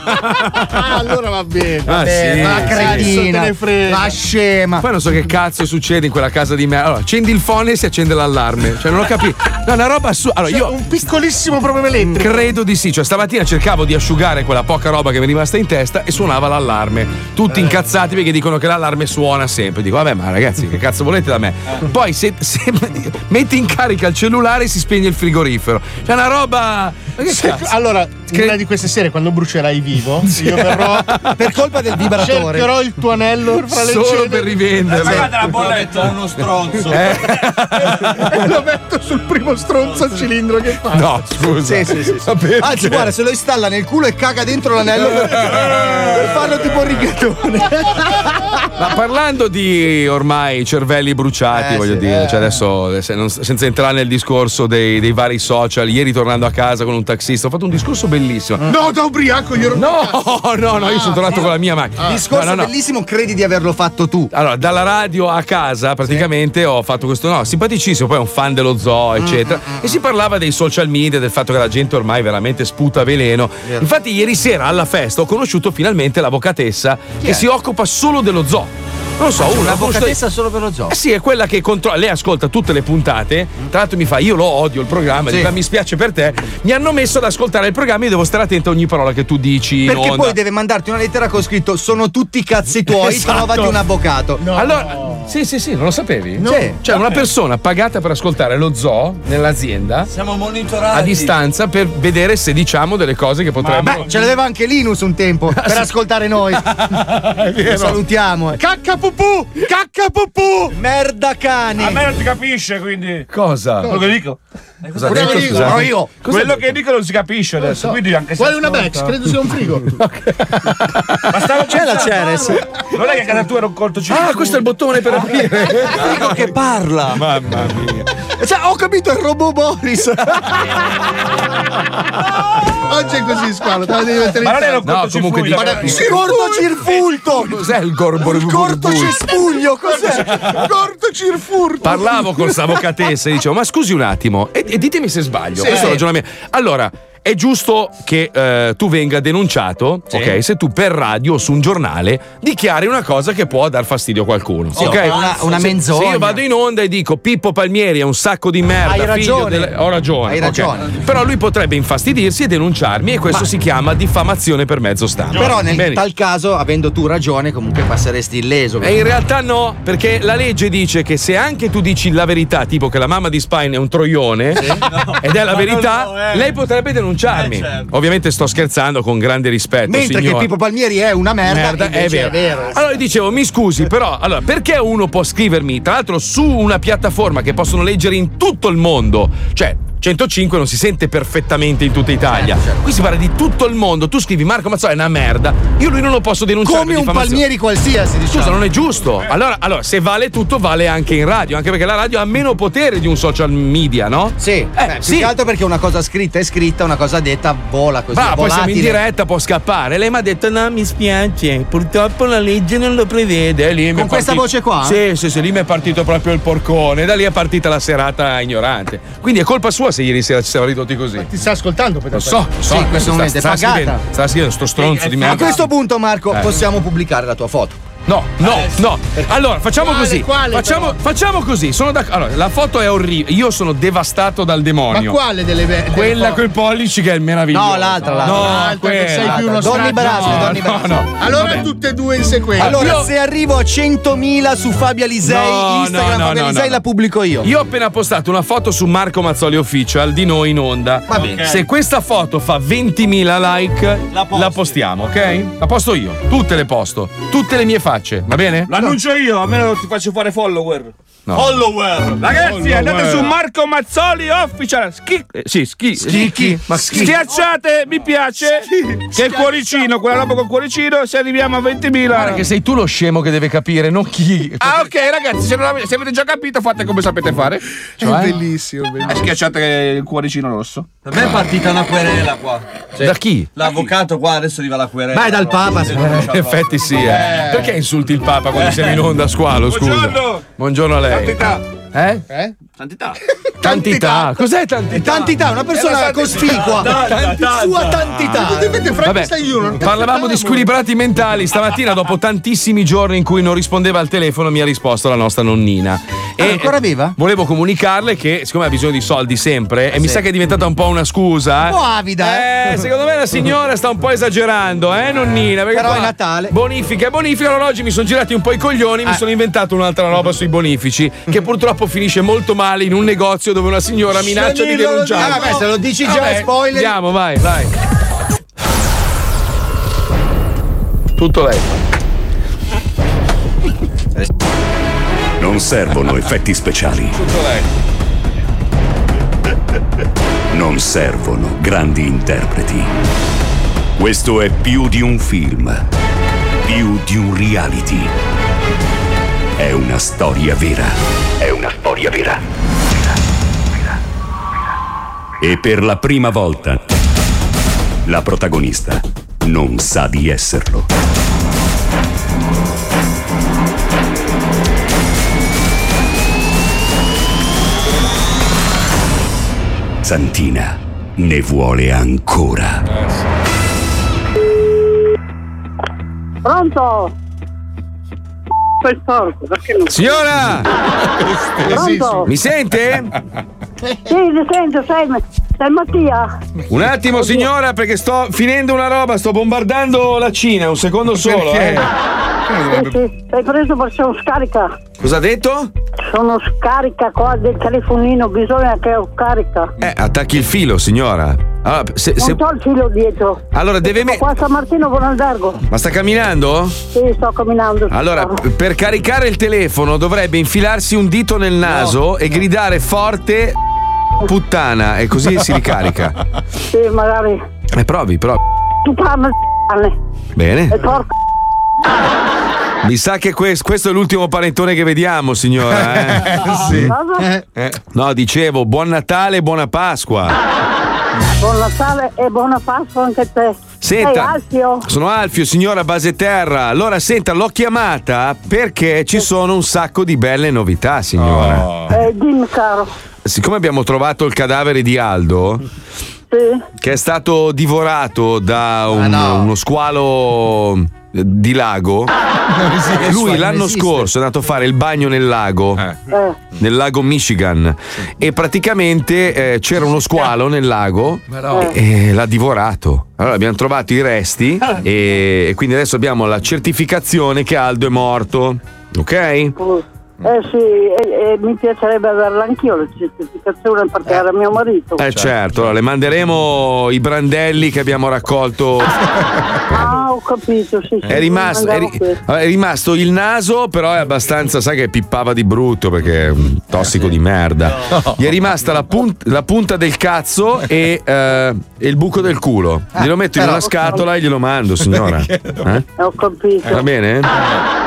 Speaker 9: Ah, allora va bene.
Speaker 2: Ah, sì,
Speaker 5: la
Speaker 2: sì.
Speaker 5: cretina,
Speaker 9: Adesso te ne frega.
Speaker 5: la scema.
Speaker 2: Poi non so che cazzo succede in quella casa di me. Allora, accendi il phone e si accende l'allarme. Cioè, non ho capito. No, una roba assurda. Allora, io.
Speaker 9: Un piccolissimo problema elettrico.
Speaker 2: Credo di sì, cioè stamattina cercavo di asciugare quella poca roba che mi è rimasta in testa e suonava l'allarme. Tutti incazzati perché dicono che l'allarme suona sempre. Dico, vabbè, ma ragazzi, che cazzo volete da me? Poi se, se metti in carica il cellulare si spegne il frigorifero. C'è una roba. Ma che
Speaker 9: Se-
Speaker 2: cazzo?
Speaker 9: allora, una di queste sere quando brucerai vivo, io verrò
Speaker 5: per colpa del vibratore.
Speaker 9: cercherò il tuo anello fra le
Speaker 2: Solo
Speaker 9: ceneri
Speaker 2: per rivenderlo.
Speaker 6: la bolletta uno stronzo.
Speaker 2: Eh.
Speaker 9: e lo metto sul primo stronzo al cilindro che fa.
Speaker 2: No, scusa.
Speaker 5: Sì, sì, sì, sì.
Speaker 2: Ma perché?
Speaker 5: Anzi, guarda, se lo installa nel culo e caga dentro l'anello per, per farlo tipo rigatone.
Speaker 2: Ma parlando di ormai cervelli bruciati,
Speaker 5: Eh,
Speaker 2: voglio
Speaker 5: sì,
Speaker 2: dire,
Speaker 5: eh.
Speaker 2: cioè adesso se- non- senza entrare nel discorso dei, dei vari social, ieri tornando a casa con un taxista, ho fatto un discorso bellissimo.
Speaker 5: Mm.
Speaker 9: No, da ubriaco io ero
Speaker 2: No, no, no, io sono tornato con la mia macchina.
Speaker 5: Ah. Discorso
Speaker 2: Ah. No, no, no.
Speaker 5: bellissimo, credi di averlo fatto tu.
Speaker 2: Allora, dalla radio a casa praticamente ho fatto questo, no, simpaticissimo, poi è un fan dello zoo, eccetera.
Speaker 5: Mm-hmm.
Speaker 2: E si parlava dei social media, del fatto che la gente ormai veramente sputa veleno.
Speaker 5: Vero.
Speaker 2: Infatti, ieri sera alla festa ho conosciuto finalmente l'avvocatessa che
Speaker 5: è?
Speaker 2: si occupa solo dello zoo. Non lo so, una
Speaker 5: una
Speaker 2: conosco-
Speaker 5: avvocatessa solo per lo zoo.
Speaker 2: eh sì, è quella che controlla. Lei ascolta tutte le puntate. Tra l'altro mi fa: Io lo odio il programma.
Speaker 5: Mm. Sì.
Speaker 2: dico, "Ah, mi spiace per te. Mi hanno messo ad ascoltare il programma. Io devo stare attento a ogni parola che tu dici. in
Speaker 5: Perché
Speaker 2: onda."
Speaker 5: poi deve mandarti una lettera con scritto sono tutti cazzi tuoi,
Speaker 2: Esatto.
Speaker 5: trovati un avvocato.
Speaker 2: Allora, Sì, sì, sì, non lo sapevi?
Speaker 14: No.
Speaker 2: Sì. Cioè, una
Speaker 14: Vabbè.
Speaker 2: persona pagata per ascoltare lo zoo nell'azienda
Speaker 14: Siamo monitorati.
Speaker 2: a distanza per vedere se diciamo delle cose che potrebbero.
Speaker 11: Beh, ce l'aveva anche Linus un tempo per ascoltare noi.
Speaker 2: vero.
Speaker 11: Lo salutiamo. Cacca pupù! Cacca pupù! Merda cani!
Speaker 6: A me non si capisce quindi.
Speaker 2: Cosa?
Speaker 6: Quello che dico.
Speaker 2: Cosa ha
Speaker 6: Quello
Speaker 2: detto,
Speaker 6: che dico,
Speaker 2: scusate?
Speaker 6: no, io.
Speaker 2: Cosa
Speaker 6: Quello
Speaker 2: ha detto?
Speaker 6: che dico non si capisce adesso.
Speaker 2: so.
Speaker 6: Quindi anche se
Speaker 9: Vuole una
Speaker 6: ascolta-
Speaker 9: Bex? Credo sia un frigo.
Speaker 6: Ma stavo
Speaker 9: C'è la Ceres?
Speaker 6: Non è che a casa tua era un colto ciclo.
Speaker 2: Ah, questo è il bottone per aprire.
Speaker 6: Dico che
Speaker 2: parla. Mamma mia.
Speaker 5: Cioè, ho capito il robot Boris. Oggi è così, squalo. Te la devi mettere in testa.
Speaker 2: No, comunque dico-
Speaker 5: Sì, corto cirfulto.
Speaker 2: Cos'è il gorbo? Il
Speaker 5: Corto cespuglio, cos'è? Corto cirfurto.
Speaker 2: Parlavo con questa avvocatessa e dicevo, ma scusi un attimo, e, e ditemi se sbaglio.
Speaker 5: Sì.
Speaker 2: Questo è un ragionamento. Allora, è giusto che eh, tu venga denunciato, ok? Se tu per radio o su un giornale dichiari una cosa che può dar fastidio a qualcuno,
Speaker 14: Sì,
Speaker 2: ok?
Speaker 14: una- una
Speaker 2: Se-
Speaker 14: menzogna.
Speaker 2: Se io vado in onda e dico Pippo Palmieri è un sacco di merda,
Speaker 14: Hai
Speaker 2: figlio
Speaker 14: ragione.
Speaker 2: delle- ho ragione.
Speaker 14: Hai
Speaker 2: ok.
Speaker 14: ragione.
Speaker 2: Però lui potrebbe infastidirsi e denunciarmi e questo
Speaker 14: Ma-
Speaker 2: si chiama diffamazione per mezzo stampa.
Speaker 14: Però nel
Speaker 2: Bene.
Speaker 14: tal caso, avendo tu ragione, comunque passeresti illeso.
Speaker 2: E in realtà no, perché la legge dice che se anche tu dici la verità, tipo che la mamma di Spine è un troione, ed è la
Speaker 14: Ma
Speaker 2: verità,
Speaker 14: non lo è.
Speaker 2: lei potrebbe denunciarmi. Ovviamente sto scherzando con grande rispetto.
Speaker 11: Mentre
Speaker 2: signora.
Speaker 11: che Pippo Palmieri è una merda,
Speaker 2: Merda,
Speaker 11: invece
Speaker 2: è vero. Allora gli dicevo, mi scusi, però, allora, perché uno può scrivermi, tra l'altro, su una piattaforma che possono leggere in tutto il mondo? Cioè. 105 non si sente perfettamente in tutta Italia. Qui si parla di tutto il mondo. Tu scrivi Marco Mazzola è una merda. Io lui non lo posso denunciare.
Speaker 11: Come
Speaker 2: per
Speaker 11: un
Speaker 2: diffamazione.
Speaker 11: palmieri qualsiasi, diciamo.
Speaker 2: Scusa, non è
Speaker 14: Eh.
Speaker 2: giusto. Allora, allora, se vale tutto, vale anche in radio, anche perché la radio ha meno potere di un social media, no? Sì. Eh,
Speaker 14: Beh, più
Speaker 2: sì.
Speaker 14: che altro perché una cosa scritta è scritta, una cosa detta vola così.
Speaker 2: Brava, poi siamo in
Speaker 14: volatile.
Speaker 2: diretta, può scappare. Lei mi ha detto: No, mi spiace, purtroppo la legge non lo prevede. E Lì mi è
Speaker 14: Con questa voce qua?
Speaker 2: Sì, sì, sì, lì mi è partito proprio il porcone. Da lì è partita la serata ignorante. Quindi è colpa sua se ieri sera ci siamo ridotti così.
Speaker 9: Ti sta ascoltando, Pedro?
Speaker 2: Lo so, lo so.
Speaker 14: Sì, questo momento è
Speaker 2: sta, sta
Speaker 14: pagata. eh,
Speaker 2: scrivendo, sta scrivendo sto stronzo di merda.
Speaker 14: A questo punto, Marco,
Speaker 2: Eh.
Speaker 14: possiamo pubblicare la tua foto.
Speaker 2: No, no,
Speaker 9: Eh,
Speaker 2: no. Allora, facciamo
Speaker 14: Quale,
Speaker 2: così.
Speaker 14: quale,
Speaker 2: facciamo, facciamo così. Sono d'accordo. Allora, la foto è orribile. Io sono devastato dal
Speaker 9: Ma
Speaker 2: demonio.
Speaker 9: quale delle be- delle
Speaker 2: Quella
Speaker 9: fo-
Speaker 2: coi pollici che è meravigliosa.
Speaker 9: No, l'altra, l'altra.
Speaker 2: No,
Speaker 9: L'altra che
Speaker 2: quella.
Speaker 9: sei più uno
Speaker 2: Donny
Speaker 9: straccio.
Speaker 2: Brasco,
Speaker 9: No,
Speaker 2: Donny
Speaker 9: no,
Speaker 2: Brasco.
Speaker 9: no. Allora tutte e due in sequenza.
Speaker 14: Allora,
Speaker 2: Io-
Speaker 14: se arrivo a 100.000 su Fabia Lisei,
Speaker 2: No,
Speaker 14: Instagram
Speaker 2: no, no,
Speaker 14: Fabia
Speaker 2: no,
Speaker 14: Lisei
Speaker 2: no.
Speaker 14: la pubblico io.
Speaker 2: Io ho appena postato una foto su Marco Mazzoli Official di noi in onda.
Speaker 14: Va bene.
Speaker 2: Se questa foto fa 20.000 like, la, postiamo, ok? La posto io. Tutte le posto. Tutte le mie facce, va bene?
Speaker 6: L'annuncio io, almeno ti faccio fare follower.
Speaker 2: No.
Speaker 6: Follower. Ragazzi,
Speaker 2: Follower.
Speaker 6: andate su Marco Mazzoli Official. Schi- eh, sì, schi-
Speaker 2: Schicchi. Ma schicchi.
Speaker 6: Schiacciate, mi piace. Che il cuoricino, quella roba col cuoricino, se arriviamo a 20.000.
Speaker 2: Guarda che sei tu lo scemo che deve capire, non chi.
Speaker 6: Ah, ok, ragazzi, se, non ave- se avete già capito, fate come sapete fare.
Speaker 9: Eh?
Speaker 2: Cioè?
Speaker 6: bellissimo, Schiacciate il cuoricino rosso.
Speaker 14: Per me è partita una querela qua.
Speaker 2: Cioè, Da chi?
Speaker 14: L'avvocato qua adesso arriva la querela.
Speaker 2: Vai dal
Speaker 14: Papa.
Speaker 2: in effetti sì, eh. Perché insulti il Papa quando siamo in onda, squalo? Scusa.
Speaker 6: Buongiorno.
Speaker 2: Buongiorno a lei. Eh?
Speaker 6: Eh? Santità.
Speaker 2: Tantità. Cos'è tantità?
Speaker 11: Tantità, una persona
Speaker 2: Era
Speaker 11: cospicua.
Speaker 2: tanta, tanta.
Speaker 11: Sua tantità.
Speaker 9: Effettivamente,
Speaker 2: Vabbè, parlavamo di squilibrati mentali. Stamattina, dopo tantissimi giorni in cui non rispondeva al telefono, mi ha risposto la nostra nonnina.
Speaker 11: Ah,
Speaker 2: E ancora
Speaker 14: viva?
Speaker 2: Volevo comunicarle che, siccome ha bisogno di soldi sempre, e mi sa che è diventata un po' una scusa.
Speaker 11: Un po' avida, eh.
Speaker 2: Eh, secondo me la signora sta un po' esagerando, eh, nonnina. perché
Speaker 11: Però
Speaker 2: qua
Speaker 11: è Natale.
Speaker 2: Bonifica, e bonifica. Allora oggi mi sono girati un po' i coglioni,
Speaker 14: Ah.
Speaker 2: mi sono inventato un'altra roba sui bonifici, che purtroppo finisce molto male in un negozio dove una signora minaccia di
Speaker 14: Sì, non lo dico.
Speaker 2: denunciare.
Speaker 14: Ah, vabbè, se lo dici già,
Speaker 2: Vabbè,
Speaker 14: spoiler.
Speaker 2: Andiamo, vai, vai. Tutto lei.
Speaker 15: Non servono effetti speciali,
Speaker 2: Tutto lei.
Speaker 15: non servono grandi interpreti. Questo è più di un film, più di un reality. È una storia vera. È una storia vera. E per la prima volta, la protagonista non sa di esserlo. Santina ne vuole ancora.
Speaker 24: Pronto? Sei storto, perché non...
Speaker 2: Signora!
Speaker 24: Pronto?
Speaker 2: Mi sente?
Speaker 24: Sì, mi sento, sei... è Mattia.
Speaker 2: Un attimo, signora, perché sto finendo una roba, sto bombardando la Cina, un secondo solo.
Speaker 24: Perché?
Speaker 2: eh.
Speaker 24: Sì, sì, sei preso perché sono scarica.
Speaker 2: Cosa ha detto?
Speaker 24: Sono scarica qua del telefonino, bisogna che ho carica.
Speaker 2: Eh, attacchi il filo, signora. Allora, se- se- Eh.
Speaker 24: Non c'ho il filo dietro.
Speaker 2: allora deve
Speaker 24: Sono
Speaker 2: mettere.
Speaker 24: Qua a San Martino Buonaldargo.
Speaker 2: Ma sta camminando?
Speaker 24: Sì, sto camminando.
Speaker 2: Allora, p- per caricare il telefono dovrebbe infilarsi un dito nel naso e gridare forte puttana e così si ricarica.
Speaker 24: Sì, magari.
Speaker 2: E provi, provi.
Speaker 24: Tu parla di
Speaker 2: Bene.
Speaker 24: e porca.
Speaker 2: Mi sa che quest- questo è l'ultimo parentone che vediamo, signora. eh.
Speaker 24: Cosa?
Speaker 2: Eh. No, dicevo, buon Natale e buona Pasqua.
Speaker 24: Buon Natale e buona Pasqua anche a te.
Speaker 2: Senta.
Speaker 24: Sei Alfio?
Speaker 2: Sono Alfio, signora Base Terra. Allora, senta, l'ho chiamata perché ci sono un sacco di belle novità, signora.
Speaker 24: Eh, dimmi caro.
Speaker 2: Siccome abbiamo trovato il cadavere di Aldo, che è stato divorato da un-
Speaker 8: Ah,
Speaker 2: uno squalo eh, di lago,
Speaker 8: esiste,
Speaker 2: lui
Speaker 8: non
Speaker 2: l'anno
Speaker 8: esiste. Eh.
Speaker 2: scorso è andato a fare il bagno nel lago. Nel lago Michigan e praticamente eh, c'era uno squalo nel lago
Speaker 8: Però-
Speaker 2: e, e l'ha divorato. Allora abbiamo trovato i resti
Speaker 8: Eh.
Speaker 2: e, e quindi adesso abbiamo la certificazione che Aldo è morto. Ok?
Speaker 24: Eh sì, e- e mi piacerebbe averla anch'io la certificazione perché era mio marito.
Speaker 2: Eh certo, allora le manderemo i brandelli che abbiamo raccolto.
Speaker 24: Ah, ho capito, sì. sì,
Speaker 2: È rimasto, è,
Speaker 24: mandavo
Speaker 2: ri-
Speaker 24: questo.
Speaker 2: allora, è rimasto il naso, però è abbastanza, sai che pippava di brutto perché è un tossico di merda. Gli è rimasta la, punt- la punta del cazzo e, eh, e il buco del culo. Glielo metto in
Speaker 24: però-
Speaker 2: una scatola e glielo mando, signora. Eh?
Speaker 24: Ah, Ho capito.
Speaker 2: Va bene?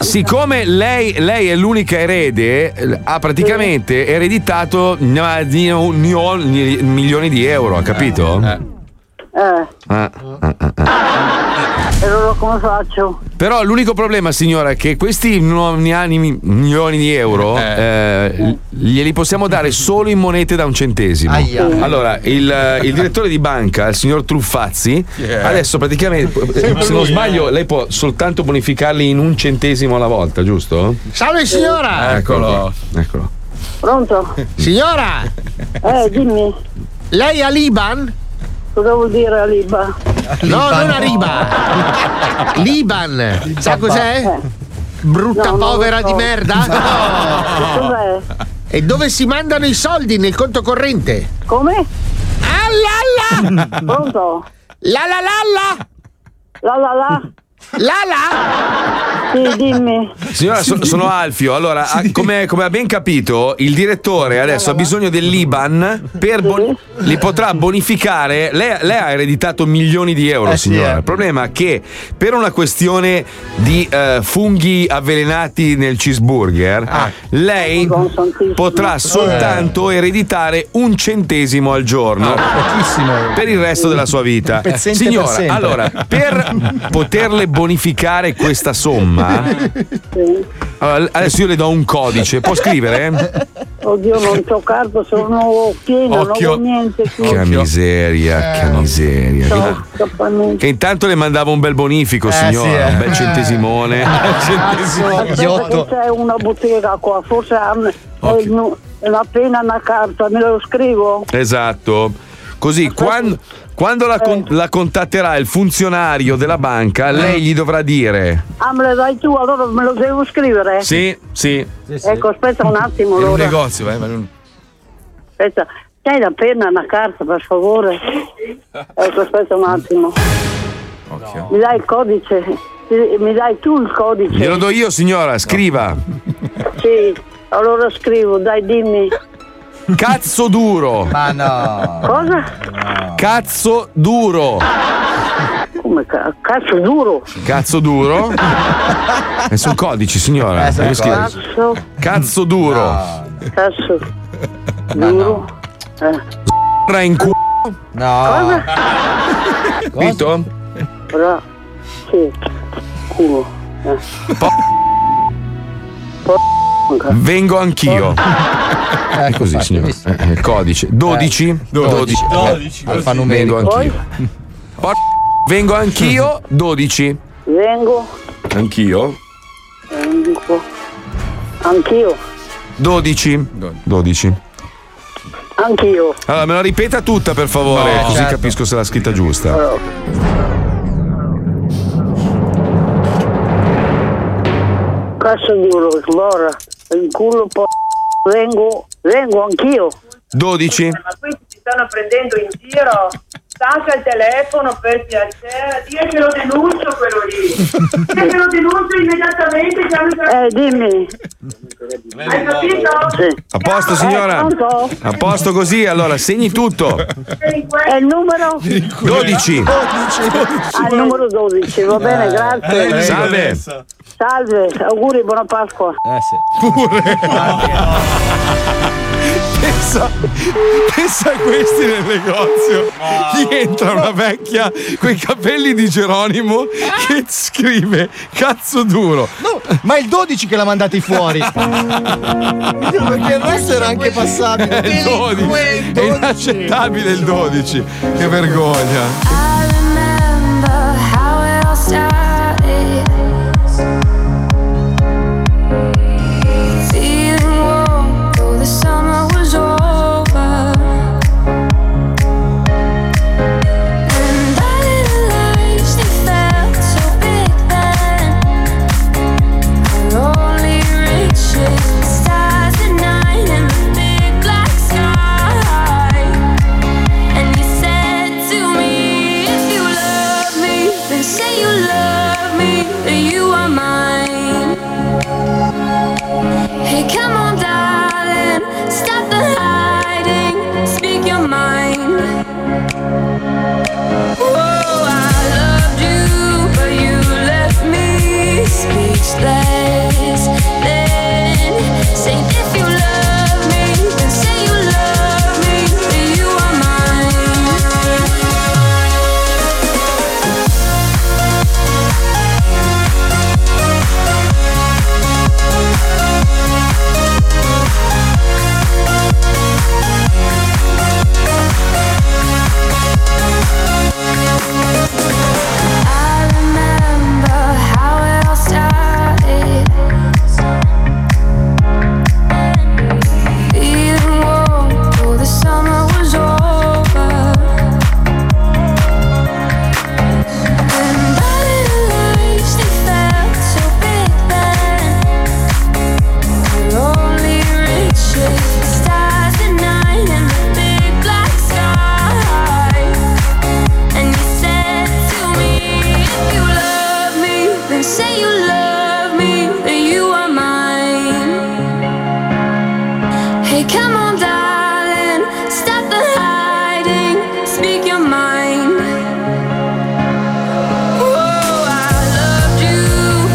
Speaker 2: Siccome lei, lei è l'unica erede, eh, ha praticamente ereditato gna- gni- gni- gni- milioni di euro, ha capito?
Speaker 24: Eh,
Speaker 2: Ah, ah, ah, ah.
Speaker 24: e allora come faccio?
Speaker 2: Però l'unico problema, signora, è che questi nuovi animi- milioni di euro eh, l- glieli possiamo dare solo in monete da un centesimo.
Speaker 8: Aia.
Speaker 2: Allora, il, il direttore di banca, il signor Truffazzi,
Speaker 8: Yeah.
Speaker 2: adesso praticamente, eh,
Speaker 8: Sempre
Speaker 2: se non
Speaker 8: lui,
Speaker 2: sbaglio, lei può soltanto bonificarli in un centesimo alla volta, giusto?
Speaker 9: Salve signora!
Speaker 2: Eccolo. Eccolo.
Speaker 24: Pronto?
Speaker 9: Signora!
Speaker 24: Eh, dimmi.
Speaker 9: Lei ha l'Iban?
Speaker 24: Cosa vuol dire Aliba?
Speaker 9: No, non arriva! L'Iban! Sa cos'è? Brutta
Speaker 24: Eh. No, non lo
Speaker 9: povera
Speaker 24: so.
Speaker 9: di merda!
Speaker 24: Cos'è?
Speaker 9: E dove si mandano i soldi nel conto corrente?
Speaker 24: Come?
Speaker 9: Ah la la!
Speaker 24: Pronto?
Speaker 9: La la la
Speaker 24: La la la?
Speaker 9: La la!
Speaker 24: Sì, dimmi.
Speaker 2: Signora, so- sono Alfio. Allora, a- come, come ha ben capito, il direttore adesso ha bisogno dell'IBAN per bon- li potrà bonificare. Lei, lei ha ereditato milioni di euro,
Speaker 8: Eh sì,
Speaker 2: signora.
Speaker 8: eh.
Speaker 2: Il problema è che per una questione di eh, funghi avvelenati nel cheeseburger,
Speaker 8: Ah.
Speaker 2: lei
Speaker 8: Eh.
Speaker 2: potrà soltanto ereditare un centesimo al giorno. Per il resto della sua vita.
Speaker 8: Ah, Un pezzente per
Speaker 2: Signora,
Speaker 8: sempre.
Speaker 2: allora, per poterle bonificare questa somma, allora, adesso io le do un codice, può scrivere? eh?
Speaker 24: Oddio, non c'ho carta, sono pieno,
Speaker 2: Occhio.
Speaker 24: non ho niente. qui.
Speaker 2: Che miseria, che miseria.
Speaker 24: C'ho scappamento.
Speaker 2: Che intanto le mandavo un bel bonifico,
Speaker 8: Eh,
Speaker 2: signora,
Speaker 8: sì, eh.
Speaker 2: un bel centesimone.
Speaker 24: Eh. Aspetta che c'è una bottega qua, forse eh, hanno è nu- è appena una carta, me lo scrivo?
Speaker 2: Esatto. Così, quando, quando la, con- la contatterà il funzionario della banca, lei gli dovrà dire:
Speaker 24: Ah, me lo dai tu, allora me lo devo scrivere?
Speaker 2: Sì, sì.
Speaker 24: Ecco, aspetta un attimo
Speaker 6: È un
Speaker 24: allora.
Speaker 6: negozio, eh. ma non-
Speaker 24: Aspetta, c'hai la penna, una carta, per favore? Ecco, aspetta un attimo. Mi dai il codice? Sì, Mi dai tu il codice?
Speaker 2: Glielo do io, signora, scriva.
Speaker 24: Sì, allora scrivo, dai dimmi.
Speaker 2: Cazzo duro. Ma no.
Speaker 24: Cosa?
Speaker 2: Cazzo duro.
Speaker 24: Come ca- Eh, cazzo duro?
Speaker 2: Cazzo duro. e sono codici,
Speaker 8: Eh,
Speaker 2: signora. Deve Ah, scrivere.
Speaker 24: Cazzo,
Speaker 2: Cazzo duro.
Speaker 24: cazzo duro. Eh,
Speaker 2: Ra in culo. No. Capito?
Speaker 24: bra- sì, culo. Eh.
Speaker 2: Vengo anch'io. È così, signora. Eh, eh, Codice Eh, 12
Speaker 8: Eh, Dodici.
Speaker 2: 12
Speaker 8: Dodici,
Speaker 2: Alfa
Speaker 8: così.
Speaker 2: Vengo
Speaker 24: Poi?
Speaker 2: anch'io. Por- Vengo anch'io 12.
Speaker 24: Vengo,
Speaker 2: Anch'io
Speaker 24: Ecco. vengo. Anch'io.
Speaker 2: 12 12.
Speaker 24: Anch'io.
Speaker 2: Allora, me la ripeta tutta, per favore,
Speaker 24: No,
Speaker 2: così
Speaker 24: certo.
Speaker 2: capisco se l'ha scritta giusta.
Speaker 24: Allora. Cazzo duro, guarda, in culo po- vengo, vengo anch'io.
Speaker 2: 12.
Speaker 19: Ma questi ti stanno prendendo in giro. Stacca il telefono per piacere. Dì che lo denuncio quello lì. Dì che lo denuncio immediatamente. chiamo i
Speaker 24: Eh, dimmi.
Speaker 19: Hai capito?
Speaker 2: A posto, signora?
Speaker 24: Eh, pronto?
Speaker 2: A posto così, allora, segni tutto.
Speaker 24: È il numero?
Speaker 2: 12.
Speaker 24: Ah, il numero 12, va
Speaker 2: Eh,
Speaker 24: bene, grazie.
Speaker 2: Salve.
Speaker 24: Salve, auguri, buona Pasqua.
Speaker 2: Eh sì. Pure. pensa, pensa a questi nel negozio. Gli entra una vecchia coi capelli di Geronimo che scrive cazzo duro.
Speaker 11: Ma è il 12 che l'ha mandati fuori.
Speaker 8: Perché il resto era anche passabile.
Speaker 2: È Eh, il 12. È inaccettabile il 12. Che vergogna.
Speaker 10: Stars at night and the big black sky. And you said to me, if you love me, then say you love me, then you are mine. Hey, come on, darling, stop the hiding, speak your mind. Whoa, Oh, I loved you, but you left me speechless. Then say if you love me, then say you love me, then you are mine. I remember how it all started. Feeling warm though the summer was over. And blinding the lights, they felt so big then. Lonely reaches, stars at night and the big black sky. And you said to me, if you love me, then say you love me, then you are mine. Hey, come on, darling, stop the hiding, speak your mind. Whoa, I loved you,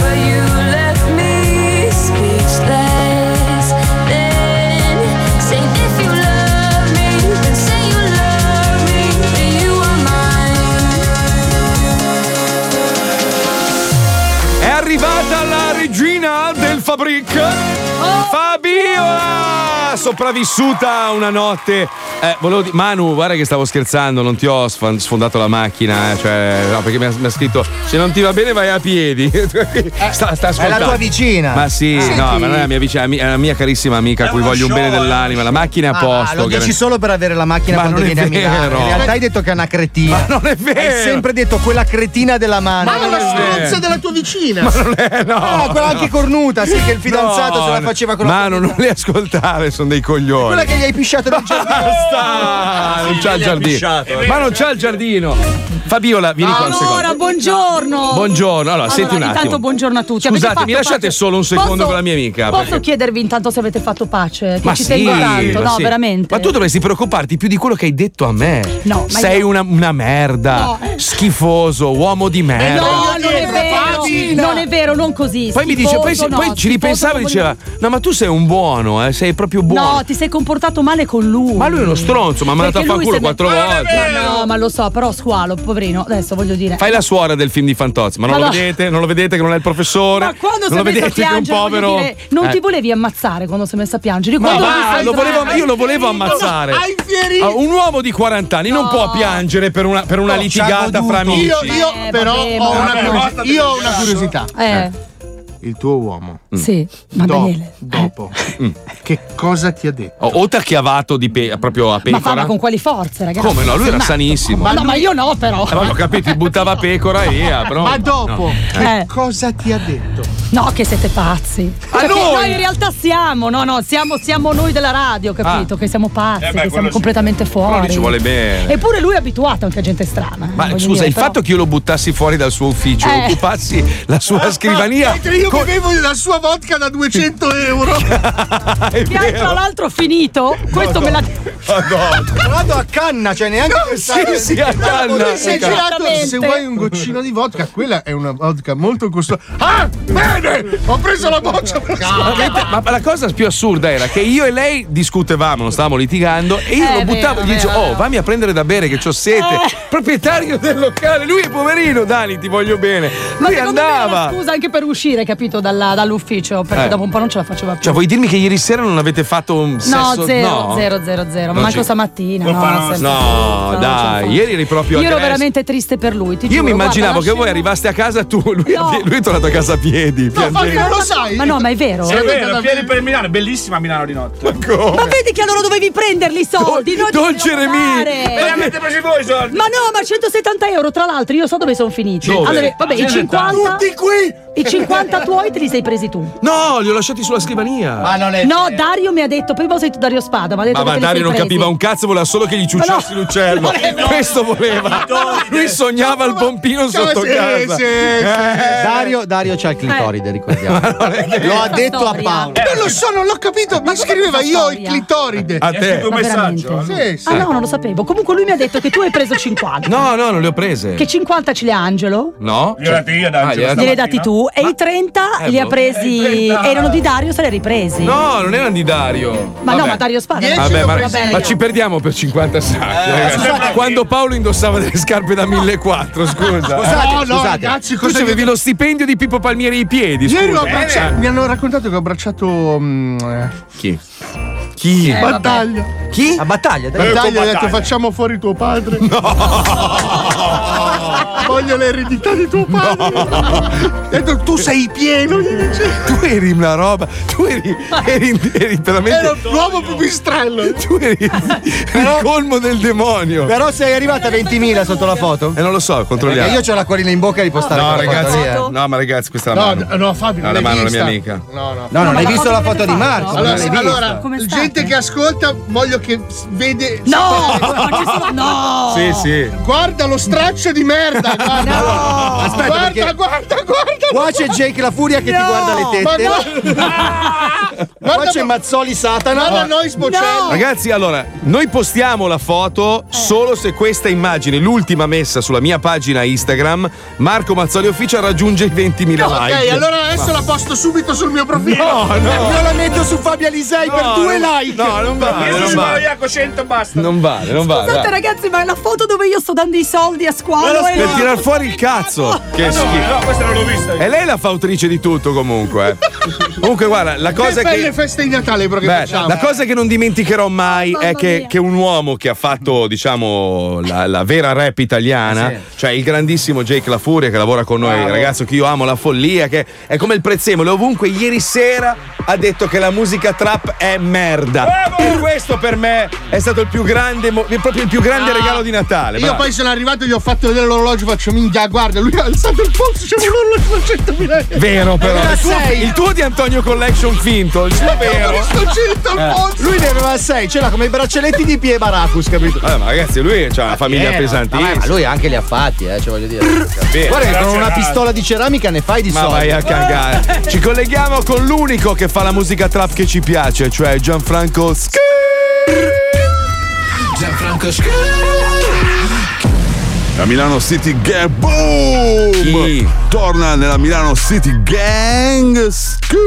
Speaker 10: but you left me speechless. Then say if you love me, then say you love me, then you are mine.
Speaker 2: È arrivata la regina del Fabric,
Speaker 24: Oh!
Speaker 2: Fabiola! Sopravvissuta a una notte. Eh, volevo di- Manu, guarda che stavo scherzando, non ti ho sf- sfondato la macchina, eh, cioè, no, perché mi ha, mi ha scritto se non ti va bene vai a piedi. Cioè, Eh, sta, sta
Speaker 14: è la
Speaker 2: ascoltando.
Speaker 14: tua vicina.
Speaker 2: Ma sì,
Speaker 14: Ah.
Speaker 2: no,
Speaker 14: Senti.
Speaker 2: ma non è la mia vicina, è la mia- è la mia carissima amica a cui voglio un bene dell'anima. La macchina è a
Speaker 14: Ah,
Speaker 2: posto.
Speaker 14: lo dici
Speaker 2: che-
Speaker 14: solo per avere la macchina
Speaker 2: Ma
Speaker 14: quando
Speaker 2: non è
Speaker 14: vieni a Milano.
Speaker 2: vero.
Speaker 14: In realtà hai detto che è una cretina. Ma
Speaker 2: non è
Speaker 14: Hai
Speaker 2: vero.
Speaker 14: sempre detto quella cretina della mano.
Speaker 9: Ma la stronza della tua vicina. Ma
Speaker 2: non è, no.
Speaker 14: No, quella anche cornuta, sì, che il fidanzato
Speaker 2: No,
Speaker 14: se la faceva con la
Speaker 2: Manu, non li ascoltare, sono dei coglioni.
Speaker 14: Quella che gli hai pisciato nel giardino.
Speaker 2: Basta! non c'ha il giardino. Ma non c'ha il giardino. Fabiola, vieni qua un
Speaker 25: Allora,
Speaker 2: secondo.
Speaker 25: buongiorno.
Speaker 2: Buongiorno. Allora, senti un attimo.
Speaker 25: Intanto buongiorno a tutti. Avete
Speaker 2: Scusate,
Speaker 25: fatto
Speaker 2: mi lasciate
Speaker 25: pace?
Speaker 2: solo un secondo
Speaker 25: Posso-
Speaker 2: con la mia amica.
Speaker 25: Posso
Speaker 2: perché-
Speaker 25: chiedervi intanto se avete fatto pace? Che
Speaker 2: Ma
Speaker 25: ci
Speaker 2: sì,
Speaker 25: tengo tanto,
Speaker 2: ma
Speaker 25: no,
Speaker 2: sì.
Speaker 25: veramente.
Speaker 2: Ma tu dovresti preoccuparti più di quello che hai detto a me.
Speaker 25: No, ma
Speaker 2: Sei
Speaker 25: io-
Speaker 2: una, una merda.
Speaker 25: No.
Speaker 2: Schifoso, uomo di merda.
Speaker 25: No, non è
Speaker 8: dietro,
Speaker 25: vero,
Speaker 8: Fabina.
Speaker 25: non è vero, non così.
Speaker 2: Poi mi dice, poi,
Speaker 25: schifoso no,
Speaker 2: poi ci
Speaker 25: schifoso
Speaker 2: ripensava e
Speaker 25: non
Speaker 2: diceva: No, ma tu sei un buono, eh, sei proprio buono.
Speaker 25: No, ti sei comportato male con lui. Ma
Speaker 2: lui è uno stronzo, mi ha mandato
Speaker 25: Perché
Speaker 2: a far
Speaker 25: lui
Speaker 2: culo
Speaker 25: se ne-
Speaker 2: quattro volte.
Speaker 25: Ma No, ma lo so, però squalo, poverino. Adesso voglio dire.
Speaker 2: Fai la suora del film di Fantozzi, ma non
Speaker 25: Ma
Speaker 2: lo
Speaker 25: no.
Speaker 2: vedete? Non lo vedete che non è il professore?
Speaker 25: Ma quando
Speaker 2: non
Speaker 25: sei
Speaker 2: lo
Speaker 25: messo a
Speaker 2: vedete che è un
Speaker 25: piangere, voglio
Speaker 2: povero.
Speaker 25: dire, non
Speaker 2: Eh.
Speaker 25: ti volevi ammazzare quando sei messo a piangere. Io
Speaker 2: Ma
Speaker 25: quando
Speaker 2: va,
Speaker 25: ti sei
Speaker 2: lo
Speaker 25: entrato-
Speaker 2: volevo- io lo volevo ammazzare.
Speaker 25: Hai
Speaker 2: Ah, un uomo di 40 anni non può piangere per una, per una
Speaker 9: No, ci ha
Speaker 2: litigata fra
Speaker 9: goduto.
Speaker 2: amici.
Speaker 24: Eh,
Speaker 9: Io, io però ho una, curiosità. io ho una curiosità.
Speaker 25: Eh.
Speaker 9: il tuo uomo.
Speaker 25: Sì, ma
Speaker 9: Do-
Speaker 25: Daniele.
Speaker 9: Dopo,
Speaker 24: Eh.
Speaker 9: Mm. che cosa ti ha detto?
Speaker 2: O, o tacchiavato di pe- proprio a
Speaker 25: Ma fa
Speaker 2: pecora.
Speaker 25: ma con quali forze, ragazzi?
Speaker 2: Come no? Lui era
Speaker 25: Ma-
Speaker 2: sanissimo.
Speaker 25: no, ma io no, però.
Speaker 2: Eh, vabbè, ho capito, ti buttava pecora e via. Però...
Speaker 25: Ma dopo?
Speaker 2: No. Eh,
Speaker 25: Che
Speaker 9: cosa ti ha detto?
Speaker 25: No, che siete pazzi. Perché
Speaker 8: noi?
Speaker 25: noi Cioè, in realtà siamo, no, no, siamo, siamo noi della radio, capito?
Speaker 2: Ah.
Speaker 25: Che siamo pazzi,
Speaker 2: Eh beh,
Speaker 25: che
Speaker 2: quello
Speaker 25: siamo
Speaker 2: sì.
Speaker 25: completamente
Speaker 2: Però
Speaker 25: fuori.
Speaker 2: lì ci vuole bene.
Speaker 25: Eppure lui è abituato anche a gente strana. eh,
Speaker 2: Ma
Speaker 25: voglio
Speaker 2: scusa,
Speaker 25: dire,
Speaker 2: il
Speaker 25: però-
Speaker 2: fatto che io lo buttassi fuori dal suo ufficio,
Speaker 25: Eh.
Speaker 2: occupassi la sua scrivania.
Speaker 9: Mentre io bevevo la sua vodka da 200 euro.
Speaker 25: Che hai tra l'altro finito? Questo me l'ha
Speaker 5: Vado a canna, cioè neanche
Speaker 9: No,
Speaker 5: pensare-
Speaker 9: sì, sì, a
Speaker 5: Guarda,
Speaker 9: canna.
Speaker 5: guarda,
Speaker 9: Sei girato, se vuoi un goccino di vodka, quella è una vodka molto costosa. Ah, bene! Ho preso la boccia per
Speaker 25: Ah.
Speaker 2: Ma- Ma la cosa più assurda era che io e lei discutevamo, non stavamo litigando, e io
Speaker 9: Eh,
Speaker 2: lo buttavo
Speaker 9: vero,
Speaker 2: e gli dicevo:
Speaker 9: vero,
Speaker 2: Oh, vammi a prendere da bere che c'ho sete.
Speaker 25: Eh.
Speaker 2: Proprietario del locale, lui è poverino, Dani, ti voglio bene.
Speaker 25: Ma
Speaker 2: Lui
Speaker 25: secondo me era
Speaker 2: andava.
Speaker 25: una scusa anche per uscire, capito, dalla- dall'ufficio, perché
Speaker 2: Eh.
Speaker 25: dopo un po' non ce la faceva più.
Speaker 2: Cioè, vuoi dirmi che ieri sera non avete fatto un sesso?
Speaker 25: no, zero,
Speaker 2: no.
Speaker 25: zero, zero, zero.
Speaker 2: Non
Speaker 25: Manco
Speaker 2: ci-
Speaker 25: stamattina.
Speaker 2: Lo
Speaker 25: no,
Speaker 2: fanno-
Speaker 25: senza-
Speaker 2: no,
Speaker 25: senza-
Speaker 2: dai, ieri eri proprio
Speaker 25: cioè, Io ero
Speaker 2: aggressivo.
Speaker 25: veramente triste per lui. Ti
Speaker 2: Io mi
Speaker 25: giuro, guarda,
Speaker 2: immaginavo che
Speaker 25: la
Speaker 2: voi arrivaste a casa tu, lui,
Speaker 25: No.
Speaker 2: lui è tornato a casa a piedi. piangendo.
Speaker 25: ma- Ma no, ma è vero.
Speaker 6: Sì, è vero, piedi per Milano, bellissima Milano di notte.
Speaker 25: Ma vedi che allora dovevi prenderli i soldi,
Speaker 6: Don-
Speaker 25: non
Speaker 6: Don
Speaker 25: ci devono
Speaker 6: Jeremy.
Speaker 25: dare.
Speaker 6: Ma li avete presi voi i soldi?
Speaker 25: Ma no, ma 170 euro, tra l'altro, io so dove sono finiti.
Speaker 2: Dove?
Speaker 25: Allora, vabbè,
Speaker 2: Ce
Speaker 25: i
Speaker 2: n'è
Speaker 25: 50
Speaker 2: tanti. Tutti
Speaker 25: qui! I 50 tuoi te li sei presi tu.
Speaker 2: No, li ho lasciati sulla scrivania. Ma non
Speaker 25: No, Dario mi ha detto, poi ho sentito Dario Spada, mi ha detto
Speaker 2: Ma,
Speaker 25: che te li
Speaker 2: Dario non
Speaker 25: sei presi.
Speaker 2: capiva un cazzo, voleva solo che gli ciucciassi l'uccello. Questo voleva. Lui sognava il pompino sotto
Speaker 14: Sì,
Speaker 2: casa.
Speaker 14: sì, sì.
Speaker 2: Eh.
Speaker 14: Dario, Dario c'ha il clitoride, ricordiamo. Lo ha detto a Paolo.
Speaker 9: Non lo so, non l'ho capito. Mi scriveva io il clitoride.
Speaker 2: A te.
Speaker 9: un
Speaker 2: Ma
Speaker 9: messaggio. Sì, sì.
Speaker 25: Ah no, non lo sapevo. Comunque lui mi ha detto che tu hai preso 50.
Speaker 2: No, no, non le ho prese.
Speaker 25: Che 50 ce li ha Angelo?
Speaker 2: No?
Speaker 6: Gliel'ho dati io, Dario,
Speaker 2: Ah, gliel'ho
Speaker 25: Glieli hai
Speaker 2: dati?
Speaker 25: dati tu e i 30
Speaker 2: Eh,
Speaker 25: li ha
Speaker 2: boh.
Speaker 25: presi. Erano di Dario, se li ha ripresi.
Speaker 2: No, non erano di Dario.
Speaker 25: Ma no,
Speaker 2: Vabbè.
Speaker 25: ma Dario Spada.
Speaker 2: Vabbè, ma,
Speaker 25: Vabbè, Eh,
Speaker 2: ma
Speaker 25: ragazzi.
Speaker 2: ci perdiamo per 50 sacchi. ragazzi.
Speaker 25: scusate.
Speaker 2: Quando Paolo indossava delle scarpe da
Speaker 25: Eh,
Speaker 2: 1400, scusa.
Speaker 9: Scusate, No, no, scusate. ragazzi,
Speaker 2: tu
Speaker 9: cosa
Speaker 2: avevi
Speaker 9: vi-
Speaker 2: lo stipendio di Pippo Palmieri ai piedi.
Speaker 9: Ieri
Speaker 2: scusa.
Speaker 9: ho abbracciato,
Speaker 2: Eh.
Speaker 9: mi hanno raccontato che ho abbracciato. mm, eh,
Speaker 2: Chi? Chi?
Speaker 9: Eh, battaglia.
Speaker 14: Chi? A battaglia, dai.
Speaker 9: Battaglia, gli ho
Speaker 14: Battaglia.
Speaker 9: detto facciamo fuori tuo padre. Voglio l'eredità di tuo padre. Ho detto, tu sei pieno, gli dice.
Speaker 2: Tu eri una roba, tu eri, eri, eri veramente.
Speaker 9: Era l'uomo pipistrello.
Speaker 2: Tu eri Eh, il colmo del demonio.
Speaker 14: Però sei arrivata a 20.000 sotto la foto?
Speaker 2: Eh, non lo so,
Speaker 14: Perché
Speaker 2: controlliamo.
Speaker 14: io ho la corina in bocca di
Speaker 9: Oh.
Speaker 14: postare
Speaker 2: No,
Speaker 14: quella
Speaker 2: ragazzi,
Speaker 14: foto lì, eh.
Speaker 2: no, ma ragazzi, questa è la
Speaker 9: No,
Speaker 2: mano.
Speaker 9: no, no, Fabio,
Speaker 2: No,
Speaker 9: non l'hai
Speaker 2: la mano è la mia
Speaker 9: vista.
Speaker 2: amica.
Speaker 9: No, no.
Speaker 14: No, non hai visto la foto di Marco? non
Speaker 9: Allora,
Speaker 14: l'hai vista.
Speaker 9: allora, gente che ascolta, voglio che s- vede.
Speaker 8: No!
Speaker 9: Non ci sono-
Speaker 8: No!
Speaker 2: Sì, sì.
Speaker 9: Guarda lo straccio di merda! Guarda,
Speaker 14: Aspetta,
Speaker 9: guarda,
Speaker 14: perché-
Speaker 9: guarda, guarda!
Speaker 14: Qua c'è Jake la furia che ti
Speaker 9: No!
Speaker 14: guarda le tette.
Speaker 9: Ma no!
Speaker 14: Qua c'è Mazzoli Satana.
Speaker 9: Guarda noi sbocelli.
Speaker 2: Ragazzi, allora, noi postiamo la foto solo se questa immagine, l'ultima messa sulla mia pagina Instagram, Marco Mazzoli Official raggiunge i 20.000 like.
Speaker 9: Ok, allora adesso la posto subito sul mio profilo.
Speaker 2: No, no.
Speaker 9: Io
Speaker 14: la metto su Fabio Alisei
Speaker 9: per due like.
Speaker 2: No, non vale,
Speaker 6: Io
Speaker 2: non
Speaker 6: sono
Speaker 2: vale.
Speaker 6: Iaco 100 basta.
Speaker 2: Non vale, non vale.
Speaker 25: Scusate
Speaker 2: dai.
Speaker 25: ragazzi, ma è la foto dove io sto dando i soldi a squalo e
Speaker 2: per
Speaker 25: lui-
Speaker 2: tirar fuori il cazzo. Che
Speaker 6: no,
Speaker 2: schifo.
Speaker 6: no, questa non l'ho vista.
Speaker 2: E lei è la fautrice di tutto comunque. eh. comunque guarda, la
Speaker 9: Che
Speaker 2: cosa Eh, che...
Speaker 9: belle feste di Natale però che
Speaker 2: Beh,
Speaker 9: facciamo.
Speaker 2: la cosa che non dimenticherò mai è che, che un uomo che ha fatto, diciamo, la, la vera rap
Speaker 9: Ah,
Speaker 2: italiana, cioè il grandissimo Jake La Furia che lavora con noi, ragazzo che io amo la follia, che è come il prezzemolo, ovunque ieri sera ha detto che la musica trap è merda. E questo per me è stato il più grande, mo- proprio il più grande
Speaker 9: Ah.
Speaker 2: regalo di Natale.
Speaker 9: Io
Speaker 2: bravo.
Speaker 9: poi sono arrivato, gli ho fatto vedere l'orologio, faccio minchia, guarda, lui ha alzato il polso, c'è un orologio da 100.000 euro.
Speaker 2: Vero però.
Speaker 9: Era
Speaker 2: Il tuo,
Speaker 9: sei.
Speaker 2: il tuo di Antonio Collection finto, il suo vero.
Speaker 9: Sto zitto al
Speaker 2: Eh.
Speaker 9: polso.
Speaker 14: Lui ne aveva 6, ce l'ha come i braccialetti di Pie Baracus, capito?
Speaker 2: Vabbè, ma ragazzi, lui cioè, ha una Eh, famiglia
Speaker 14: Eh,
Speaker 2: pesantissima.
Speaker 14: vabbè, Ma lui anche li ha fatti, eh, cioè voglio dire.
Speaker 2: Vero.
Speaker 14: Guarda, che con
Speaker 2: Grazie,
Speaker 14: una
Speaker 2: Raz.
Speaker 14: pistola di ceramica ne fai di
Speaker 2: Ma
Speaker 14: soldi.
Speaker 2: vai a cagare. Ci colleghiamo con l'unico che fa la musica trap che ci piace, cioè Gianfranco Sc-
Speaker 8: Gianfranco
Speaker 17: La Milano City Gang Boom! Torna nella Milano City Gang Scoop!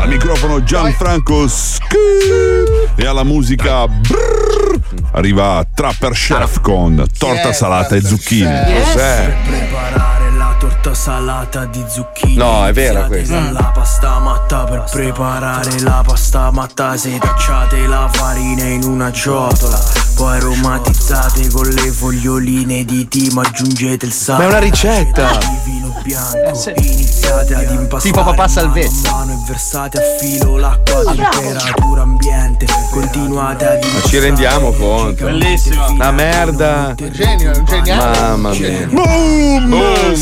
Speaker 17: Al microfono Gianfranco Scoop! E alla musica brrr, arriva Trapper Chef con torta salata e zucchine. Cos'è?
Speaker 12: Preparare la torta
Speaker 7: cotta salata di zucchine.
Speaker 2: No, è vera
Speaker 7: iniziate
Speaker 2: questa.
Speaker 7: dalla pasta matta per preparare la pasta matta. Setacciate la farina in una ciotola. Poi aromatizzate con le foglioline di timo. Aggiungete il sale.
Speaker 14: Ma è una ricetta.
Speaker 7: Vino bianco. Iniziate ad impastare.
Speaker 14: Tipo papà salvezza.
Speaker 7: mano a mano e versate a filo l'acqua a temperatura ambiente. Continuate ad
Speaker 2: Ma ci rendiamo conto. Bellissimo. Una merda.
Speaker 9: Genio, un genio.
Speaker 2: Mamma mia.
Speaker 17: Boom!
Speaker 2: Boom!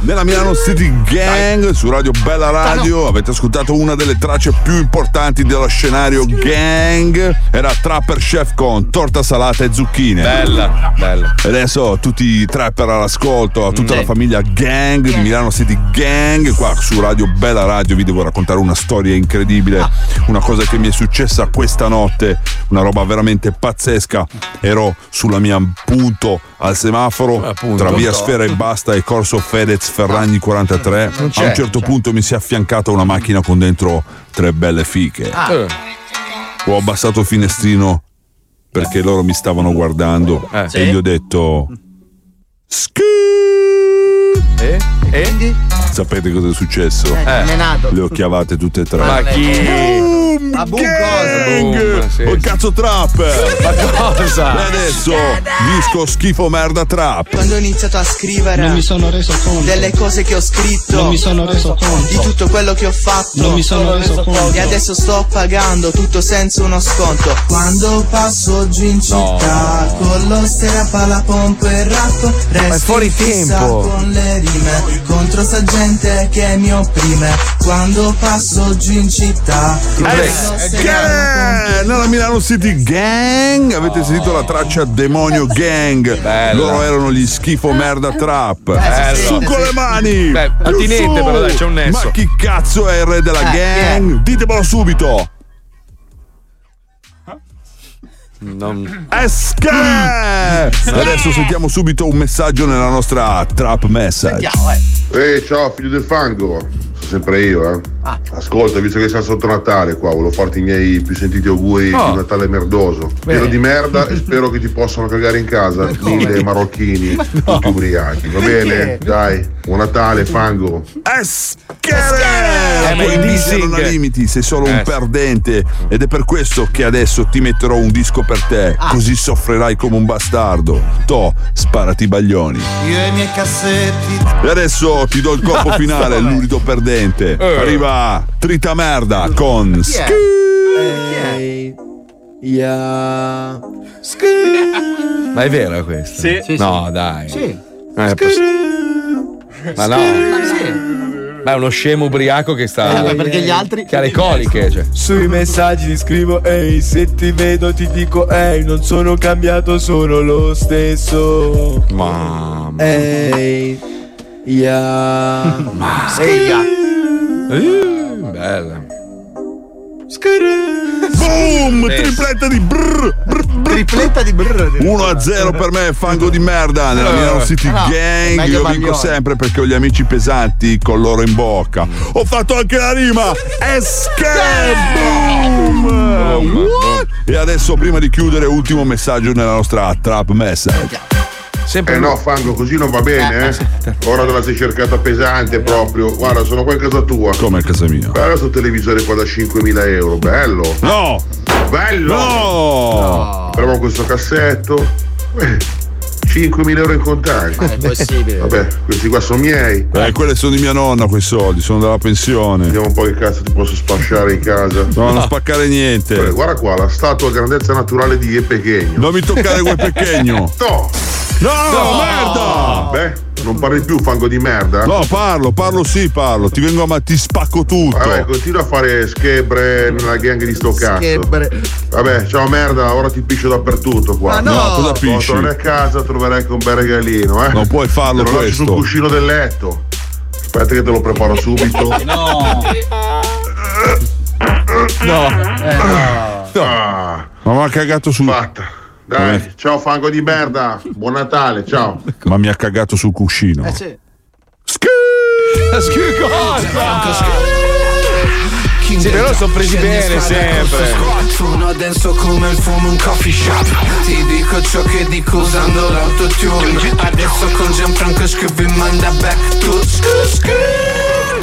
Speaker 17: Nella Milano City Gang su Radio Bella Radio avete ascoltato una delle tracce più importanti dello scenario gang. Era Trapper Chef con torta salata e zucchine.
Speaker 2: Bella, bella.
Speaker 17: E Adesso tutti i trapper all'ascolto, a tutta
Speaker 2: Mm.
Speaker 17: la famiglia gang di Milano City Gang, qua su Radio Bella Radio vi devo raccontare una storia incredibile, una cosa che mi è successa questa notte, una roba veramente pazzesca. Ero sulla mia punto al semaforo tra via Sfera e Basta e Corso Fedez Ferragni 43. A un
Speaker 8: c'è,
Speaker 17: certo punto mi si è affiancata una macchina con dentro tre belle fiche.
Speaker 8: Eh.
Speaker 17: Ho abbassato il finestrino perché loro mi stavano guardando e
Speaker 8: Eh. Sì.
Speaker 17: gli ho detto
Speaker 2: E? E?
Speaker 17: sapete cosa è successo?
Speaker 8: Eh, menato.
Speaker 17: Le ho chiavate tutte e tre.
Speaker 8: Ma chi?
Speaker 17: Boom, gang! Oh, cazzo trap! Ma cosa? E adesso disco schifo merda trap.
Speaker 12: Quando ho iniziato a scrivere
Speaker 17: Non mi sono
Speaker 12: reso conto Delle cose che ho scritto
Speaker 17: Non mi sono reso conto
Speaker 12: Di tutto quello che ho fatto Non mi sono reso conto. E adesso sto pagando tutto senza uno sconto Quando passo oggi in città Con lo sterapa, la pompa e il rap Resto
Speaker 14: è fuori
Speaker 12: in fissa
Speaker 14: tempo.
Speaker 12: con le rime Contro sta gente che mi opprime Quando passo oggi in città con lo sterapa-
Speaker 17: Eh, Nella Milano City Gang avete sentito la traccia Demonio Gang. Loro erano gli schifo merda trap.
Speaker 2: Bello.
Speaker 17: Su con le mani!
Speaker 2: Beh,
Speaker 17: Più
Speaker 2: attinente,
Speaker 17: su!
Speaker 2: però dai, c'è un nesso.
Speaker 17: Ma chi cazzo è il re della
Speaker 2: Eh, chi è?
Speaker 17: gang? Ditemelo subito!
Speaker 2: Non...
Speaker 17: Esca! Adesso sentiamo subito un messaggio nella nostra trap message.
Speaker 26: Ehi, ciao figlio del fango, sono sempre io, eh. Ascolta, visto che siamo sotto Natale qua, volevo farti i miei più sentiti auguri Oh. di Natale merdoso. Bene. Pieno di merda e spero che ti possano cagare in casa. Mille marocchini, tutti ubriachi. Va bene? Dai, buon Natale, fango.
Speaker 8: Eh,
Speaker 17: La polizia Ecco, non ha limiti, sei solo un perdente ed è per questo che adesso ti metterò un disco per te,
Speaker 26: Ah.
Speaker 17: così soffrirai come un bastardo. To, sparati i baglioni.
Speaker 8: Io e i miei cassetti.
Speaker 17: E adesso ti do il colpo
Speaker 8: Mazza,
Speaker 17: finale,
Speaker 8: vabbè.
Speaker 17: lurido perdente.
Speaker 8: Eh.
Speaker 17: Arriva Trita Merda con
Speaker 8: Chi è? Eh,
Speaker 17: Sk-
Speaker 8: Yeah.
Speaker 2: Ma è vera questa?
Speaker 8: Sì. Sì,
Speaker 2: No,
Speaker 8: sì.
Speaker 2: dai.
Speaker 8: Sì.
Speaker 2: Non è possibile. Ma no. Ma è uno scemo ubriaco che sta.
Speaker 8: Eh, ma perché gli altri-
Speaker 2: Che ha le coliche. Cioè.
Speaker 8: Sui messaggi ti scrivo ehi, se ti vedo ti dico ehi, non sono cambiato, sono lo stesso.
Speaker 2: Mamma.
Speaker 8: Ehi. Yeah. Ma
Speaker 2: Bella.
Speaker 17: Boom! Tripletta di brr, Tripletta di brr. 1 a 0 per me, Eh, fango di merda. Nella
Speaker 26: Eh.
Speaker 17: Milano City
Speaker 26: Ah, no,
Speaker 17: Gang
Speaker 26: meglio
Speaker 17: io
Speaker 26: Maglione.
Speaker 17: vinco sempre perché ho gli amici pesanti con loro in bocca. Ho fatto anche la rima. Escape! Boom! What? E adesso prima di chiudere ultimo messaggio nella nostra trap message.
Speaker 26: eh no, Fango, così non va bene, eh. Ora te la sei cercata pesante proprio. Guarda, sono qua in casa tua.
Speaker 17: Come a casa mia?
Speaker 26: Bello sto televisore qua da 5.000 euro, bello.
Speaker 17: No!
Speaker 26: Bello!
Speaker 17: No!
Speaker 26: Però questo cassetto. eh, 5.000 euro in contanti.
Speaker 17: Ma è impossibile.
Speaker 26: Vabbè, questi qua sono miei.
Speaker 17: Eh, quelle sono di mia nonna quei soldi, sono della pensione.
Speaker 26: Vediamo un po' che cazzo ti posso spasciare in casa.
Speaker 17: No, non spaccare niente.
Speaker 26: Guarda, guarda qua, la statua a grandezza naturale di Ie Pechegno.
Speaker 17: Non mi toccare quel Pechegno.
Speaker 26: No!
Speaker 17: No, merda!
Speaker 26: Beh, non parli più, fango di merda.
Speaker 17: No, parlo, parlo sì, parlo. Ti vengo a ma ti spacco tutto.
Speaker 26: Vabbè, ecco. continua a fare schebre nella gang di sto cazzo. Vabbè, ciao merda, ora ti piscio dappertutto qua.
Speaker 17: Ma no! No, cosa
Speaker 26: Quando
Speaker 17: pisci?
Speaker 26: torni a casa troverai anche un bel regalino, eh.
Speaker 17: Non puoi farlo
Speaker 26: te lo lascio sul
Speaker 17: questo.
Speaker 26: cuscino del letto. Aspetta che te lo preparo subito.
Speaker 8: No.
Speaker 26: No. Eh, Ah,
Speaker 17: Ma mi ha cagato sul.
Speaker 26: dai, ciao fango di merda. Buon Natale, ciao.
Speaker 17: Ma mi ha cagato sul cuscino.
Speaker 26: sì.
Speaker 17: Schi-
Speaker 8: Schicosa.
Speaker 27: fucking
Speaker 2: Sì, però sono presi
Speaker 27: Scendi in
Speaker 2: bene
Speaker 27: strada,
Speaker 2: sempre.
Speaker 27: corso squatto, no denso come il fumo in coffee shop Ti dico ciò che dico usando l'autotune Adesso con Gianfranco scrivi manda back to scu- scu-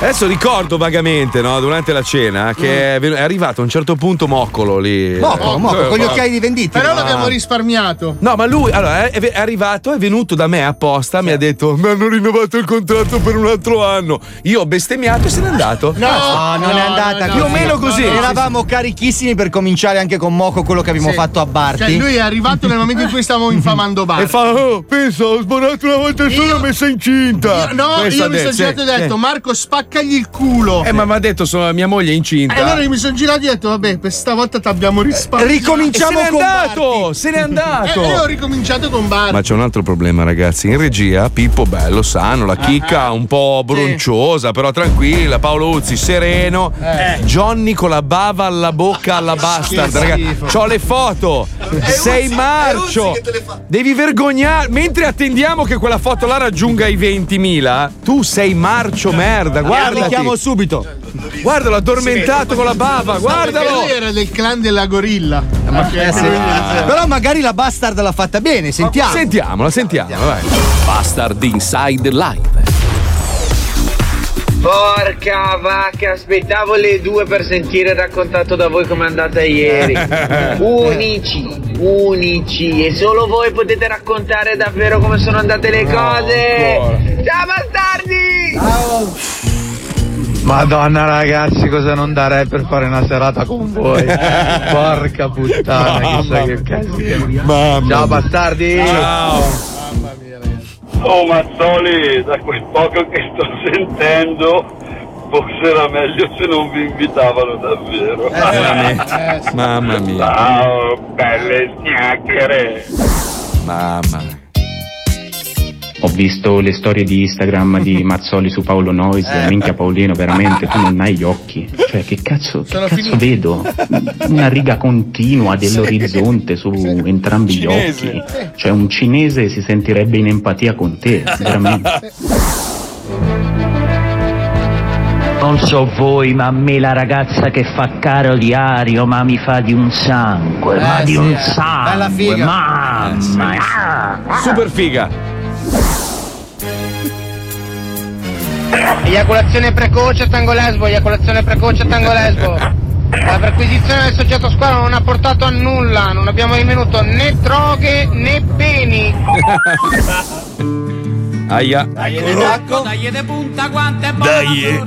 Speaker 2: Adesso ricordo vagamente, no, durante la cena, che è ven- è arrivato a un certo punto Moccolo lì.
Speaker 28: Mm. Moccolo,
Speaker 2: Eh,
Speaker 28: Moccolo, con gli
Speaker 2: guarda.
Speaker 28: occhiali di vendita.
Speaker 9: Però
Speaker 2: Ah.
Speaker 9: l'abbiamo risparmiato.
Speaker 2: No, ma lui allora, è, è arrivato, è venuto da me apposta, mi ha detto: Mi hanno rinnovato il contratto per un altro anno. Io ho bestemmiato e se n'è andato.
Speaker 5: No, non è andata
Speaker 2: Più o meno così.
Speaker 5: Eravamo carichissimi per cominciare anche con Moco quello che abbiamo
Speaker 9: Sì.
Speaker 5: fatto a Barti.
Speaker 9: Cioè, lui è arrivato nel momento in cui stavamo infamando Barti.
Speaker 5: E fa,
Speaker 9: oh, penso, ho sbonato una volta sola e messa incinta. no,
Speaker 2: Questo
Speaker 9: io
Speaker 2: ha
Speaker 9: mi sono girato
Speaker 2: detto,
Speaker 9: e
Speaker 2: sì,
Speaker 9: ho detto,
Speaker 2: sì.
Speaker 9: Marco, spaccagli il culo.
Speaker 2: Eh, ma mi ha detto: sono, Mia moglie è incinta.
Speaker 9: E allora io mi sono girato e ho detto, vabbè, per stavolta ti abbiamo risparmiato.
Speaker 2: E se n'è andato, se n'è andato.
Speaker 9: E io ho ricominciato con Barti.
Speaker 2: Ma c'è un altro problema, ragazzi. In regia, Pippo bello, sano, la
Speaker 9: Ah,
Speaker 2: chicca un po' bronciosa, però tranquilla. Paolo Uzzi, sereno.
Speaker 10: Eh.
Speaker 2: Johnny con la bava alla bocca alla bastard,
Speaker 10: schifo.
Speaker 2: ragazzi. Ah, C'ho le foto. Sei marcio. Devi vergognare. Mentre attendiamo che quella foto là raggiunga i 20.000, tu sei marcio merda. Guarda.
Speaker 5: chiamo subito.
Speaker 2: Guardalo, addormentato con la bava.
Speaker 9: Perché
Speaker 2: Guardalo.
Speaker 9: Lui era del clan della gorilla.
Speaker 5: Eh, sì. Però magari la bastard l'ha fatta bene, sentiamo.
Speaker 2: Sentiamola, sentiamola, vai.
Speaker 1: Bastard Inside Live.
Speaker 21: Porca vacca, aspettavo le due per sentire il raccontato da voi come è andata ieri. unici, unici, e solo voi potete raccontare davvero come sono andate le cose. Ciao bastardi!
Speaker 15: Madonna ragazzi, cosa non darei per fare una serata con voi? Porca puttana, chissà che casino. Ciao bastardi!
Speaker 17: Oh Mazzoli, da quel poco che sto sentendo, forse era meglio se non vi invitavano davvero.
Speaker 2: Mamma mia.
Speaker 17: Ciao, belle chiacchiere.
Speaker 2: Mamma.
Speaker 8: Ho visto le storie di Instagram di Mazzoli su Paolo Nois,
Speaker 15: Eh.
Speaker 8: minchia Paolino, veramente tu non hai gli occhi. Cioè che cazzo, che cazzo vedo? Una riga continua dell'orizzonte su entrambi
Speaker 17: Cinese.
Speaker 8: gli occhi. Cioè un cinese si sentirebbe in empatia con te, veramente.
Speaker 29: Non so voi, ma a me la ragazza che fa caro diario, ma mi fa di un sangue, ma
Speaker 21: Eh,
Speaker 29: di un sangue, mamma!
Speaker 2: Super figa.
Speaker 21: Eiaculazione precoce, tango lesbo, eiaculazione precoce, tango lesbo. La perquisizione del soggetto squadra non ha portato a nulla, non abbiamo rinvenuto né droghe né beni.
Speaker 2: Aia.
Speaker 21: Dagliete punta quante
Speaker 17: Dai.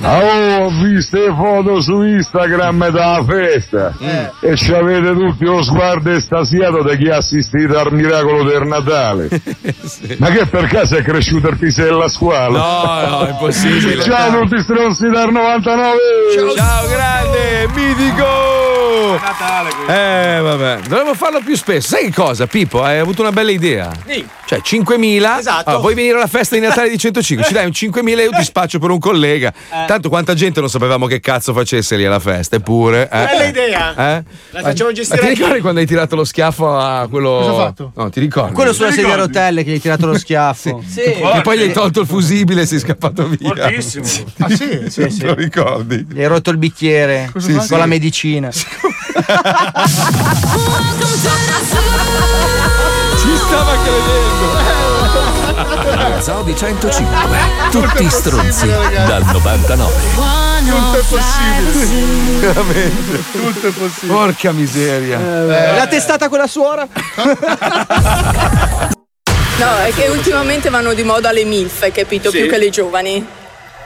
Speaker 30: Ah, ho visto le foto su Instagram della festa e ci avete tutti lo sguardo estasiato da chi ha assistito al miracolo del Natale. Ma che per caso è cresciuto il pisello della squalo?
Speaker 2: No, no, è impossibile.
Speaker 30: Ciao a tutti stronzi dal 99!
Speaker 2: Ciao, grande, mitico!
Speaker 17: Natale
Speaker 2: Eh, vabbè, dovremmo farlo più spesso. Sai che cosa, Pippo? Hai avuto una bella idea.
Speaker 17: Sì.
Speaker 2: Cioè, 5.000.
Speaker 17: Esatto.
Speaker 2: Allora, vuoi venire alla festa di Natale di 105? Ci dai un 5.000 e io ti spaccio per un collega. Tanto quanta gente non sapevamo che cazzo facesse lì alla festa, eppure. eh.
Speaker 31: Bella idea.
Speaker 2: Eh?
Speaker 31: La facciamo
Speaker 2: Ma-
Speaker 31: gestire
Speaker 2: Ma ti
Speaker 31: anche-
Speaker 2: ricordi quando hai tirato lo schiaffo a quello.
Speaker 5: Cosa ho fatto?
Speaker 2: No, ti ricordi?
Speaker 5: Quello sulla
Speaker 2: Ti
Speaker 5: sedia a
Speaker 2: ricordi?
Speaker 5: rotelle che gli hai tirato lo schiaffo.
Speaker 2: E poi gli hai tolto il fusibile e sei scappato via.
Speaker 5: Fortissimo.
Speaker 2: Ah, sì?
Speaker 5: Sì, sì.
Speaker 2: Lo ricordi?
Speaker 5: Gli hai rotto il bicchiere
Speaker 2: Cosa
Speaker 5: con
Speaker 2: fa?
Speaker 5: la
Speaker 2: Sì.
Speaker 5: medicina.
Speaker 2: Ci stava
Speaker 10: credendo.
Speaker 1: Zodi 105. Tutti stronzi dal 99.
Speaker 10: Tutto è possibile.
Speaker 2: Veramente.
Speaker 10: Tutto è possibile. Eh,
Speaker 2: Porca miseria. Eh,
Speaker 5: La testata con la suora?
Speaker 22: No, è che ultimamente vanno di moda le MILF, hai capito?
Speaker 6: Sì.
Speaker 22: Più che le giovani.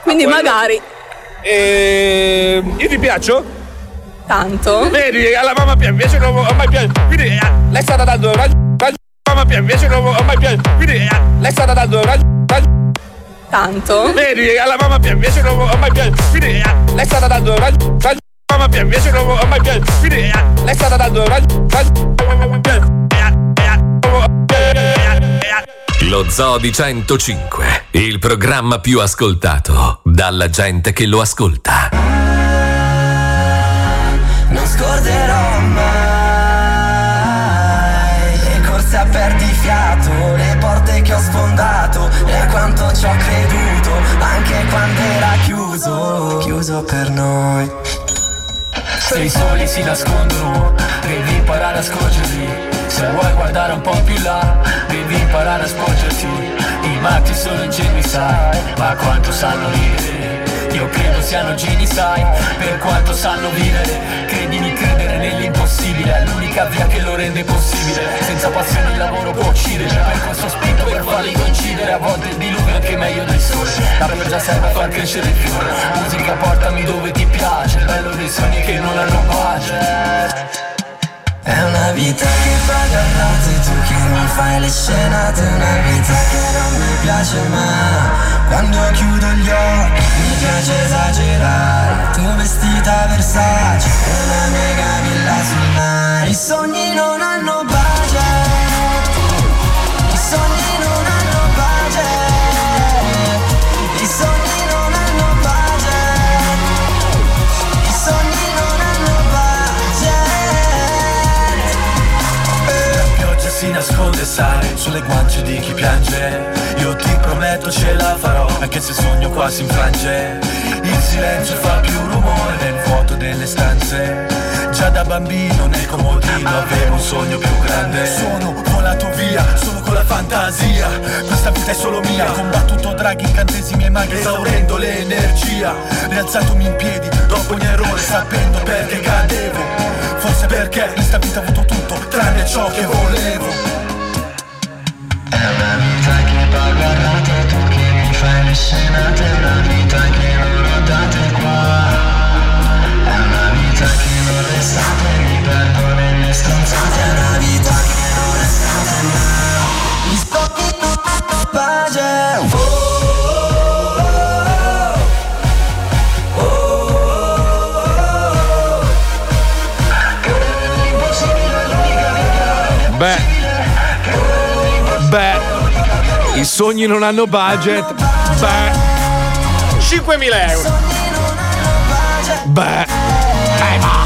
Speaker 22: Quindi
Speaker 6: Ah, quello-
Speaker 22: magari
Speaker 6: Ehm, io ti piaccio?
Speaker 22: tanto.
Speaker 6: Vedi, alla mamma Pia invece non ho mai piaciuto. Quindi eh, lei sta dando una alla mamma Pia invece non ho mai piaciuto. Quindi eh, lei sta dando una
Speaker 22: Tanto.
Speaker 6: Vedi, alla mamma Pia invece non ho mai piaciuto. Quindi eh, lei sta dando una alla mamma Pia invece non ho mai piaciuto. Quindi eh, lei sta dando una
Speaker 1: Lo Zoo di 105, il programma più ascoltato dalla gente che lo ascolta.
Speaker 10: Non scorderò mai le corse a perdifiato, le porte che ho sfondato e quanto ci ho creduto, anche quando era chiuso, chiuso per noi.
Speaker 8: Se i soli si nascondono, devi imparare a scorgerli Se vuoi guardare un po' più là, devi imparare a sporgerti I matti sono ingenui sai, ma quanto sanno ridere io credo siano geni, sai, per quanto sanno vivere Credimi, credere nell'impossibile È l'unica via che lo rende possibile Senza passione il lavoro può uccidere Per questo spinto per farli coincidere A volte il diluvio è anche meglio del sole La pioggia serve a far crescere il fiore Musica portami dove ti piace Il bello dei sogni che non hanno pace è una vita che fa da notte, tu che non fai le scenate, è una vita che non mi piace ma quando chiudo gli occhi mi piace esagerare, tu vestita Versace, e la mega villa sul mare, i sogni non hanno budget, i sogni non hanno budget, i sogni non hanno budget, i sogni non hanno budget. La pioggia si nasconde, sale sulle guance di chi piange. Io ti prometto ce la farò, anche se il sogno qua si infrange. Il silenzio fa più rumore nel vuoto delle stanze. Già da bambino nel comodino avevo un sogno più grande. Sono volato via, solo con la fantasia. Questa vita è solo mia. Combattuto draghi, incantesimi e maghi, esaurendo l'energia. Rialzatomi in piedi dopo ogni errore, sapendo perché cadevo. Forse perché in sta vita ho avuto tutto, tranne ciò che volevo. È una vita che va guardata, tu che mi fai le scenate, è una vita che non ho date qua. È una vita che non restate, mi perdo nelle stronzate, è una vita che non restate mai. Mi spocchi tutto pace.
Speaker 2: Beh. Beh. I sogni non hanno budget. Beh.
Speaker 21: 5.000 euro.
Speaker 2: Beh. Eh, ma.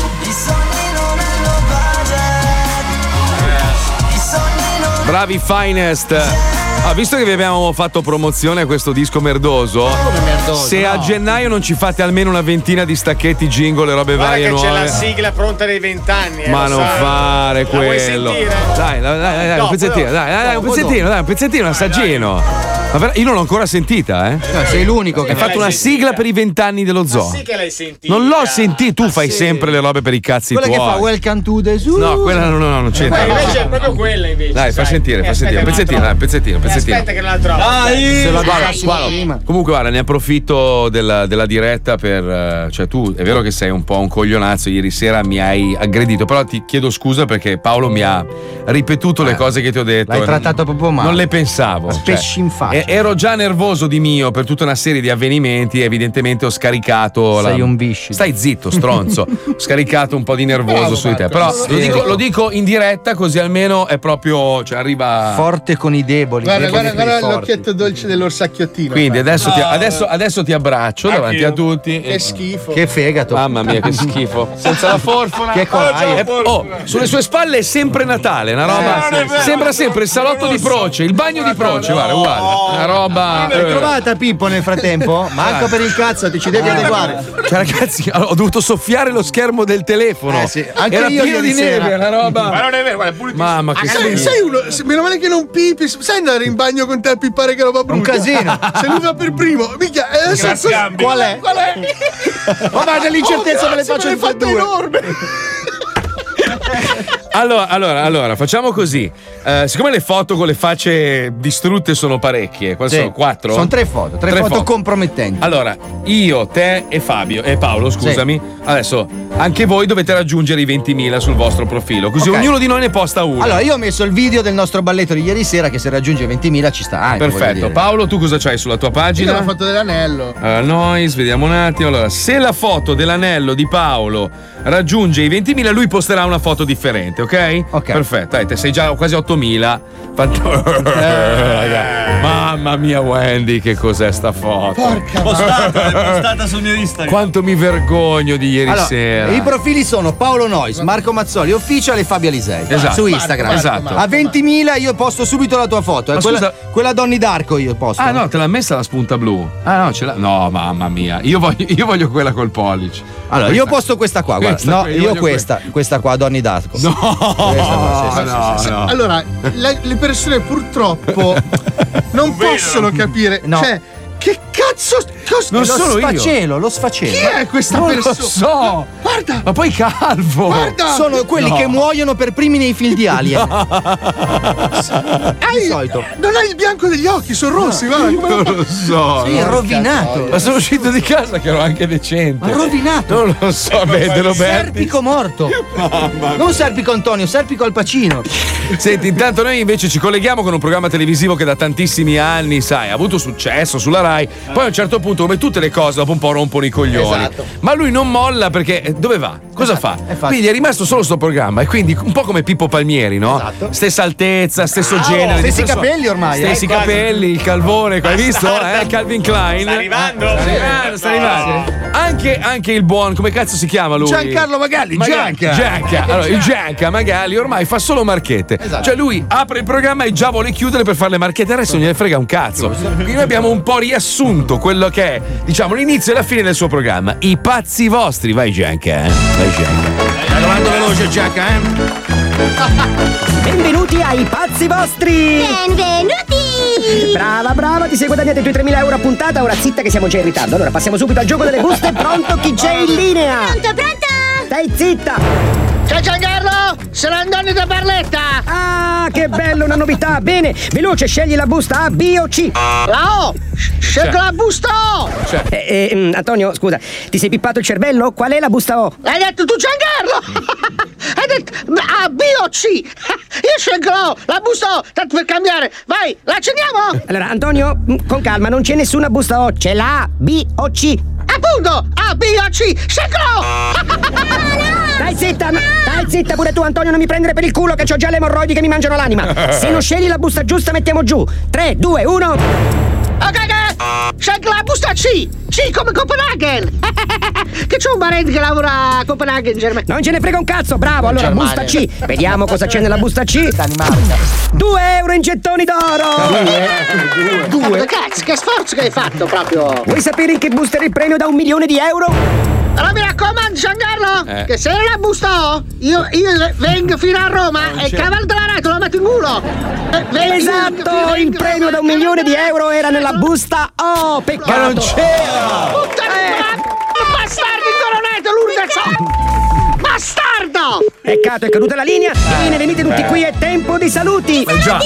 Speaker 2: Bravi Finest. Ah, visto che vi abbiamo fatto promozione a questo disco merdoso,
Speaker 21: merdoso,
Speaker 2: se a
Speaker 21: no.
Speaker 2: gennaio non ci fate almeno una ventina di stacchetti, jingle e robe
Speaker 21: Guarda
Speaker 2: varie
Speaker 21: che c'è
Speaker 2: nuove.
Speaker 21: la sigla pronta dei vent'anni. eh,
Speaker 2: Ma
Speaker 21: lo
Speaker 2: non
Speaker 21: sai.
Speaker 2: fare
Speaker 21: La vuoi
Speaker 2: quello.
Speaker 21: sentire?
Speaker 2: Dai, dai, dai, dai,
Speaker 21: No,
Speaker 2: un pezzettino,
Speaker 21: però-
Speaker 2: dai, dai, dai, un
Speaker 21: no,
Speaker 2: pezzettino, dai, un pezzettino, un assaggino. Ma ver- io non l'ho ancora sentita, eh.
Speaker 21: sei l'unico che
Speaker 2: Hai
Speaker 21: non
Speaker 2: fatto
Speaker 21: l'hai
Speaker 2: una
Speaker 21: sentita.
Speaker 2: sigla per i vent'anni dello zoo.
Speaker 21: Sì che l'hai sentita.
Speaker 2: Non l'ho sentita, tu fai sempre le robe per i cazzi
Speaker 10: Quella che fa
Speaker 2: tuoi.
Speaker 10: Welcome to the Zoo.
Speaker 2: No, quella no, no, no, non
Speaker 21: Ma
Speaker 2: c'entra.
Speaker 21: invece è proprio quella invece.
Speaker 2: Dai,
Speaker 21: sai.
Speaker 2: fa sentire,
Speaker 21: Eh,
Speaker 2: fa sentire, un
Speaker 21: aspetta che
Speaker 2: pezzettino,
Speaker 21: non la
Speaker 2: dai, un pezzettino, un
Speaker 21: trovo. Eh,
Speaker 2: pezzettino.
Speaker 21: Aspetta che non la Eh, trovo.
Speaker 2: Se la guarda, guarda. Comunque, guarda, ne approfitto della, della diretta per. eh, Cioè, tu è vero che sei un po' un coglionazzo. Ieri sera mi hai aggredito, però ti chiedo scusa perché Paolo mi ha ripetuto
Speaker 21: Ah.
Speaker 2: le cose che ti ho detto.
Speaker 5: L'hai trattato proprio male.
Speaker 2: Non le pensavo. cioè,
Speaker 5: Pesci in faccia.
Speaker 2: e- ero già nervoso di mio per tutta una serie di avvenimenti. e Evidentemente ho scaricato.
Speaker 5: Sei
Speaker 2: la...
Speaker 5: un
Speaker 2: bisci. Stai zitto, stronzo. ho scaricato un po' di nervoso su di te. Però
Speaker 5: Marco.
Speaker 2: lo,
Speaker 5: Sì.
Speaker 2: dico, lo dico in diretta, così almeno è proprio. Cioè, arriva.
Speaker 5: Forte con i deboli.
Speaker 9: Guarda,
Speaker 5: deboli
Speaker 9: guarda,
Speaker 5: con i
Speaker 9: guarda
Speaker 5: forti.
Speaker 9: l'occhietto dolce dell'orsacchiottino.
Speaker 2: Quindi adesso ti,
Speaker 9: Ah.
Speaker 2: adesso- adesso ti abbraccio davanti a tutti.
Speaker 9: Che schifo.
Speaker 2: Che fegato. Mamma mia, che schifo. Senza la forfona.
Speaker 9: Che coraggio.
Speaker 2: Eh, Oh, sulle sue spalle è sempre Natale, una roba. sembra sempre il salotto di Proce, il bagno di Proce, guarda, uguale. Una roba.
Speaker 10: L'hai
Speaker 2: eh.
Speaker 10: trovata Pippo nel frattempo? Manca per il cazzo, ti ci devi adeguare.
Speaker 2: Cioè, ragazzi, allora, ho dovuto soffiare lo schermo del telefono.
Speaker 10: Eh, sì, anche
Speaker 2: Era
Speaker 10: io
Speaker 2: pieno
Speaker 10: ieri
Speaker 2: di
Speaker 10: sera.
Speaker 2: neve, la roba.
Speaker 9: Ma non è vero, guarda, pure ti-
Speaker 2: Mamma che
Speaker 9: Ah, sai,
Speaker 2: schifo.
Speaker 9: sai uno, se- meno male che non pipi, sai andare in bagno con te a pipare che roba brutta. Un
Speaker 10: casino.
Speaker 9: Se lui va per primo, minchia, eh, e adesso
Speaker 10: Grazie, Ambi.
Speaker 9: qual è? Qual è?
Speaker 10: Ma guarda l'incertezza,
Speaker 9: Oh,
Speaker 10: me le
Speaker 9: cazzo,
Speaker 10: faccio
Speaker 9: me
Speaker 10: tutte e
Speaker 9: fatta
Speaker 10: due.
Speaker 9: enorme.
Speaker 2: Allora, allora, allora, facciamo così. Eh, siccome le foto con le facce distrutte sono parecchie, quali
Speaker 5: Sì.
Speaker 2: sono? Quattro? Ah,
Speaker 5: Sono tre foto, tre, foto, compromettenti.
Speaker 2: Allora, io, te e Fabio e Paolo, scusami. Adesso anche voi dovete raggiungere i 20.000 sul vostro profilo, così
Speaker 5: Ok.
Speaker 2: ognuno di noi ne posta uno.
Speaker 5: Allora, io ho messo il video del nostro balletto di ieri sera che se raggiunge 20.000 ci sta anche. voglio
Speaker 2: Perfetto.
Speaker 5: dire.
Speaker 2: Paolo, tu cosa c'hai sulla tua
Speaker 9: Gira
Speaker 2: pagina?
Speaker 9: la foto dell'anello.
Speaker 2: Allora, noise, vediamo Eh, un attimo. Allora, se la foto dell'anello di Paolo raggiunge i 20.000, lui posterà una foto differente, ok? ok? Ok. Perfetto, dai, te sei già quasi 8000. Fatto-
Speaker 14: Eh.
Speaker 2: Raga, Eh, Mamma mia, Wendy, che cos'è sta foto?
Speaker 14: Porca
Speaker 5: Postata,
Speaker 14: l'hai postata
Speaker 2: sul mio Instagram. Quanto mi vergogno di ieri
Speaker 14: Allora,
Speaker 2: sera.
Speaker 14: I profili sono Paolo Nois, Marco Mazzoli, Official e Fabio Alisei.
Speaker 2: Esatto.
Speaker 14: Su Instagram.
Speaker 2: Marco, Marco, Marco.
Speaker 14: A 20.000 io posto subito la tua foto. eh.
Speaker 2: Ma
Speaker 14: quella,
Speaker 2: scusa-
Speaker 14: quella Donny Darko io posto.
Speaker 2: Ah no, te l'ha messa la spunta blu. Ah no, ce l'ha. No, mamma mia. Io voglio, io voglio quella col pollice.
Speaker 14: Allora, io posto questa qua, guarda.
Speaker 2: Questa
Speaker 14: no,
Speaker 2: qui,
Speaker 14: io
Speaker 2: voglio Ah,
Speaker 14: questa, questa qua, Donny Darko. No,
Speaker 2: Oh,
Speaker 9: Allora, le, le persone purtroppo non possono capire.
Speaker 14: No.
Speaker 9: Cioè, che cazzo. cos-
Speaker 14: Non
Speaker 9: lo
Speaker 14: sono io.
Speaker 9: sfacelo,
Speaker 14: lo sfacelo.
Speaker 9: Chi è questa
Speaker 14: Non lo
Speaker 9: persona?
Speaker 14: so.
Speaker 9: Guarda!
Speaker 2: Ma poi calvo!
Speaker 9: Guarda!
Speaker 14: Sono quelli
Speaker 9: No.
Speaker 14: che muoiono per primi nei film di Alien.
Speaker 9: Hai- Non hai il bianco degli occhi, sono rossi, guarda. come
Speaker 2: Non lo so.
Speaker 9: Sì, è
Speaker 2: no.
Speaker 9: rovinato.
Speaker 2: Ma sono uscito di casa che ero anche decente.
Speaker 14: Ma rovinato.
Speaker 2: Non lo so, vede Roberto.
Speaker 14: Serpico morto.
Speaker 2: Ah,
Speaker 14: Non Serpico Antonio, Serpico al Pacino.
Speaker 2: Eh. Senti, intanto noi invece ci colleghiamo con un programma televisivo che da tantissimi anni, sai, ha avuto successo sulla Rai. Poi a un certo punto, come tutte le cose, dopo un po' rompono i coglioni.
Speaker 7: Esatto.
Speaker 2: Ma lui non molla perché eh, dove va? Cosa
Speaker 14: Esatto,
Speaker 2: fa? Quindi è rimasto solo sto programma. E quindi un po' come Pippo Palmieri, no? Stessa altezza, stesso
Speaker 14: Bravo.
Speaker 2: genere.
Speaker 14: Esatto. Ah, Stessi
Speaker 2: stesso-
Speaker 14: capelli ormai, eh.
Speaker 2: Stessi
Speaker 14: Eh, quasi.
Speaker 2: capelli, il calvone, hai visto?
Speaker 14: Bastardo.
Speaker 2: Eh, Calvin Klein. Ecco. Sta arrivando. Sta arrivando, sta
Speaker 14: No.
Speaker 2: arrivando. Anche, anche il buon, come cazzo si chiama lui?
Speaker 5: Giancarlo Magalli, Gianca.
Speaker 2: Gianca. Allora, il Gianca Magalli ormai fa solo marchette.
Speaker 5: Esatto.
Speaker 2: Cioè lui apre il programma e già vuole chiudere per fare le marchette, adesso non gliene frega un cazzo. Quindi noi abbiamo un po' riassunto quello che è, diciamo, l'inizio e la fine del suo programma. I pazzi vostri, vai Gianca. eh. Vai Gianca.
Speaker 11: La domanda veloce, Giacca, eh? Benvenuti ai pazzi vostri! Benvenuti! Brava, brava, ti sei guadagnato i tuoi 3.000 euro a puntata, ora zitta che siamo già in ritardo. Allora passiamo subito al gioco delle buste, pronto chi c'è in linea?
Speaker 15: Pronto, pronto!
Speaker 11: Stai zitta!
Speaker 15: Ciao Giancarlo! Sono Antonio da Barletta!
Speaker 11: Ah, che bello, una novità! Bene, veloce, scegli la busta A, B o C.
Speaker 15: La O!
Speaker 21: Cioè.
Speaker 15: Scelgo la busta O!
Speaker 11: Eh, eh, mm, Antonio, scusa, ti sei pippato il cervello? Qual è la busta O?
Speaker 15: L'hai detto tu Giancarlo! Hai detto A, ah, B o C! Io scelgo la O, la busta O, tanto per cambiare! Vai, la accendiamo!
Speaker 11: Allora, Antonio, mm, con calma, non c'è nessuna busta O, c'è la A, B o C.
Speaker 15: Appunto! A, B o C! Scelgo la O!
Speaker 11: Dai zitta, ma- dai zitta pure tu Antonio, non mi prendere per il culo che ho già le emorroidi che mi mangiano l'anima. Se non scegli la busta giusta mettiamo giù. 3, 2, 1.
Speaker 15: Ok, ok. Scelgo la busta C! C come Copenaghen! che c'ho un parente che lavora a Copenaghen, Germania!
Speaker 11: Non ce ne frega un cazzo, bravo, allora
Speaker 15: Germania.
Speaker 11: busta C. Vediamo cosa c'è nella busta C. 2 euro in gettoni d'oro.
Speaker 15: Due. Cazzo, che sforzo che hai fatto proprio!
Speaker 11: Vuoi sapere in che busta era il premio da un milione di euro?
Speaker 15: Allora mi raccomando, Giancarlo,
Speaker 11: Eh.
Speaker 15: che se non la busta O, io, io vengo fino a Roma e
Speaker 11: c'è.
Speaker 15: cavallo della rete lo metto in culo. Eh, vengo-
Speaker 11: Esatto, il premio da un milione di euro era nella busta O. Peccato.
Speaker 15: Ma non
Speaker 11: c'era.
Speaker 15: Puttana di ma- bastardo incoronato, l'urga Bastardo!
Speaker 11: Peccato, è caduta la linea. Bene, venite tutti qui, è tempo di saluti.
Speaker 15: Eh, già.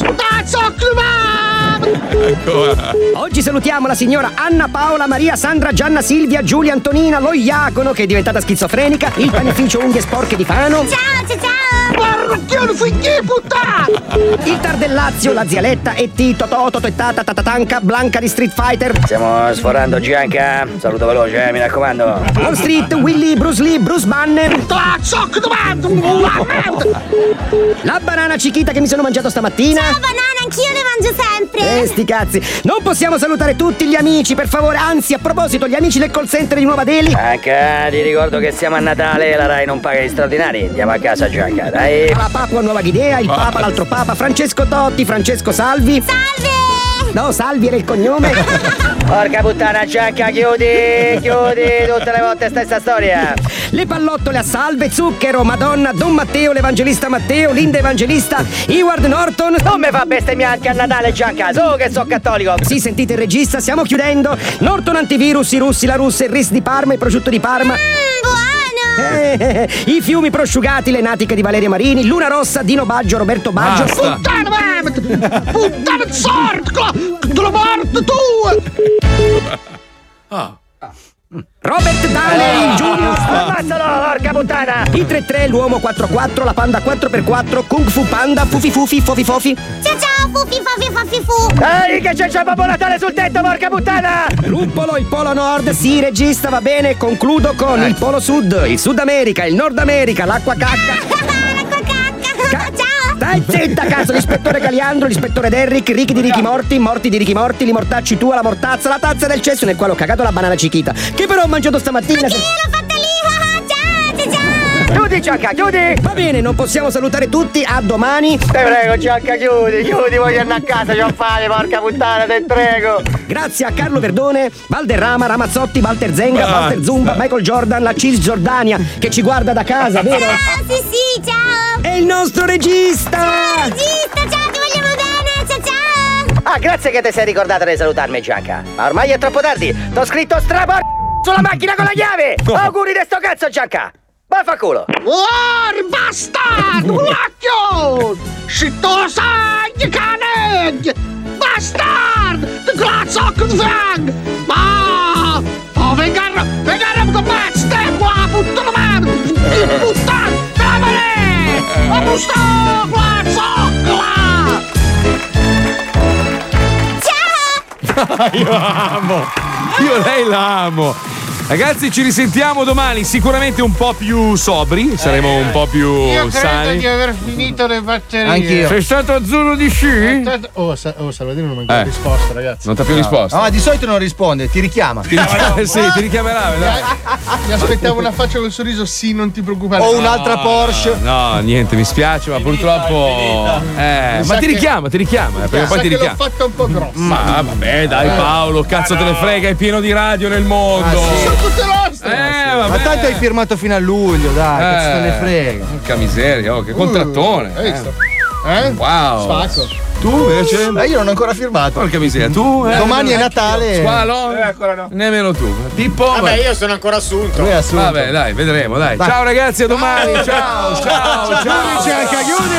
Speaker 15: Tazzo
Speaker 17: Ecco,
Speaker 11: Oggi salutiamo la signora Anna Paola Maria Sandra Gianna Silvia Giulia Antonina Lo Iacono che è diventata schizofrenica,
Speaker 15: Eh.
Speaker 11: il panificio unghie sporche di Fano. Ciao, ciao, ciao! Parrucchione fichie puttana! Il Tardellazio, la Zialetta e Tito Toto Tettata Tatatanca Blanca di Street Fighter.
Speaker 24: Stiamo sforando Gianca. Saluto veloce, eh, mi raccomando.
Speaker 11: Wall Street, Willy, Bruce Lee, Bruce Banner.
Speaker 24: Ah,
Speaker 11: La banana cichita che mi sono mangiato stamattina.
Speaker 15: Ciao, banana,
Speaker 11: anch'io le mangio sempre. Eh, sti cazzi. Non possiamo salutare tutti gli amici, per favore. Anzi, a proposito, gli amici del call center di Nuova Delhi.
Speaker 24: Gianca, eh, ti ricordo che siamo a Natale e la Rai non paga gli straordinari. Andiamo a casa, Gianca, dai.
Speaker 11: La Papua Nuova Guinea, il Papa, l'altro Papa, Francesco Totti, Francesco Salvi. Salve! No, Salvi era il cognome.
Speaker 24: Porca puttana, Gianca, chiudi, chiudi. Tutte le volte stessa storia.
Speaker 11: Le pallottole a salve, zucchero, Madonna, Don Matteo, l'Evangelista Matteo, Linda Evangelista, Howard Norton. Non mi fa bestemmiare anche a Natale, Gianca, so che so cattolico. Sì, sentite il regista, stiamo chiudendo. Norton antivirus, i russi, la russa, il ris di Parma, il prosciutto di Parma. Eh, eh, eh, I fiumi prosciugati, le natiche di Valeria Marini, Luna Rossa, Dino Baggio, Roberto Baggio.
Speaker 15: Basta. Puttana, mamma! Puttana sorco! Lo morto tu!
Speaker 11: Robert Downey
Speaker 15: Eh.
Speaker 24: Ah.
Speaker 11: Junior
Speaker 24: Ammazzalo, porca puttana!
Speaker 11: I 3-3, l'uomo 4-4, la panda 4x4, Kung Fu Panda, Fufi Fufi, Fofi Fofi.
Speaker 15: Ciao ciao, fufi fufi fufi fu!
Speaker 11: Ehi, che c'è il Babbo Natale sul tetto, porca puttana! Ruppolo, il Polo Nord, sì, regista, va bene, concludo con il Polo Sud, il Sud America, il Nord America, l'acqua cacca. Ca- Stai zitta, cazzo! L'ispettore Caliandro, l'ispettore Derrick, ricchi di ricchi morti, morti di ricchi morti, li mortacci tu alla mortazza, la tazza del cesso nel quale ho cagato la banana cichita. Che però ho mangiato stamattina. se- Chiudi Ciacca, chiudi! Va bene, non possiamo salutare tutti, a domani! Te
Speaker 32: prego, Ciacca, chiudi, chiudi, voglio andare a casa, c'ho fame, porca puttana, te prego!
Speaker 11: Grazie a Carlo Verdone, Valderrama, Ramazzotti, Walter Zenga,
Speaker 32: Basta.
Speaker 11: Walter Zumba, Michael Jordan, la Cisgiordania che ci guarda da casa, vero?
Speaker 21: Ciao, sì, sì, ciao!
Speaker 11: E il nostro regista!
Speaker 21: Ciao, regista, ciao, ti vogliamo bene, ciao, ciao!
Speaker 32: Ah, grazie che ti sei ricordato di salutarmi, Gianca. Ma ormai è troppo tardi. T'ho scritto strapor sulla macchina con la chiave. Auguri di sto cazzo, Gianca. Vaffanculo.
Speaker 8: War bastardo, lacchio! Scittosa, cane! Bastard! Glatzok vang! Ma! Oh, vengar! Vengar con peste! Qua, puttana merda! Puttana! Damane! A busto! Glatzok! Là!
Speaker 2: Ah, Io la amo. Io lei la amo. Ragazzi, ci risentiamo domani, sicuramente un po' più sobri,
Speaker 5: Eh.
Speaker 2: saremo un po' più
Speaker 33: Io credo
Speaker 2: sani.
Speaker 33: di aver finito le batterie.
Speaker 2: Anch'io. Sei stato azzurro di sci?
Speaker 9: Oh, Sa- oh, Salvatino non mi ha ancora
Speaker 2: Eh.
Speaker 9: risposto, ragazzi.
Speaker 2: Non ti ha più
Speaker 9: No.
Speaker 2: risposto.
Speaker 5: No, di solito non risponde, ti richiama.
Speaker 2: Ti richiama- sì, ti richiamerà, vedrai.
Speaker 9: Mi aspettavo una faccia con un sorriso, sì, non ti preoccupare.
Speaker 2: No, No, niente, mi spiace, ma purtroppo. Eh,
Speaker 9: Mi
Speaker 2: ma
Speaker 9: sa che-
Speaker 2: ti richiama, ti richiama, eh,
Speaker 9: Mi
Speaker 2: perché
Speaker 9: sa
Speaker 2: poi ti
Speaker 9: che l'ho
Speaker 2: richiama.
Speaker 9: fatta un po' grossa.
Speaker 2: Ma vabbè, dai
Speaker 5: Eh.
Speaker 2: Paolo, cazzo te ne frega, è pieno di radio nel mondo.
Speaker 9: Sono tutte nostre!
Speaker 5: Eh,
Speaker 2: Eh,
Speaker 5: Ma tanto hai firmato fino a luglio, Ah, dai, cazzo te ne frega. Uh,
Speaker 2: Porca miseria, oh, che contrattone.
Speaker 5: hai visto?
Speaker 9: Eh?
Speaker 2: Wow.
Speaker 5: Spacco.
Speaker 2: Tu invece?
Speaker 5: Eh, io non ho ancora firmato.
Speaker 2: Porca miseria, tu? eh?
Speaker 5: Domani è Natale.
Speaker 2: Squalo? Nemmeno tu. Pippo?
Speaker 34: Vabbè,
Speaker 2: vai.
Speaker 34: io sono ancora assunto.
Speaker 2: Vabbè, dai, vedremo, dai.
Speaker 34: Dai.
Speaker 2: Ciao ragazzi, a domani. Ciao, ciao, ciao.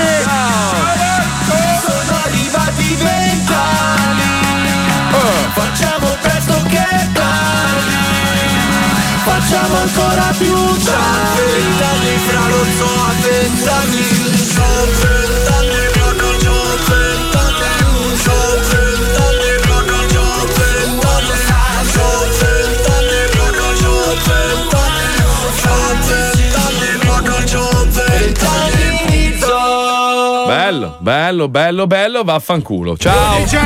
Speaker 10: Sono arrivati vent'anni Facciamo presto che è tardi Facciamo ancora più tardi Vent'anni fra lo zoo a vent'anni Zoo vent'anni proprio zoo vent'anni Zoo vent'anni proprio zoo vent'anni Zoo vent'anni proprio zoo vent'anni Zoo vent'anni proprio zoo vent'anni Zoo
Speaker 2: Bello, bello, bello, bello, vaffanculo. Ciao.